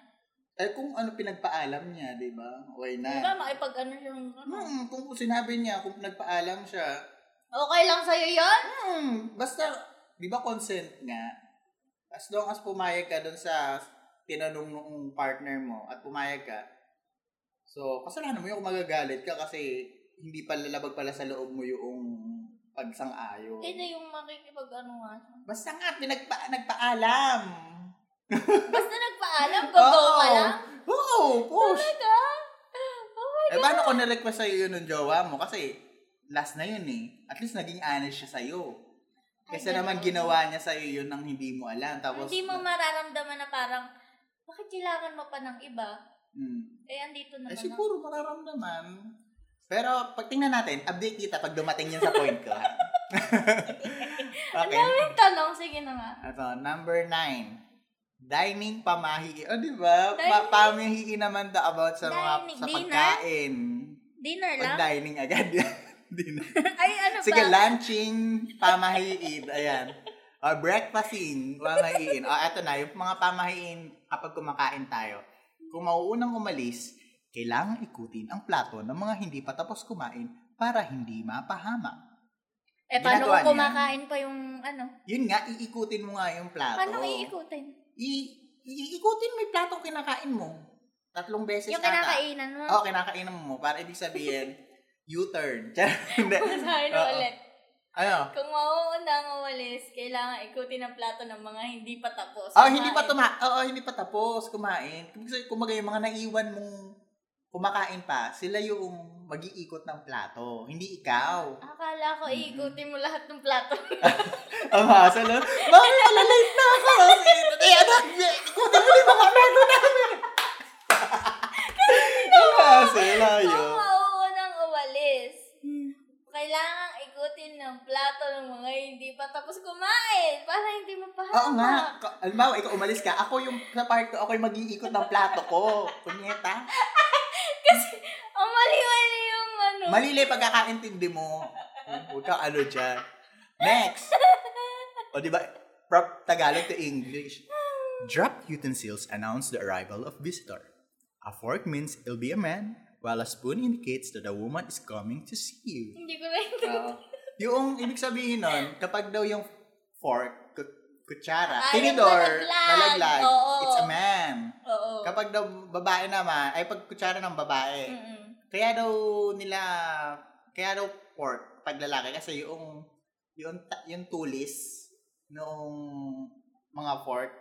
S2: eh, kung ano pinagpaalam niya, di ba? Why
S1: Di
S2: not?
S1: ba, makipag-ano siyang, ano?
S2: Hmm, kung sinabi niya, kung nagpaalam siya,
S1: Okay lang sa'yo yun?
S2: hmm, basta, di ba consent nga? As long as pumayag ka dun sa tinanong nung partner mo at pumayag ka, so, kasalanan mo yung magagalit ka kasi hindi pa lalabag pala sa loob mo yung pagsang-ayo.
S1: Kaya yung makikipag ano nga siya.
S2: Basta nga, pinagpa, nagpaalam.
S1: Basta nagpaalam, go-go ka lang.
S2: Oo, push.
S1: Talaga? Oh my
S2: Eh,
S1: God.
S2: paano kung na-request sa'yo yun ng jowa mo? Kasi, last na yun eh. At least naging honest siya sa'yo. Kasi
S1: Ay,
S2: naman
S1: ganun.
S2: ginawa niya sa'yo yun nang hindi mo alam. Tapos,
S1: Hindi mo mararamdaman na parang, bakit kailangan mo pa ng iba?
S2: Mm.
S1: Eh, andito naman
S2: Eh, siguro mararamdaman. Pero, pag tingnan natin, update kita pag dumating yan sa point ko. ha?
S1: Ang
S2: okay.
S1: daming tanong. Sige na nga.
S2: Ito, number nine. Dining pamahiin. O, di ba? Pa-
S1: Dining.
S2: pamahiin naman to about sa mga
S1: Dining.
S2: sa
S1: Dinner?
S2: pagkain.
S1: Dinner lang?
S2: Pag dining agad. Dinner.
S1: Ay, ano ba?
S2: Sige, lunching, pamahiin. Ayan. O, breakfasting, pamahiin. O, eto na, yung mga pamahiin kapag kumakain tayo. Kung mauunang umalis, kailangang ikutin ang plato ng mga hindi pa tapos kumain para hindi mapahama.
S1: Eh, paano
S2: Ginagawa
S1: kung
S2: niya?
S1: kumakain pa yung ano?
S2: Yun nga, iikutin mo nga yung plato.
S1: Paano iikutin?
S2: I- iikutin mo yung plato ang kinakain mo. Tatlong beses
S1: Yung
S2: ata.
S1: kinakainan mo?
S2: Oo, kinakainan mo. Para ibig sabihin, U-turn. Hindi.
S1: Masahin
S2: Oo.
S1: ulit.
S2: ano?
S1: Kung mauuna ang umalis, kailangan ikutin ang plato ng mga hindi pa tapos.
S2: Oh, hindi pa
S1: kumain.
S2: tuma Oo, hindi pa tapos kumain. Kasi kumaga yung mga naiwan mong kumakain pa, sila yung mag-iikot ng plato, hindi ikaw.
S1: Akala ko iikutin mo lahat ng plato.
S2: Ang hassle, no? Bakit nalalate na ako? Eh, anak, ikutin mo yung mga plato namin. Ang hassle, layo.
S1: Kung mauuna ang umalis,
S2: Mm.
S1: kailangan ikutin ng plato ng mga hindi pa tapos kumain para hindi mapahamak.
S2: Oo nga. Ka- Alam mo, ikaw umalis ka. Ako yung sa part ko, ako yung mag-iikot ng plato ko. Punyeta.
S1: Ang Oh, mali-mali yung ano.
S2: Mali lang yung pagkakaintindi mo. Huwag kang ano dyan. Next! O di ba, from Tagalog to English. Drop utensils announce the arrival of visitor. A fork means it'll be a man, while a spoon indicates that a woman is coming to see you.
S1: hindi ko na
S2: yung ibig sabihin nun, kapag daw yung fork, ku- kutsara,
S1: Ay,
S2: tinidor,
S1: malaglag.
S2: malaglag,
S1: Oo.
S2: it's a man.
S1: Oo.
S2: Kapag daw babae naman, ay pag kutsara ng babae,
S1: Mm-mm.
S2: kaya daw nila, kaya daw pork pag lalaki kasi yung yung ta- yung tulis noong mga pork,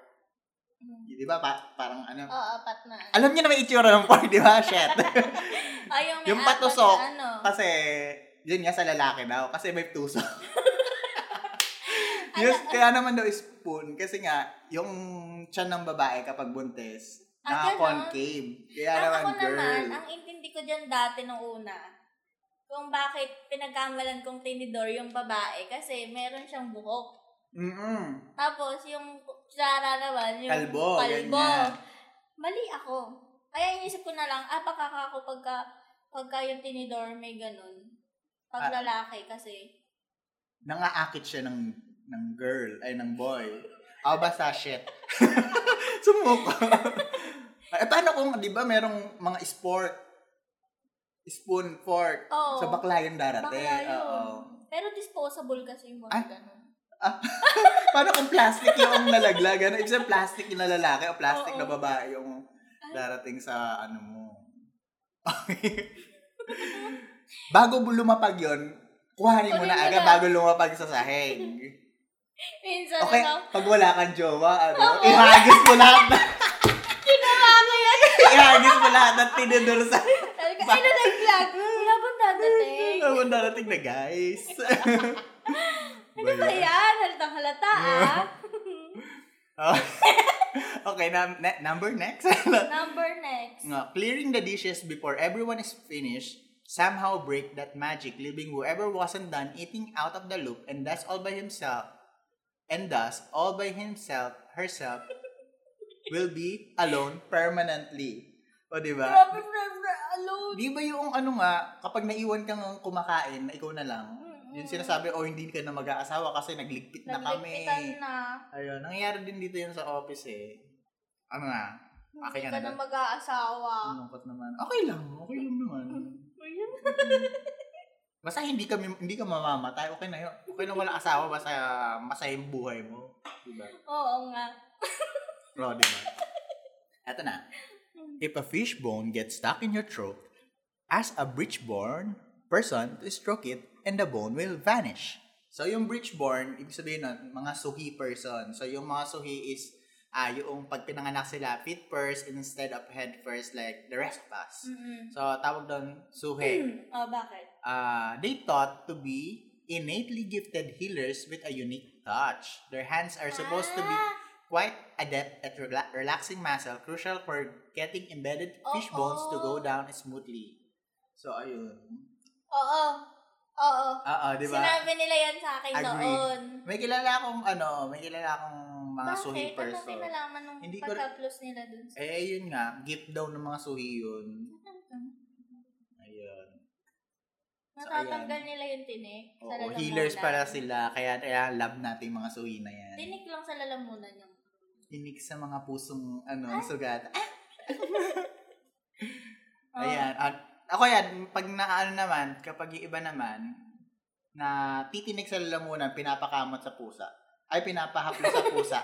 S1: Mm.
S2: di ba pa, parang ano?
S1: Oo, apat na. ano.
S2: Alam niyo na may itsura ng pork, di ba? Shit.
S1: Ay, yung may
S2: Yung
S1: apat
S2: patusok.
S1: na ano.
S2: kasi yun nga sa lalaki daw kasi may tuso. Yun, kaya naman daw spoon kasi nga yung tiyan ng babae kapag buntis,
S1: Ah,
S2: na
S1: ganon.
S2: concave. Kaya
S1: Ang
S2: naman
S1: ako
S2: girl.
S1: naman, ah. ang intindi ko dyan dati nung una, kung bakit pinagkamalan kong tinidor yung babae kasi meron siyang buhok.
S2: Mm-mm.
S1: Tapos yung kutsara naman, yung
S2: Kalbo,
S1: kalbo.
S2: ganyan.
S1: Mali ako. Kaya inisip ko na lang, ah, baka ako pagka, pagka yung tinidor may ganun. Pag
S2: Ah.
S1: lalaki kasi.
S2: nangaakit siya ng ng girl, ay ng boy. Ah, basta shit. Sumuko. eh, paano kung, di ba, merong mga sport, spoon, fork,
S1: Oo.
S2: sa bakla yung darating.
S1: Bakla yun.
S2: Oo.
S1: Pero disposable kasi yung mga
S2: Ah.
S1: ganun.
S2: Paano kung plastic yung nalaglag? Ano? Ibig sabihin, plastic yung lalaki o plastic
S1: Oo.
S2: na babae yung darating sa ano mo. Okay. bago lumapag yon kuhanin mo
S1: Kunin
S2: na
S1: mo
S2: agad
S1: na.
S2: bago lumapag sa sahig.
S1: Minsan
S2: Okay,
S1: ano,
S2: pag wala kang jowa, ano,
S1: Oo.
S2: ihagis mo lahat na,
S1: ginawa ko yan.
S2: ihagis mo lahat na tinidor sa
S1: Talaga, ay nalaglag. Wala bang dadating?
S2: Ano darating na, guys?
S1: Ano ba yan? Halatang halata, ah.
S2: Okay. Oh. okay, num- ne- number next.
S1: Number next.
S2: Nga, Clearing the dishes before everyone is finished somehow break that magic, leaving whoever wasn't done eating out of the loop and does all by himself, and thus all by himself, herself, will be alone permanently. O, di ba?
S1: Grabe, forever alone.
S2: Diba? Di ba yung ano nga, kapag naiwan kang kumakain, na ikaw na lang,
S1: Mm-mm.
S2: yun sinasabi, oh, hindi ka na mag-aasawa kasi nagligpit na kami.
S1: Nagligpitan na.
S2: Ayun, nangyayari din dito yun sa office eh. Ano nga?
S1: Hindi
S2: Akin
S1: ka
S2: na
S1: na
S2: naman.
S1: mag-aasawa.
S2: Ang lungkot naman. Okay lang, okay lang naman. Mm.
S1: Ayun.
S2: Basta hindi ka, hindi ka mamamatay, okay na yun. Okay na wala asawa, basta masaya yung buhay mo. Diba?
S1: Oo nga.
S2: Oo, diba? Eto na. If a fish bone gets stuck in your throat, ask a breachborn person to stroke it and the bone will vanish. So, yung breachborn, ibig sabihin nun, mga suhi person. So, yung mga suhi is ah yung pag pinanganak sila, feet first instead of head first like the rest of us.
S1: Mm-mm.
S2: So, tawag doon suhi.
S1: Oh, bakit?
S2: Uh, they thought to be innately gifted healers with a unique touch. Their hands are supposed to be
S1: Ah,
S2: quite adept at rela- relaxing muscle, crucial for getting embedded fish bones to go
S1: Oo.
S2: down smoothly. So, ayun.
S1: Oo. Oo.
S2: Oo, di ba?
S1: Sinabi nila yan sa akin
S2: Agree.
S1: noon.
S2: May kilala akong, ano, may kilala akong mga
S1: Bakit?
S2: suhi
S1: Ano
S2: person.
S1: kinalaman nung
S2: Hindi ko-
S1: pagka-upload nila dun sa...
S2: Eh, yun nga, gift daw ng mga suhi yun.
S1: Ano?
S2: Ayun.
S1: Natatanggal nila yung tinik. sa
S2: Oo,
S1: lalamunan.
S2: healers pala sila, kaya, kaya love natin yung mga suhi na yan.
S1: Tinik lang sa lalamunan yung...
S2: Tinik sa mga pusong, ano, sugat.
S1: Oh.
S2: Ayan. At ako yan, pag naano naman, kapag yung iba naman, na titinig sa lalamunan, pinapakamot sa pusa. Ay, pinapahaplo sa pusa.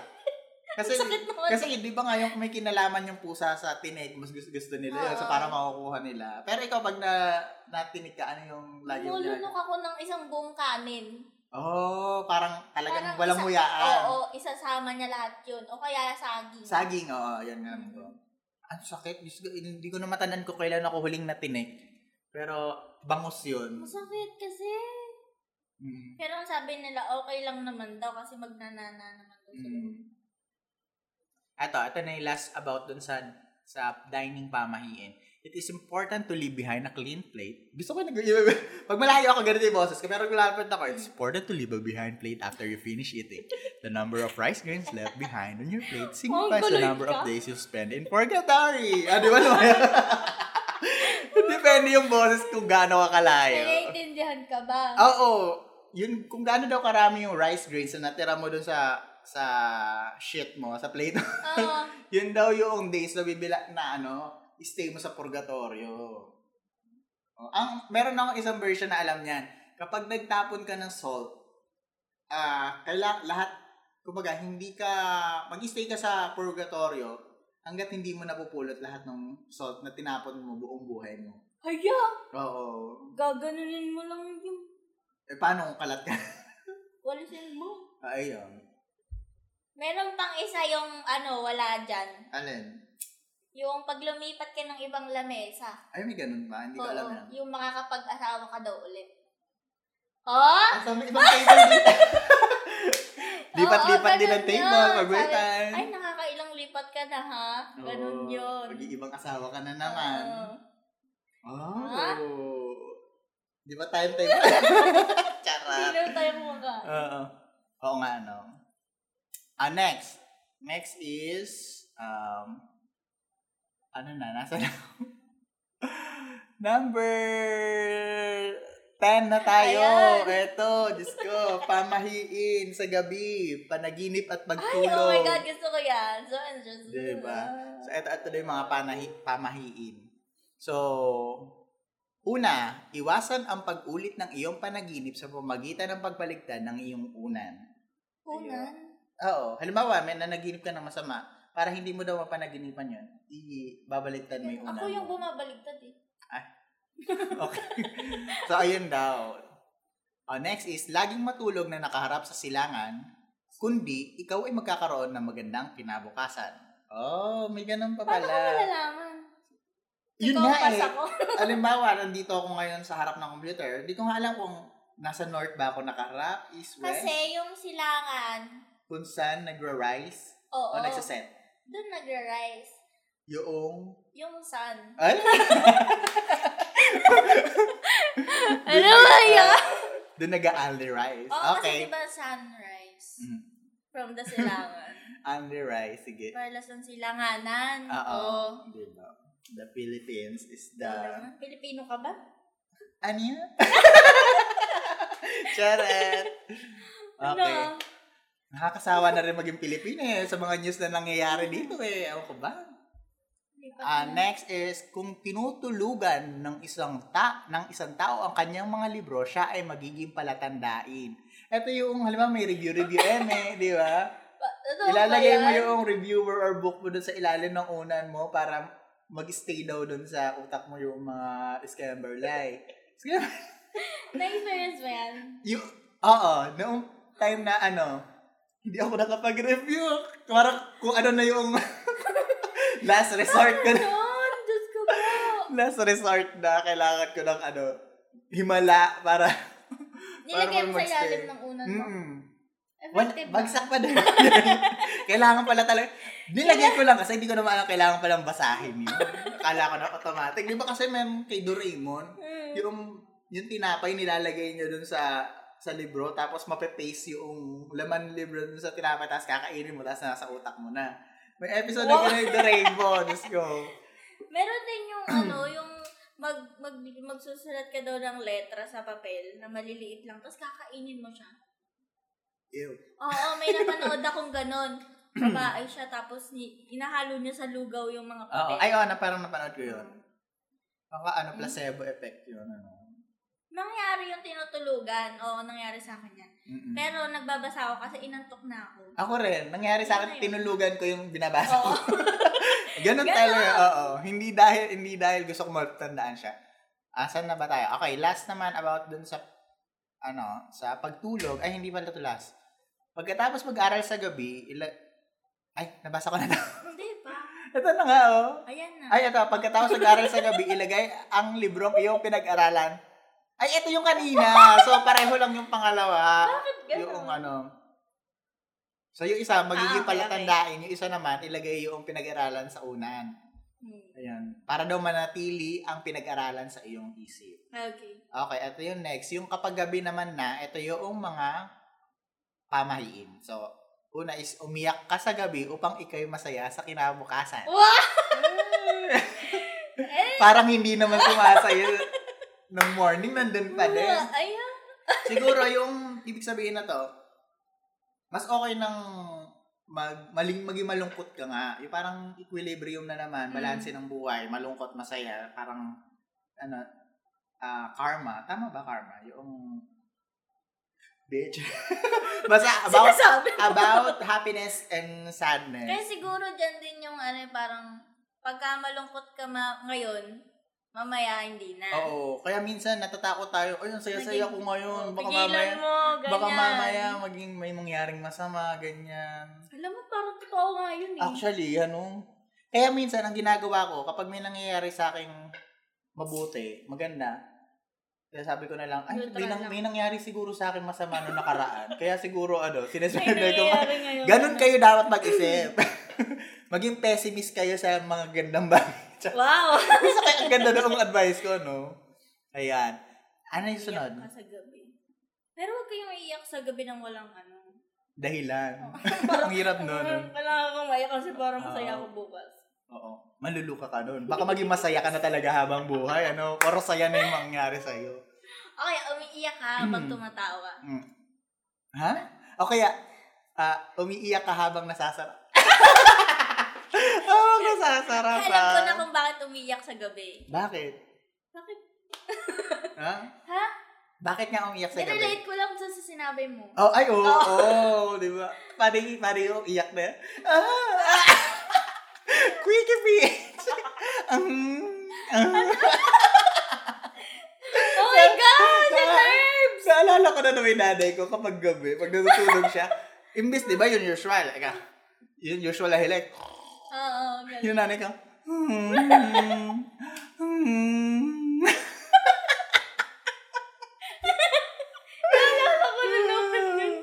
S2: Kasi,
S1: Sakit naman.
S2: kasi di ba nga yung may kinalaman yung pusa sa tinig, mas gusto, gusto nila yun. So,
S1: Oo.
S2: parang makukuha nila. Pero ikaw, pag na, natinig ka, ano yung lagi mo ginagawa?
S1: Nulunok ako ng isang buong kanin.
S2: Oh, parang talagang
S1: Parang
S2: walang
S1: isa-
S2: muyaan.
S1: Oo, isasama niya lahat yun. O kaya saging.
S2: Saging, oo, yun nga.
S1: Mm.
S2: Ang sakit. Diyos ko, Hindi ko na matandaan ko kailan ako huling natinig. Pero, bangus yun.
S1: Masakit kasi.
S2: Mm.
S1: Pero ang sabi nila, okay lang naman daw kasi magnanana naman daw sila.
S2: Mm. Ito, ito na yung last about dun sa sa dining pamahiin. It is important to leave behind a clean plate. Gusto ko nag Pag malayo ako, ganito yung boses ko. Pero kung lalapit ako, it's important to leave a behind plate after you finish eating. The number of rice grains left behind on your plate signifies the
S1: Mongoloid
S2: number of
S1: ka.
S2: days you spend in purgatory. Ah, di ba naman? Depende yung boses kung gaano ka kalayo.
S1: Naiintindihan ka ba?
S2: Oo. Yun, kung gaano daw karami yung rice grains na natira mo dun sa sa shit mo, sa plate mo,
S1: Oo.
S2: yun daw yung days na bibila na ano, stay mo sa purgatorio. Oh, ang, meron akong isang version na alam niyan. Kapag nagtapon ka ng salt, ah, kaila, lahat, kumbaga, hindi ka, mag-stay ka sa purgatorio hanggat hindi mo napupulot lahat ng salt na tinapon mo buong buhay mo.
S1: Haya!
S2: Oo.
S1: Gaganunin mo lang yung
S2: Eh, paano kung kalat ka?
S1: walisin mo.
S2: Ayun.
S1: Meron pang isa yung ano, wala dyan.
S2: Alin?
S1: Yung pag lumipat ka ng ibang lamesa.
S2: Ay, may ganun ba? Hindi ko alam yan.
S1: yung makakapag-asawa ka daw ulit. Oh!
S2: Ah, sa may ibang table dito. Lipat-lipat
S1: Oo,
S2: din ang
S1: ganun
S2: table.
S1: yun.
S2: Pagwitan.
S1: Sabi, Ay, nakakailang lipat ka na ha? Ganun yun.
S2: Pag-iibang asawa ka na naman.
S1: Oo.
S2: Oh.
S1: Ha?
S2: Di ba time time? Charot.
S1: Sino tayo mukha?
S2: Oo. Oo nga, no? Ah, next. Next is, um, ano na, nasa na? Number 10 na tayo.
S1: Ayan.
S2: Ito, Diyos ko, pamahiin sa gabi, panaginip at
S1: Ay,
S2: pagtulog.
S1: oh my God, gusto ko yan. So, I'm just... ah,
S2: Diba? So, ito, ito na yung mga panahi, pamahiin. So, una, iwasan ang pag-ulit ng iyong panaginip sa pamagitan ng pagbaligtad ng iyong unan.
S1: Punan.
S2: Oo. Halimbawa, may nanaginip ka ng masama. Para hindi mo daw mapanaginipan yun, ibabaliktad mo yung unan
S1: Eh, Ako yung
S2: mo.
S1: bumabaligtad eh.
S2: Okay. so, ayun daw. Oh, next is, laging matulog na nakaharap sa silangan, kundi ikaw ay magkakaroon ng magandang kinabukasan. Oh, may ganun pa
S1: Paano
S2: pala.
S1: ko malalaman?
S2: Yun
S1: Ikaw
S2: nga
S1: ang pas
S2: eh.
S1: ako.
S2: Alimbawa, nandito ako ngayon sa harap ng computer. Hindi ko nga alam kung nasa north ba ako nakaharap, east, west,
S1: Kasi yung silangan,
S2: kung saan nagra-rise
S1: oo,
S2: o nagsaset.
S1: doon nagra-rise.
S2: Yung...
S1: Yung sun.
S2: Ay!
S1: Ano ba
S2: ah,
S1: yan?
S2: Doon nag-only rise.
S1: Oo,
S2: okay.
S1: kasi diba sunrise?
S2: Mm.
S1: From the silangan.
S2: Only rise, sige.
S1: Parlas ng silanganan.
S2: Oo.
S1: Oo.
S2: Diba? The Philippines is the...
S1: Talaga? Pilipino ka ba?
S2: Ano yun? Charot! Okay.
S1: Ano?
S2: Nakakasawa na rin maging Pilipino eh, sa mga news na nangyayari dito eh. Ewan ko ba?
S1: Lipat
S2: Ah,
S1: na.
S2: next is kung tinutulugan ng isang ta ng isang tao ang kanyang mga libro, siya ay magiging palatandain. Ito yung halimbawa may review review eh, di ba?
S1: Pa- Totoo
S2: Ilalagay
S1: ba
S2: mo
S1: yan?
S2: yung reviewer or book mo dun sa ilalim ng unan mo para mag-stay daw dun sa utak mo yung mga scammer lie. Scammer.
S1: Na-experience mo yan?
S2: Yung, oo, noong time na ano, hindi ako nakapag-review. Parang kung ano na yung last resort ko na.
S1: Ganon! Diyos ko po!
S2: Last resort na kailangan ko ng ano, himala para...
S1: Nilagay mo sa
S2: mag-stay.
S1: ilalim ng unan mo.
S2: Mm. Wala,
S1: Effective ba?
S2: bagsak pa din. kailangan pala talaga. Nilagay ko lang kasi hindi ko naman alam kailangan palang basahin yun. Akala ko na automatic. Di ba kasi ma'am kay Doraemon,
S1: Mm.
S2: yung, yung tinapay nilalagay niya dun sa sa libro, tapos mape-paste yung laman ng libro dun sa tinapay, tapos kakainin mo, tapos nasa utak mo na. May episode na
S1: Wow.
S2: ganun yung Doraemon. Let's go.
S1: Meron din yung ano, yung mag, mag, magsusulat ka daw ng letra sa papel na maliliit lang, tapos kakainin mo siya.
S2: Ew.
S1: Oo, may napanood akong ganon. Babae siya, tapos ni, inahalo niya sa lugaw yung mga
S2: Oo.
S1: papel.
S2: Ay, oo, na parang napanood ko yun. Baka ano, placebo effect yun. Ano.
S1: Nangyari yung tinutulugan. Oo, nangyari sa akin yan.
S2: Mm-mm.
S1: Pero nagbabasa ako kasi inantok na ako.
S2: Ako rin, nangyari sa akin,
S1: Ano yun?
S2: tinulugan ko yung binabasa ko.
S1: Oo.
S2: Ganun
S1: Ganon.
S2: talaga, oo. Hindi dahil, hindi dahil gusto ko matandaan siya. Asan na ba tayo? Okay, last naman about dun sa, ano, sa pagtulog. Ay, hindi pala to last. Pagkatapos mag-aral sa gabi, ila... Ay, nabasa ko na to.
S1: Hindi pa.
S2: ito na nga, oh.
S1: Ayan na.
S2: Ay, ito, pagkatapos mag-aral sa gabi, ilagay ang librong iyong pinag-aralan. Ay, ito yung kanina. So, pareho lang yung pangalawa.
S1: Bakit ganun?
S2: Yung ano. So, yung isa, magiging
S1: Ah, okay,
S2: palatandain. Yung isa naman, ilagay yung pinag-aralan sa unan.
S1: Hmm.
S2: Ayan. Para daw manatili ang pinag-aralan sa iyong isip.
S1: Okay.
S2: Okay, ito yung next. Yung kapag gabi naman na, ito yung mga pamahiin. So, una is umiyak ka sa gabi upang ikay masaya sa kinabukasan.
S1: Wow! eh,
S2: Parang hindi naman sumasayo ng morning, nandun pa din.
S1: wa- Ayan.
S2: Siguro yung ibig sabihin na to, mas okay nang mag, maling, maging malungkot ka nga. Yung parang equilibrium na naman,
S1: Mm.
S2: balanse ng buhay, malungkot, masaya, parang ano, ah, karma. Tama ba karma? Yung bitch. Basta about,
S1: Sinasabi mo.
S2: about happiness and sadness.
S1: Kaya siguro dyan din yung ano, parang pagka malungkot ka ma- ngayon, mamaya hindi na.
S2: Oo. Kaya minsan natatakot tayo, ay, ang saya-saya ko
S1: Naging-
S2: ngayon.
S1: Oo,
S2: Baka
S1: pigilan
S2: mamaya,
S1: mo, ganyan.
S2: baka mamaya maging may mangyaring masama, ganyan.
S1: Alam mo, parang totoo nga yun eh.
S2: Actually, ano, kaya minsan ang ginagawa ko, kapag may nangyayari sa akin mabuti, maganda, kaya sabi ko na lang, ay,
S1: Neutral
S2: may, nang-
S1: lang.
S2: may nangyari siguro sa akin masama noong nakaraan. kaya siguro, ano,
S1: May
S2: sinasabi ko,
S1: nangyayari ngayon.
S2: ganun kayo dapat mag-isip. Maging pessimist kayo sa mga gandang bagay.
S1: Wow!
S2: Kasi kaya ang ganda ng advice ko, no? Ayan. Ano yung sunod?
S1: Iyak ka sa gabi. Pero huwag kayong iiyak sa gabi nang walang ano.
S2: Dahilan. ang hirap nun.
S1: Kailangan akong maiyak kasi parang masaya
S2: Oo.
S1: ako bukas.
S2: Oo. Maluluka ka nun. Baka maging masaya ka na talaga habang buhay. Ano? Pero saya na yung mangyari sa'yo.
S1: Okay, umiiyak ka
S2: Hmm.
S1: pag tumatawa.
S2: Mm. Ha? O kaya, ah, umiiyak ka habang nasasarap. habang nasasarap.
S1: Alam ko na
S2: ah.
S1: kung bakit umiiyak sa gabi.
S2: Bakit?
S1: Bakit?
S2: Ha?
S1: Ha?
S2: Bakit nga umiiyak sa gabi?
S1: Nirelate ko lang sa, sa sinabi mo.
S2: Oh, ay, oo, oh, di ba? Pari, pari, oh, iyak na. Ah, ah. Quickie bitch! Ang, ang,
S1: Oh my God! The
S2: Sa-
S1: nerves!
S2: Naalala ko na na may nanay ko kapag gabi, pag natutulog siya, imbis, di ba, yun usual, eka, yun usual na hilik.
S1: Oo, ganun.
S2: Yung nanay ko, hmm, hmm.
S1: Ako nalungkot yun.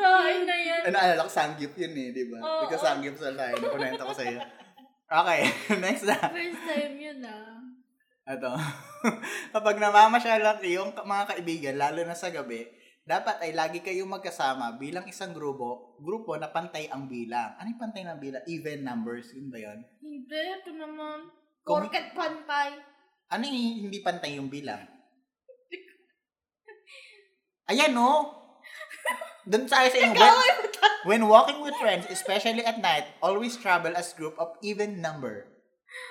S1: Kain na yan.
S2: Ano, naalala ko, sangyup yun eh, di ba?
S1: Oo.
S2: Ikaw sangyup sa tayo, nakunento ko sa'yo. Okay, next na.
S1: First time yun ah.
S2: Ito. Kapag namamasyal ang iyong ka- mga kaibigan, lalo na sa gabi, dapat ay lagi kayong magkasama bilang isang grupo, grupo na pantay ang bilang. Ano yung pantay ng bilang? Even numbers, yun ba yun?
S1: Hindi, ito naman.
S2: Kung-
S1: Porket panpay.
S2: Ano yung hindi pantay yung bilang? Ayan, no? Doon sa isa yung when, when walking with friends, especially at night, always travel as group of even number.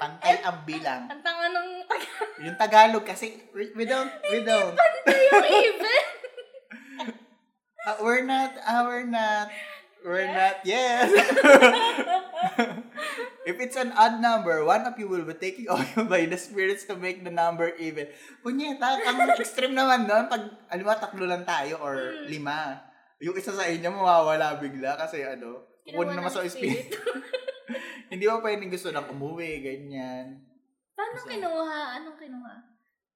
S2: Pantay ang bilang.
S1: Ang tanga ng
S2: Yung Tagalog kasi, we, we don't, we don't.
S1: Ano Hindi yung even.
S2: Uh, we're not, uh, we're not We're not, yes. If it's an odd number, one of you will be taking oil by the spirits to make the number even. Punyeta, ang extreme naman nun. Pag, ano ba, tatlo lang tayo or lima. Yung isa sa inyo mawawala bigla kasi ano,
S1: Ginawa
S2: kukunin naman
S1: ng
S2: sa spirit. Hindi mo pwedeng gusto lang umuwi, ganyan.
S1: Paano
S2: Kasi-
S1: kinuha? Anong kinuha?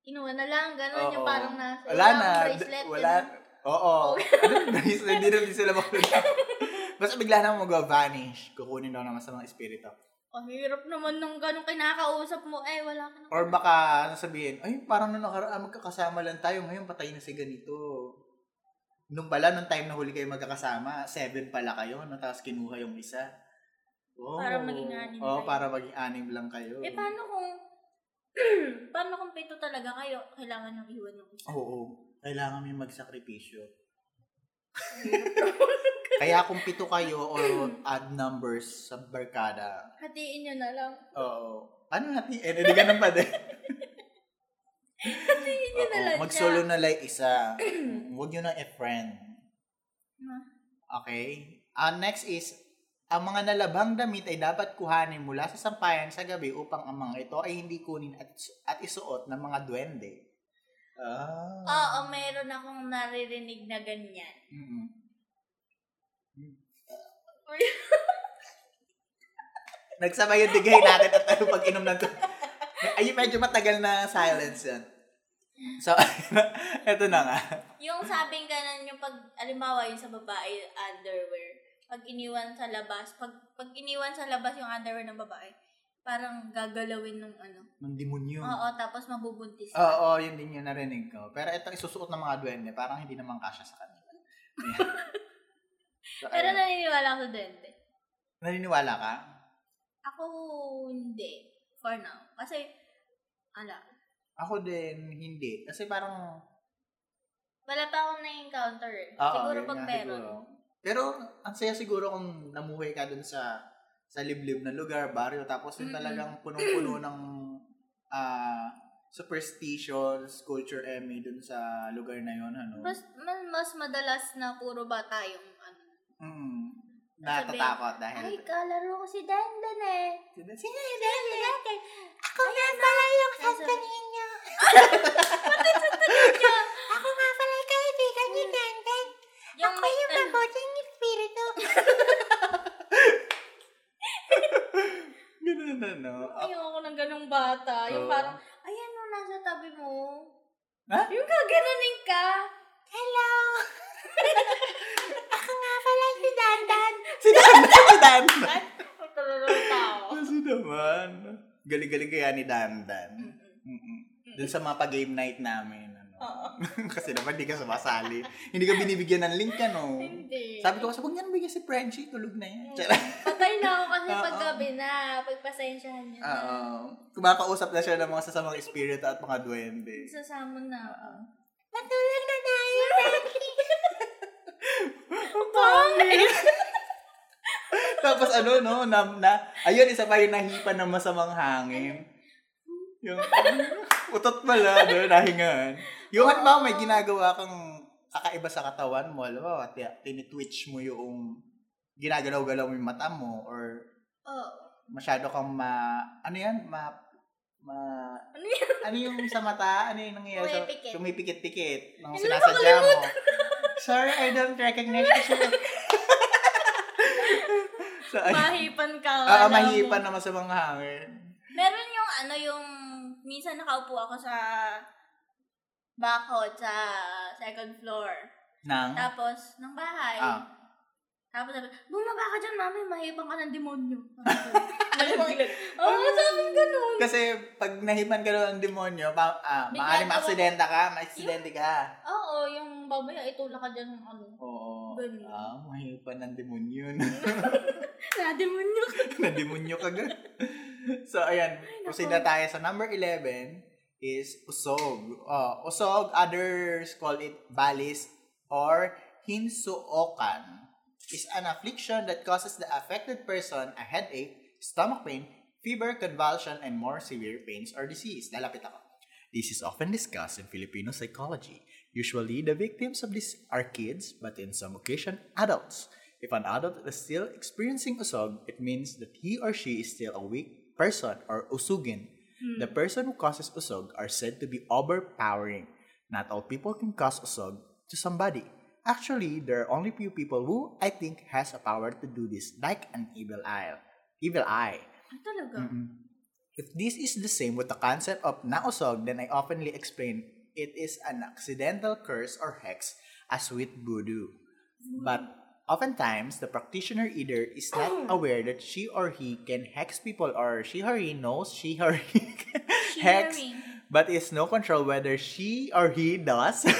S1: Kinuha na lang, gano'n yung
S2: Oo.
S1: parang nasa.
S2: Wala na.
S1: akong
S2: d-
S1: bracelet,
S2: Wala.
S1: ganun. Oh.
S2: Oo. Anong bracelet? Hindi na din sila makulit. Basta bigla na mag-vanish. Kukunin daw naman sa mga espirito.
S1: Ang hirap naman nung gano'ng kinakausap mo. Eh, wala ka na.
S2: Or baka sasabihin, ay, parang nung nakaraan magkakasama lang tayo, ngayon patay na si ganito. Nung pala, nung time na huli kayo magkakasama, seven pala kayo, no? tapos kinuha yung isa. Oh.
S1: Parang maging anim
S2: Oo,
S1: kayo.
S2: para maging anim lang kayo.
S1: Eh, paano kung... paano kung pito talaga kayo? Kailangan nang iwan yung isa.
S2: Oo, kailangan may magsakripisyo. Kaya kung pito kayo or odd numbers sa barkada,
S1: Hatiin nyo na lang.
S2: Oo. Ano natin? Eh, hindi ganun pa din.
S1: Hatiin nyo na
S2: Oo,
S1: lang
S2: Mag-solo
S1: siya.
S2: na lang isa. Huwag nyo na e-friend.
S1: Ah.
S2: Okay. Ah, next is, ang mga nalabhang damit ay dapat kuhanin mula sa sampayan sa gabi upang ang mga ito ay hindi kunin at, at isuot ng mga duwende. Ah.
S1: Oo, meron akong naririnig na ganyan.
S2: Mm-mm. Nagsabay yung digay natin at tayo pag-inom ng tubig. Ay, medyo matagal na silence yan. So, eto na nga.
S1: Yung sabing ganun, yung pag, alimbawa, yung sa babae, underwear. Pag iniwan sa labas, pag, pag iniwan sa labas yung underwear ng babae, parang gagalawin ng ano.
S2: Nung demonyo.
S1: Oo, tapos mabubuntis.
S2: Oo, yun din yung narinig ko. Pero ito, isusuot ng mga duwende, parang hindi naman kasya sa kanila. Ayan. so,
S1: Pero
S2: ayan.
S1: naniniwala ako sa duwende.
S2: naniniwala ka?
S1: Ako, hindi. For now. Kasi, ala,
S2: Ako din, hindi. Kasi parang
S1: wala pa akong na-encounter. eh.
S2: Oo,
S1: siguro
S2: Ah, yun
S1: pag
S2: nga,
S1: meron.
S2: siguro. Pero, ang saya siguro kung namuhay ka dun sa sa liblib na lugar, barrio, tapos yung
S1: Mm-mm.
S2: talagang punong-puno ng ah, superstitions, culture eme dun sa lugar na yon ano.
S1: Mas, mas, mas madalas na puro bata yung ano.
S2: Mm, natatakot dahil...
S1: Ay, kalaro ko si Dandan eh.
S2: Sino
S1: Si Dandan.
S2: Ako nga pala yung
S1: husband
S2: ninyo. Ako nga pala yung kaibigan ni Dandan.
S1: Yung may, ano,
S2: mabuting espiritu. Ganun na, no?
S1: ayoko ng ganong bata. Yung
S2: Oo.
S1: parang, ayan mo, nasa tabi mo.
S2: Ha?
S1: Yung gaganunin ka. Hello! Ako nga pala si Dandan.
S2: Si Dandan! si Dandan!
S1: At, tulog ng tao.
S2: Kasi naman. Galing-galing kaya ni Dandan.
S1: Mm-mm.
S2: Mm-mm. Doon sa mga pa-game night namin. Ano.
S1: Oo.
S2: kasi naman, di ka sumasali. Hindi ka binibigyan ng link, ano?
S1: Hindi.
S2: Sabi ko kasi, huwag niya nabigyan si Frenchie, tulog na yan.
S1: Mm.
S2: Charot.
S1: Patay na ako kasi
S2: Oo.
S1: pag gabi na. Pagpasensyahan niyo na.
S2: Oo. Kumakausap na siya ng mga sasamang espiritu at mga duwende.
S1: Sasama na ako.
S2: Matulog na tayo, Tapos ano, no, na, na, ayun, isa pa yung nahipa ng masamang hangin. Yung, utot pala, no, nahingan. Yung ano ba, may ginagawa kang kakaiba sa katawan mo, alam mo, at tinitwitch mo yung ginagalaw-galaw mo yung mata mo, or
S1: Oo.
S2: masyado kang ma, ano yan, ma, ma,
S1: Ano yun?
S2: ano yung sa mata? Ano yung nangyayari? sa-
S1: Pumipikit.
S2: Pumipikit-pikit. Nung
S1: Ano,
S2: sinasadya mo. Sir, I don't recognize you. so, ay,
S1: Mahipan ka.
S2: ah,
S1: alam mo.
S2: mahipan naman sa mga hangin.
S1: Meron yung ano yung minsan nakaupo ako sa bako sa second floor.
S2: Nang,
S1: Tapos, ng bahay.
S2: Ah.
S1: Tapos sabi, bumaba ka dyan, mami, mahibang ka ng demonyo. Oo, oh, sabi ganun.
S2: kasi pag nahipan ka daw ng demonyo, pa, ah,
S1: Bigla
S2: maaari
S1: daw-
S2: maaksidenta ka, maaksidente ka.
S1: Oo, yung babaya, itulak ka dyan ng ano.
S2: Oo.
S1: Ganun.
S2: Ah, mahipan ng demonyo.
S1: Na demonyo ka.
S2: Na-demonyo ka gan. So, ayan.
S1: naku.
S2: Proceed na tayo sa number 11 is usog. Oh, usog, others call it balis or hinsuokan. is an affliction that causes the affected person a headache, stomach pain, fever, convulsion, and more severe pains or disease. Lalapit ako. This is often discussed in Filipino psychology. Usually, the victims of this are kids, but in some occasion, adults. If an adult is still experiencing usog, it means that he or she is still a weak person or usugin. The person who causes usog are said to be overpowering. Not all people can cause usog to somebody. Actually, there are only few people who I think has a power to do this, like an evil eye. Evil eye.
S1: Ah, talaga?
S2: If this is the same with the concept of nausog, then I oftenly explain it is an accidental curse or hex, as with voodoo. But oftentimes, the practitioner either is not aware that she or he can hex people, or she or he knows she or he can hex,
S1: Sharing.
S2: but is no control whether she or he does.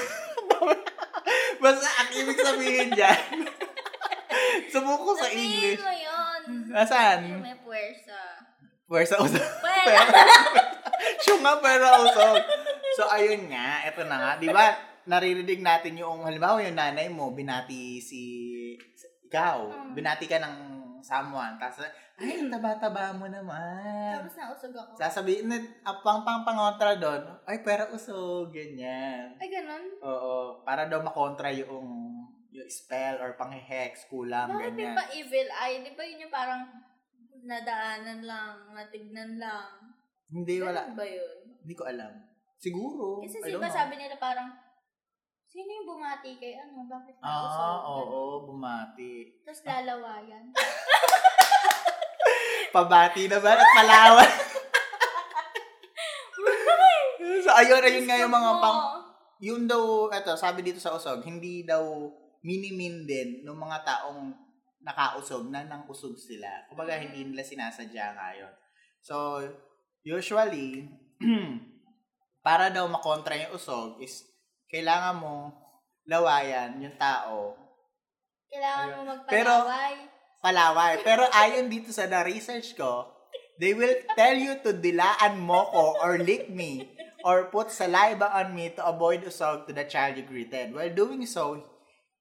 S2: Basta ang ibig sabihin dyan. Sumuko sa
S1: Sabihin
S2: English.
S1: mo yun. Yung
S2: Asan?
S1: may puwersa.
S2: Puwersa usog.
S1: Puwersa.
S2: Pero, siya nga pero usog. So, ayun nga. Ito na nga. Di ba, naririnig natin yung, halimbawa yung nanay mo, binati si, ikaw.
S1: Mm.
S2: Binati ka ng someone. Tapos, ay, ang taba-taba mo naman.
S1: Tapos nausog ako.
S2: Sasabihin, ah, na- ang pang-pang-pangontra doon, ay, pero usog, ganyan.
S1: Ay, ganun?
S2: Oo, para daw makontra yung, yung spell or pang-hex, kulang,
S1: Bakit yung
S2: ganyan.
S1: pa evil eye? Di ba yun yung parang nadaanan lang, natignan lang?
S2: Hindi, wala.
S1: Ganun ba yun?
S2: Hindi ko alam. Siguro.
S1: Kasi
S2: I
S1: di
S2: don't
S1: ba
S2: know.
S1: sabi nila parang, sino yung bumati kay ano? Bakit nausog?
S2: Ah, oo, bumati.
S1: Tapos lalawayan.
S2: Pabati naman at palawan. so, ayun, ayun nga yung mga
S1: Gusto
S2: pang...
S1: mo.
S2: Yun daw, eto, sabi dito sa usog, hindi daw minimin din ng mga taong nakausog na nang usog sila. Kumbaga,
S1: Mm.
S2: hindi nila sinasadya nga yun. So, usually, para daw makontra yung usog is kailangan mo lawayan yung tao
S1: Kailangan
S2: Ayun.
S1: mo
S2: Pero-
S1: magpalaway.
S2: Palaway. Pero ayon dito sa na-research ko, they will tell you to dilaan mo ko or lick me or put saliva on me to avoid assault to the child you greeted. While doing so,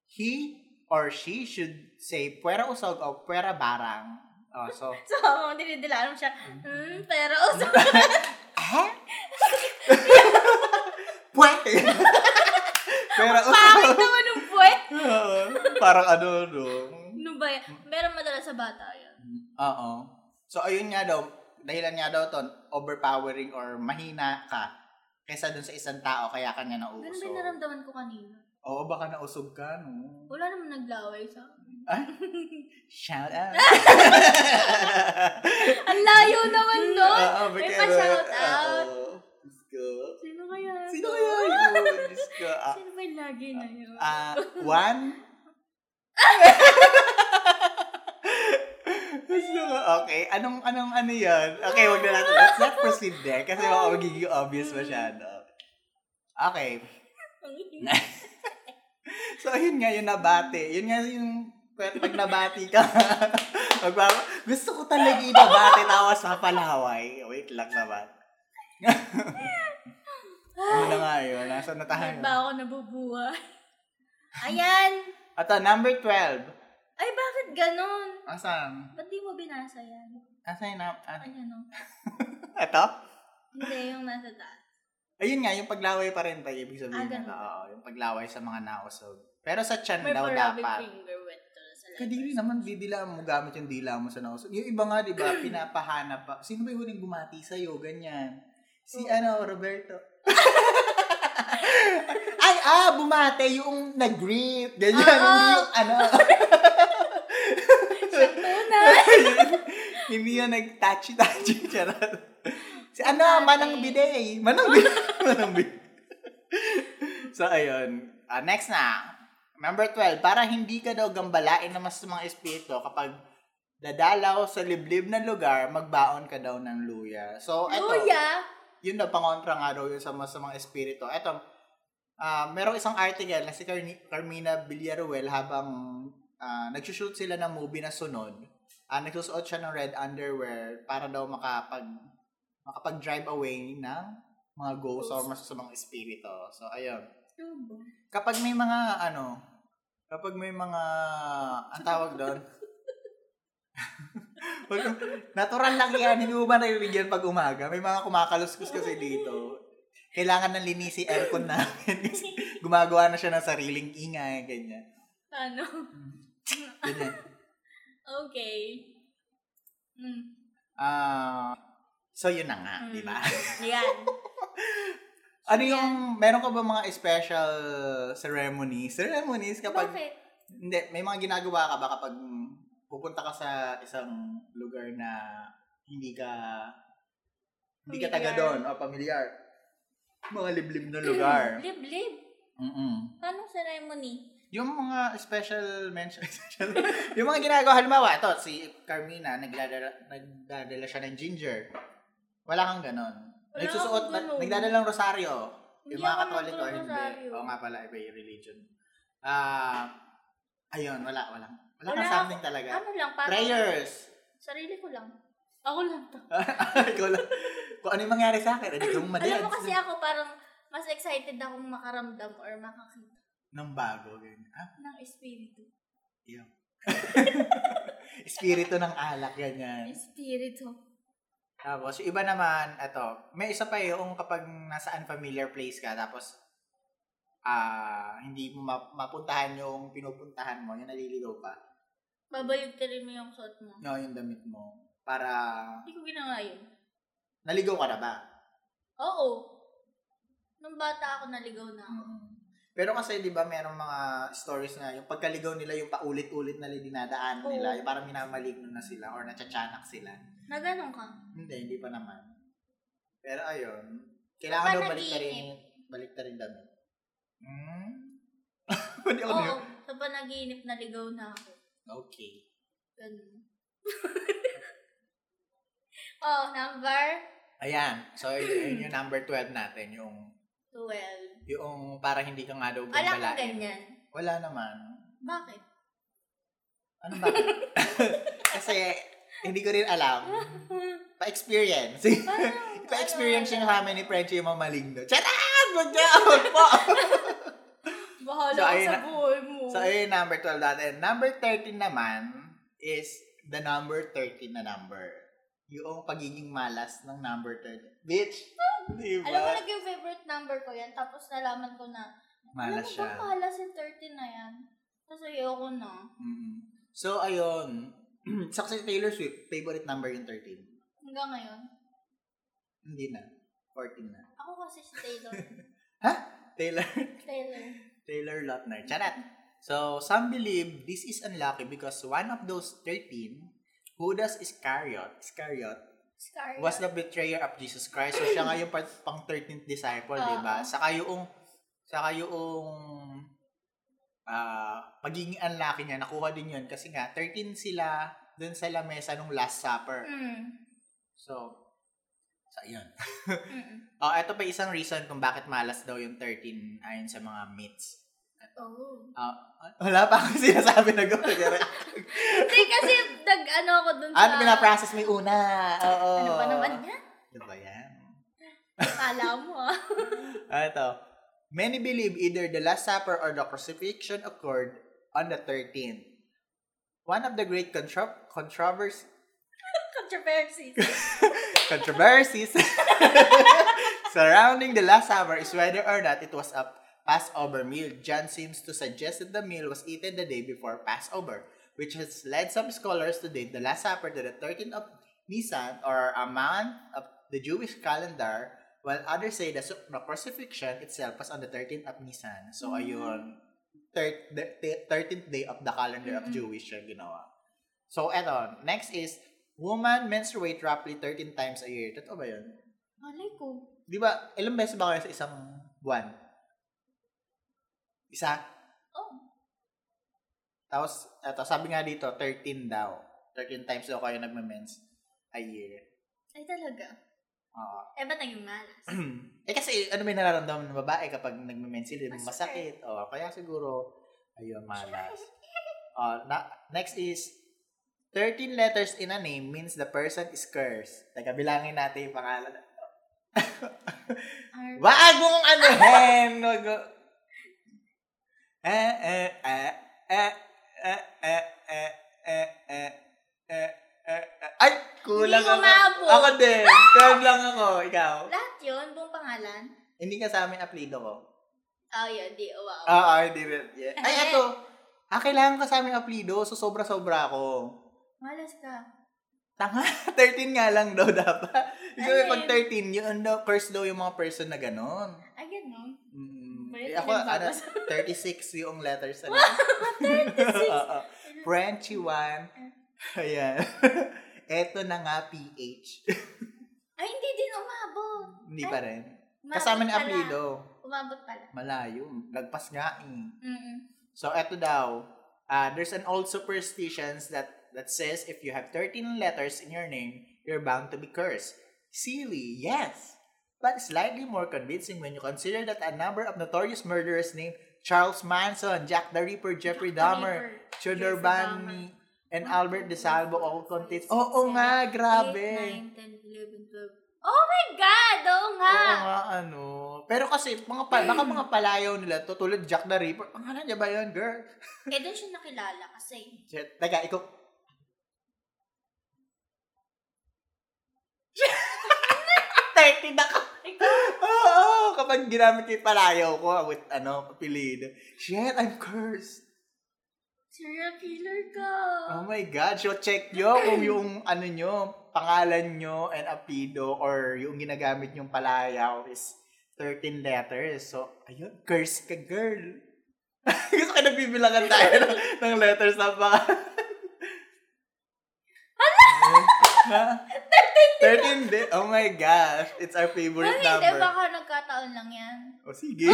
S2: he or she should say puera usog o puera barang. Oh, so,
S1: So, kung dinidilaan mo siya, hmm, pero usog.
S2: eh? Puwet! Pero
S1: Bakit
S2: usog.
S1: naman yung puwet?
S2: Parang ano, no?
S1: Ano ba yan? Meron madalas sa bata yan.
S2: Oo. So, ayun nga daw, dahilan nga daw to, overpowering or mahina ka kaysa dun sa isang tao, kaya ka niya
S1: Ganun ba
S2: nauusog.
S1: yung naramdaman ko kanina?
S2: Oo, baka nausog ka, no?
S1: Wala naman naglaway sa akin.
S2: Ay, shout out.
S1: Ang layo naman nun!
S2: Oo,
S1: May
S2: bakit-
S1: pa-shout out.
S2: Oo. Diyos ko.
S1: Sino kaya?
S2: Sino kaya yun? Diyos ko. Ah,
S1: Sino ba yung lagi na yun?
S2: ah, one? Gusto ko, okay. Anong, anong, ano yan? Okay, wag na natin. Let's not proceed there kasi baka magiging obvious masyado. Okay. So, yun nga yung nabati. Yun nga yung pag pag nabati ka. magbaba- gusto ko talaga yung nabati tawas sa palaway. Wait lang naman. ano na nga yun? Nasa na tayo?
S1: Saan ba ako nabubuhay? Ayan!
S2: Ito, number 12.
S1: Ay, bakit ganun?
S2: Asan?
S1: Ba't di mo binasa yan?
S2: Asan yung nap- ah,
S1: Ay, ano?
S2: Ito?
S1: Hindi, yung nasa taas.
S2: Ayun nga, yung paglaway pa rin tayo. Ibig
S1: Ah,
S2: sabihin
S1: ganun.
S2: na, oo, yung paglaway sa mga nausog. Pero sa tiyan
S1: May
S2: daw
S1: parabi
S2: dapat.
S1: finger wet to sa labas.
S2: Kadiri naman, didilaan mo gamit yung dila mo sa nausog. Yung iba nga, di ba, pinapahanap pa. Sino ba yung huling bumati sa'yo? Ganyan. Si ano, Roberto. Ay, ah, bumate yung nag-greet. Ganyan,
S1: Oo.
S2: hindi yung ano.
S1: Siyang tunay!
S2: hindi yung nag-touchy-touchy. Charot. Si ano,
S1: Bumate.
S2: Manang Biday. Manang Biday. Manang Biday. so, ayun. Ah, next na. Number 12. Para hindi ka daw gambalain ng mas mga espiritu kapag dadalaw sa liblib na lugar, magbaon ka daw ng luya. So, Oh, eto,
S1: Luya!
S2: yun daw, pangontra nga daw yun sa mas mga espiritu. Eto, ah merong isang article na si Carni- Carmina Villaruel habang ah, nagsushoot sila ng movie na sunod, ah nagsusuot siya ng red underwear para daw makapag makapag-drive away ng mga ghosts or masasamang espiritu. So, ayun
S1: Ano ba?
S2: kapag may mga ano, kapag may mga ang tawag doon. Wag- Natural lang yan, hindi mo ba naririnig yan pag umaga? May mga kumakaluskus kasi dito. Kailangan nang linisi aircon namin kasi gumagawa na siya ng sariling ingay, ganyan.
S1: Ano?
S2: Ganyan.
S1: Okay. Mm.
S2: Ah, so yun na nga,
S1: Mm.
S2: Ah, di ba?
S1: Yan.
S2: Ano yung, meron ka ba mga special ceremonies? Ceremonies kapag,
S1: Bakit?
S2: hindi, may mga ginagawa ka ba kapag pupunta ka sa isang lugar na hindi ka, hindi ka taga
S1: Pamilyar.
S2: doon o pamilyar? Mga liblib na lugar.
S1: Hmm. Liblib.
S2: Mm-mm.
S1: Paano Ano ceremony?
S2: Yung mga special mention, special- yung mga ginagawa, halimbawa, ito, si Carmina, nagdadala, nagdadala siya ng ginger. Wala kang ganon.
S1: Wala
S2: Nagsusuot,
S1: akong
S2: na,
S1: ganun.
S2: nagdadala ng rosaryo.
S1: Hindi
S2: yung mga
S1: ako
S2: katoliko,
S1: nagdala ng
S2: hindi.
S1: rosaryo.
S2: Oo nga pala, iba yung religion. Ah, ayun, wala, wala. Wala,
S1: Wala
S2: kang something talaga.
S1: Ano lang? Parang
S2: Prayers!
S1: Sarili ko lang. Ako lang to.
S2: Ikaw lang. Kung ano yung mangyari sa akin, edi kong madance.
S1: Alam mo kasi ako parang mas excited akong makaramdam or makakita
S2: Nang bago, ganyan. Ah,
S1: ng espiritu.
S2: yun. Espiritu ng alak, ganyan.
S1: Espiritu.
S2: Tapos, yung iba naman, eto, may isa pa yung kapag nasa unfamiliar place ka, tapos, ah, hindi mo ma- mapuntahan yung pinupuntahan mo, yung naliligaw pa.
S1: Babalik ka rin mo yung suot mo.
S2: No, yung damit mo. Para,
S1: Hindi ko ginawa yun.
S2: naligaw ka na ba?
S1: Oo. Nung bata ako, naligaw na ako.
S2: Pero kasi, di ba, merong mga stories na yung pagkaligaw nila, yung paulit-ulit na dinadaan nila,
S1: Oo.
S2: yung parang minamaligno na sila or natsatsanak sila.
S1: Na ganun ka.
S2: Hindi, hindi pa naman. Pero ayun,
S1: Baka
S2: kailangan daw balik rin,
S1: nag-iinip.
S2: balik rin damit. Hmm? Pwede ako na
S1: Oo.
S2: ano yun.
S1: Sa panaginip, naligaw na ako.
S2: Okay.
S1: Ganun. oh, number
S2: Ayan. So, yun, yun yung number 12 natin. Yung,
S1: 12.
S2: yung para hindi ka nga daw
S1: Alam ko
S2: bambalain.
S1: ganyan.
S2: Wala naman.
S1: Bakit?
S2: Ano ba? Kasi, hindi ko rin alam. Pa-experience.
S1: Parang,
S2: Pa-experience
S1: ano,
S2: yung kami ni Frenchie yung mamaligno. Charot! Mag-out po!
S1: Bahala
S2: So,
S1: ka
S2: ayun
S1: sa
S2: na-
S1: buhay mo.
S2: so, ayun yung number 12 natin. Number 13 naman is the number 13 na number. Yung pagiging malas ng number 13. Bitch! Ah, Di
S1: Alam mo,
S2: ba?
S1: nag yung favorite number ko yan. Tapos nalaman ko na,
S2: Malas
S1: Ano
S2: siya.
S1: ba malas yung 13 na yan? Tapos ayoko na.
S2: Mm. So, ayun. Sa kasi Taylor Swift, favorite number yung 13.
S1: Hanggang ngayon.
S2: Hindi na. 14 na.
S1: Ako kasi si Taylor.
S2: Taylor.
S1: Taylor.
S2: Taylor Lautner. Charot. So, some believe this is unlucky because one of those 13, Judas Iscariot, Iscariot
S1: Scar.
S2: was the betrayer of Jesus Christ. So, siya nga yung part- pang 13th disciple, di ba?
S1: Oo.
S2: Saka yung, saka yung ah, pagiging unlucky niya, nakuha din yun. Kasi nga, 13 sila dun sa lamesa nung Last Supper.
S1: Mm.
S2: So, so yun.
S1: Mm.
S2: Oh, ito pa isang reason kung bakit malas daw yung 13 ayon sa mga myths.
S1: Oh.
S2: Wala pa akong sinasabi na gawin.
S1: Hindi kasi nag ano ako dun sa...
S2: ano pinaprocess mo yung una? Oo.
S1: Ano ba naman yan?
S2: Ano ba yan?
S1: Kala mo ah.
S2: Ah, Ito. Many believe either the Last Supper or the crucifixion occurred on the 13th. One of the great contro- controversies
S1: Controversy.
S2: controversies surrounding the last supper is whether or not it was a Passover meal. John seems to suggest that the meal was eaten the day before Passover, which has led some scholars to date the last supper to the 13th of Nisan or a month of the Jewish calendar, while others say the, su- the crucifixion itself was on the 13th of Nisan. So,
S1: Mm.
S2: ayun, thir- the- the 13th day of the calendar of
S1: Mm-mm.
S2: Jewish yung ginawa. So, eto, next is Woman menstruate roughly 13 times a year. Totoo ba yun?
S1: Malay ko.
S2: Di ba, ilang beses ba kayo sa isang buwan? Isa?
S1: Oh.
S2: Tapos, eto, sabi nga dito, 13 daw. 13 times daw kayo nagme-mens a year.
S1: Ay talaga.
S2: Oo.
S1: Eh ba't naging malas?
S2: eh kasi, ano may nararamdaman ng babae kapag nagme-mens sila? Di ba,
S1: Masakit.
S2: Masakit. O, kaya siguro, ayun, malas. O, na, next is, 13 letters in a name means the person is cursed. Teka, bilangin natin yung pangalan.
S1: Ar-
S2: Wag mong anuhin! Wag mo- Eh, eh, eh, eh, eh, eh, eh, eh, eh, eh, eh, eh. Ay! Kulang
S1: Hindi
S2: ako.
S1: umabot.
S2: Ako din. Term lang ako. Ikaw.
S1: Lahat yun, buong pangalan.
S2: Hindi ka sa amin aplido ko.
S1: Oh, yun. Di, wow.
S2: Ah, ah, hindi rin. Yeah. Ay,
S1: Eh.
S2: eto. Ah, kailangan ka sa aming aplido. So, sobra-sobra ako.
S1: Malas ka.
S2: Tanga, 13 nga lang daw dapat. Ibig sabihin,
S1: Ayun.
S2: pag 13, yun daw, curse daw yung mga person na gano'n.
S1: Ay, ganun.
S2: Mm,
S1: Pwede
S2: eh, ako,
S1: rin ba?
S2: ano, 36 yung letters. Ano? 36? Frenchy one. Ayan. Eto na nga, PH.
S1: Ay, hindi din umabot.
S2: Hindi pa rin.
S1: Umabot
S2: Kasama ni
S1: pala.
S2: Aplido.
S1: Umabot pala.
S2: Malayo. Lagpas nga eh.
S1: Mm-mm.
S2: So, eto daw. ah, there's an old superstitions that that says if you have 13 letters in your name, you're bound to be cursed. Silly, yes. But slightly more convincing when you consider that a number of notorious murderers named Charles Manson, Jack the Ripper, Jeffrey Dahmer, Tudor
S1: Jeffrey
S2: Bunny, and Albert DeSalvo all contains... Oo nga,
S1: 8,
S2: grabe.
S1: 9, 10, 11, 12. Oh my God! Oo nga!
S2: Oo nga, ano. Pero kasi, mga pa, baka mga palayaw nila to, tulad Jack the Ripper. Pangalan niya ba yun, girl?
S1: Eh, doon siya nakilala kasi.
S2: Shit. Teka, ikaw. Thirty na ka. Oo, oh, kapag ginamit yung palayaw ko with ano, papilid. Shit, I'm cursed.
S1: Serial killer ka!
S2: Oh my God. So, check nyo kung yung ano nyo, pangalan nyo and apido or yung ginagamit yung palayaw is 13 letters. So, ayun, curse ka, girl. Gusto ka nagbibilangan tayo ng, ng letters na pangalan. Hala! 13 din. Oh my gosh. It's our favorite
S1: Bakit? Eh,
S2: number.
S1: baka nagkataon lang yan.
S2: O Oh, sige.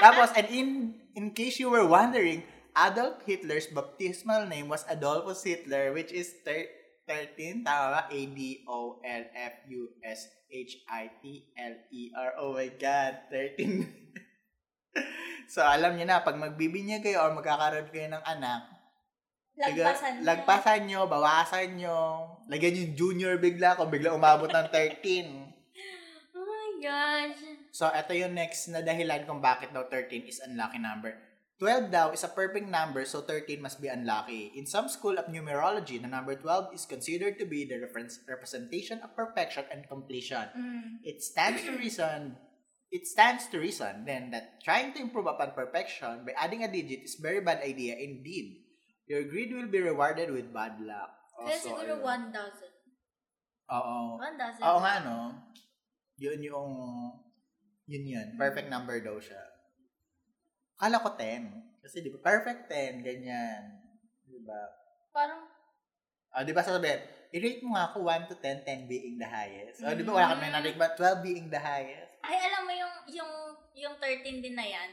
S2: Tapos, and in, in case you were wondering, Adolf Hitler's baptismal name was Adolphus Hitler, which is thir- 13, tama ba? A-D-O-L-F-U-S-H-I-T-L-E-R. Oh my God, 13. so, alam niyo na, pag magbibinyag kayo or magkakaroon kayo ng anak, Sige,
S1: Lagpasan niya.
S2: Lagpasan nyo, bawasan nyo. Lagyan yung junior bigla kung bigla umabot ng 13.
S1: Oh my gosh.
S2: So, ito yung next na dahilan kung bakit daw 13 is unlucky number. 12 daw is a perfect number, so 13 must be unlucky. In some school of numerology, the number 12 is considered to be the reference representation of perfection and completion.
S1: Mm.
S2: It stands to reason it stands to reason then that trying to improve upon perfection by adding a digit is very bad idea indeed. Your greed will be rewarded with bad luck.
S1: Kaya
S2: Also,
S1: siguro
S2: ayun.
S1: 1,000.
S2: Oo.
S1: 1,000.
S2: Oo nga, no? Yun yung... Yun yun. Perfect number daw siya. Kala ko 10. Kasi di ba, perfect 10, ganyan. Di ba?
S1: Parang,
S2: Ah, di ba sasabihin, i-rate mo nga ako 1 to 10, 10 being the highest. O, di ba
S1: Mm.
S2: wala kang may narig ba? 12 being the highest.
S1: ay alam mo yung, yung, yung 13 din na yan,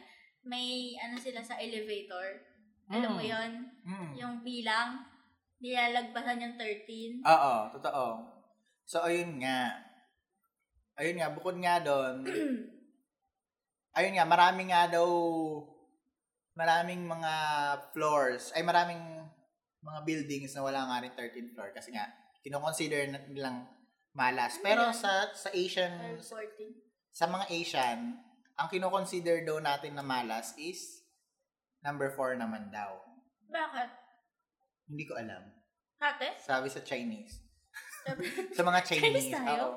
S1: may ano sila sa elevator. Alam mo
S2: Mm.
S1: yon
S2: Mm.
S1: Yung bilang, nilalagpasan yung 13.
S2: Oo, totoo. So, ayun nga. Ayun nga, bukod nga doon, ayun nga, marami nga daw, maraming mga floors, ay maraming mga buildings na wala nga rin 13th floor kasi nga, kinoconsider na nilang malas. Pero sa sa Asian,
S1: Or 14.
S2: sa mga Asian, ang kinoconsider daw natin na malas is number 4 naman daw.
S1: Bakit?
S2: Hindi ko alam.
S1: Ate?
S2: Sabi sa Chinese.
S1: Sabi-
S2: Sa mga Chinese.
S1: Chinese tayo?
S2: oo.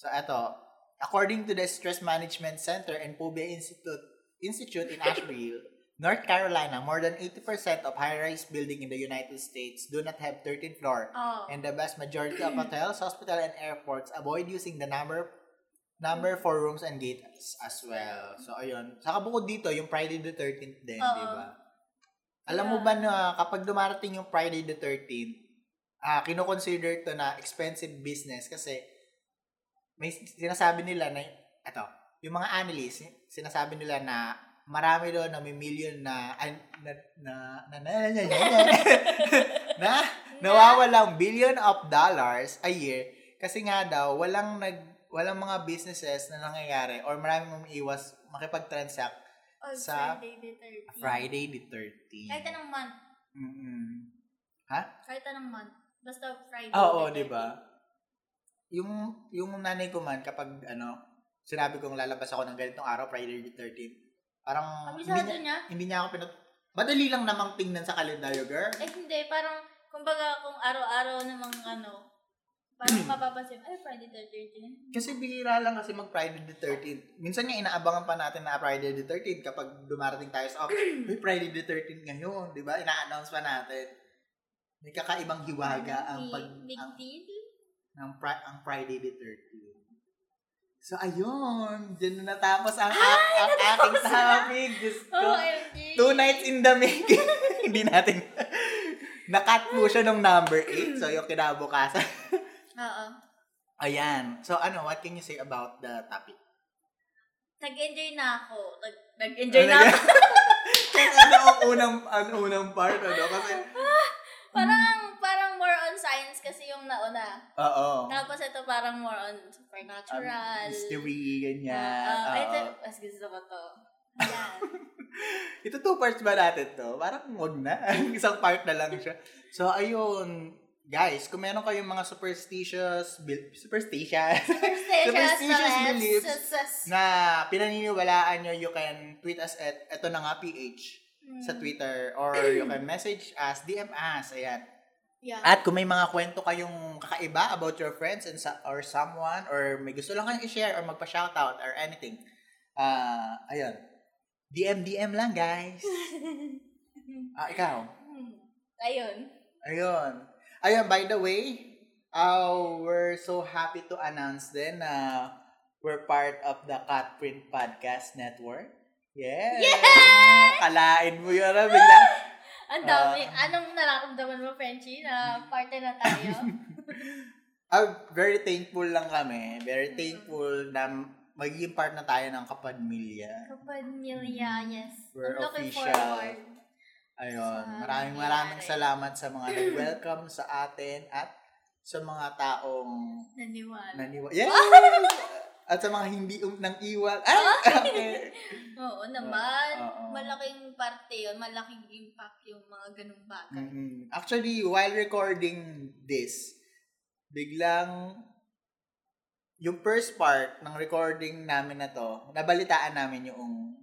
S2: So, eto. According to the Stress Management Center and Pubia Institute, Institute in Asheville, North Carolina, more than 80% of high-rise building in the United States do not have 13 floor.
S1: Oh.
S2: And the vast majority of hotels, hospital, and airports avoid using the number number for rooms and gates as well. So, ayun. Saka bukod dito, yung Friday the 13th din,
S1: Oo.
S2: di ba? Alam mo ba na kapag dumarating yung Friday the 13th, ah kinoconsider to na expensive business kasi may sinasabi nila na, eto, yung mga analysts, sinasabi nila na marami doon na may million na, ay, na, na, na, na, na, na, na, na, nawawalang billion of dollars a year kasi nga daw, walang nag, walang mga businesses na nangyayari or maraming umiiwas makipag-transact
S1: On
S2: sa
S1: Friday the
S2: Friday the
S1: 13. Mm.
S2: 13th.
S1: Kahit anong month.
S2: Mm-mm.
S1: Kahit anong month. Basta Friday
S2: Oo,
S1: the
S2: di ba? Yung, yung nanay ko man, kapag ano, sinabi kong lalabas ako ng ganitong araw, Friday the 13th, parang
S1: 13.
S2: hindi
S1: Kabisado
S2: niya,
S1: niya?
S2: hindi niya ako pinat... Madali lang namang tingnan sa kalendaryo, girl.
S1: Eh hindi, parang kumbaga kung araw-araw namang ano, Parang mapapansin, ay, Friday the 13th.
S2: Kasi bihira lang kasi mag Friday the 13th. Minsan nga inaabangan pa natin na Friday the 13th kapag dumarating tayo sa, oh, may Friday the 13th ngayon, di ba? Ina-announce pa natin. May kakaibang
S1: Mm,
S2: hiwaga ang pag
S1: Big- Big
S2: ang,
S1: deal?
S2: ang, Fri- ang Friday the 13th. So, ayun. Diyan na natapos ang, ang ating
S1: natapos na. eh.
S2: topic. Diyos ko.
S1: Oh, OMG!
S2: Two nights in the making. Hindi natin. Nakat po siya nung number 8. So, yung kinabukasan.
S1: Oo.
S2: Ayan. So, ano, what can you say about the topic?
S1: Nag-enjoy na ako. Nag- Nag-enjoy na ako.
S2: Kasi ano ang unang, ang unang part, ano? Kasi,
S1: parang, parang more on science kasi yung nauna.
S2: oo.
S1: Tapos ito parang more on
S2: Um,
S1: supernatural.
S2: Mystery, ganyan.
S1: Ah, ah, ito,
S2: Oo.
S1: mas gusto ko to. Ayan.
S2: Ito two parts ba natin to? Parang wag na. Isang part na lang siya. So, ayun. Guys, kung meron kayong mga superstitious, bil- superstitious, Superstitious
S1: Superstitious
S2: beliefs.
S1: beliefs. Sus-
S2: na pinaniniwalaan nyo, you can tweet us at, eto na nga, PH,
S1: Hmm.
S2: sa Twitter. Or you can message us, DM us, ayan.
S1: Yeah.
S2: At kung may mga kwento kayong kakaiba about your friends and sa- or someone or may gusto lang kayong i-share or magpa-shoutout or anything, ah ayun. DM, DM lang, guys. Ah, ikaw.
S1: Hmm. Ayun.
S2: Ayun. Ayun, by the way, uh, we're so happy to announce din na we're part of the Catprint Podcast Network. Yes!
S1: Yes!
S2: Kalain mo yun, ah, bigla.
S1: Ang dami.
S2: Ah.
S1: Anong nararamdaman mo, Frenchie, na parte na tayo?
S2: Ah, very thankful lang kami. Very thankful na magiging part na tayo ng kapamilya.
S1: Kapamilya, yes.
S2: We're
S1: I'm looking
S2: official.
S1: forward.
S2: Ayun.
S1: Sa
S2: Maraming maraming
S1: nangyari.
S2: salamat sa mga nag-welcome sa atin at sa mga taong
S1: Naniwala.
S2: naniwa. Yes! At sa mga hindi um, nang iwan. Ay! Okay.
S1: Oo naman.
S2: Oo.
S1: Malaking parte yun. Malaking impact yung mga ganung bagay.
S2: Mhm. Actually, while recording this, biglang yung first part ng recording namin na to, nabalitaan namin yung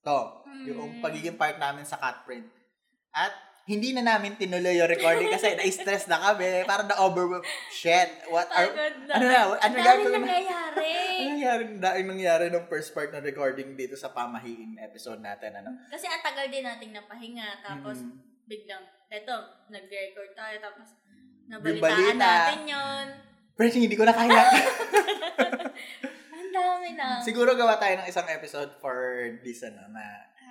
S2: to, yung
S1: Mm.
S2: pagiging part namin sa Catprint. At hindi na namin tinuloy yung recording kasi na-stress na kami. Parang na-overwhelm. Shit, what are...
S1: Pagod na.
S2: Ano na? Ano
S1: Ang dami
S2: gagawin na?
S1: nangyayari.
S2: Ano nangyari, daing nangyari ng first part ng recording dito sa pamahiin episode natin, ano?
S1: Kasi ang tagal din nating napahinga. Tapos
S2: Mhm.
S1: biglang, eto, nag-record tayo. Tapos
S2: balita.
S1: nabalitaan natin yun.
S2: Pero hindi ko na kaya.
S1: Ang dami na.
S2: Siguro gawa tayo ng isang episode for this ano na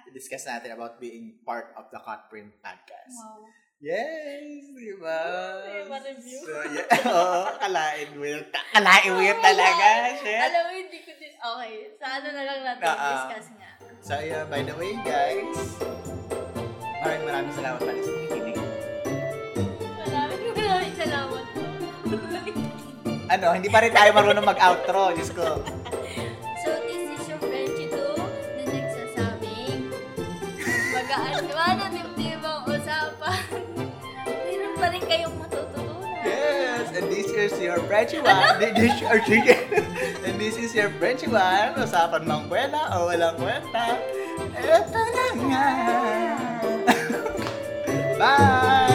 S2: discuss natin about being part of the Cutprint podcast.
S1: Wow.
S2: Yes! Di ba?
S1: Ay, ma-review.
S2: So, ya. Oh, yeah. Oo, kalain mo yun. Kalain mo yun
S1: Oh my
S2: talaga.
S1: God.
S2: Shit. Ah,
S1: Alam mo, hindi ko din. Okay. Sa ano na lang natin
S2: Oo.
S1: discuss nga.
S2: So, yeah, by the way, guys. Maraming maraming salamat pala sa pakikinig.
S1: Maraming maraming salamat po.
S2: Ano, hindi pa rin tayo marunong mag-outro. Diyos ko.
S1: So, this is your friend Chito na nagsasabing magaan gawa ng timtimang usapan. Meron pa rin kayong matututunan.
S2: Yes! And this is your Frenchie one. This is your chicken. And this is your Frenchie one. Usapan ng kwela o walang kwenta. Ito na nga. Bye!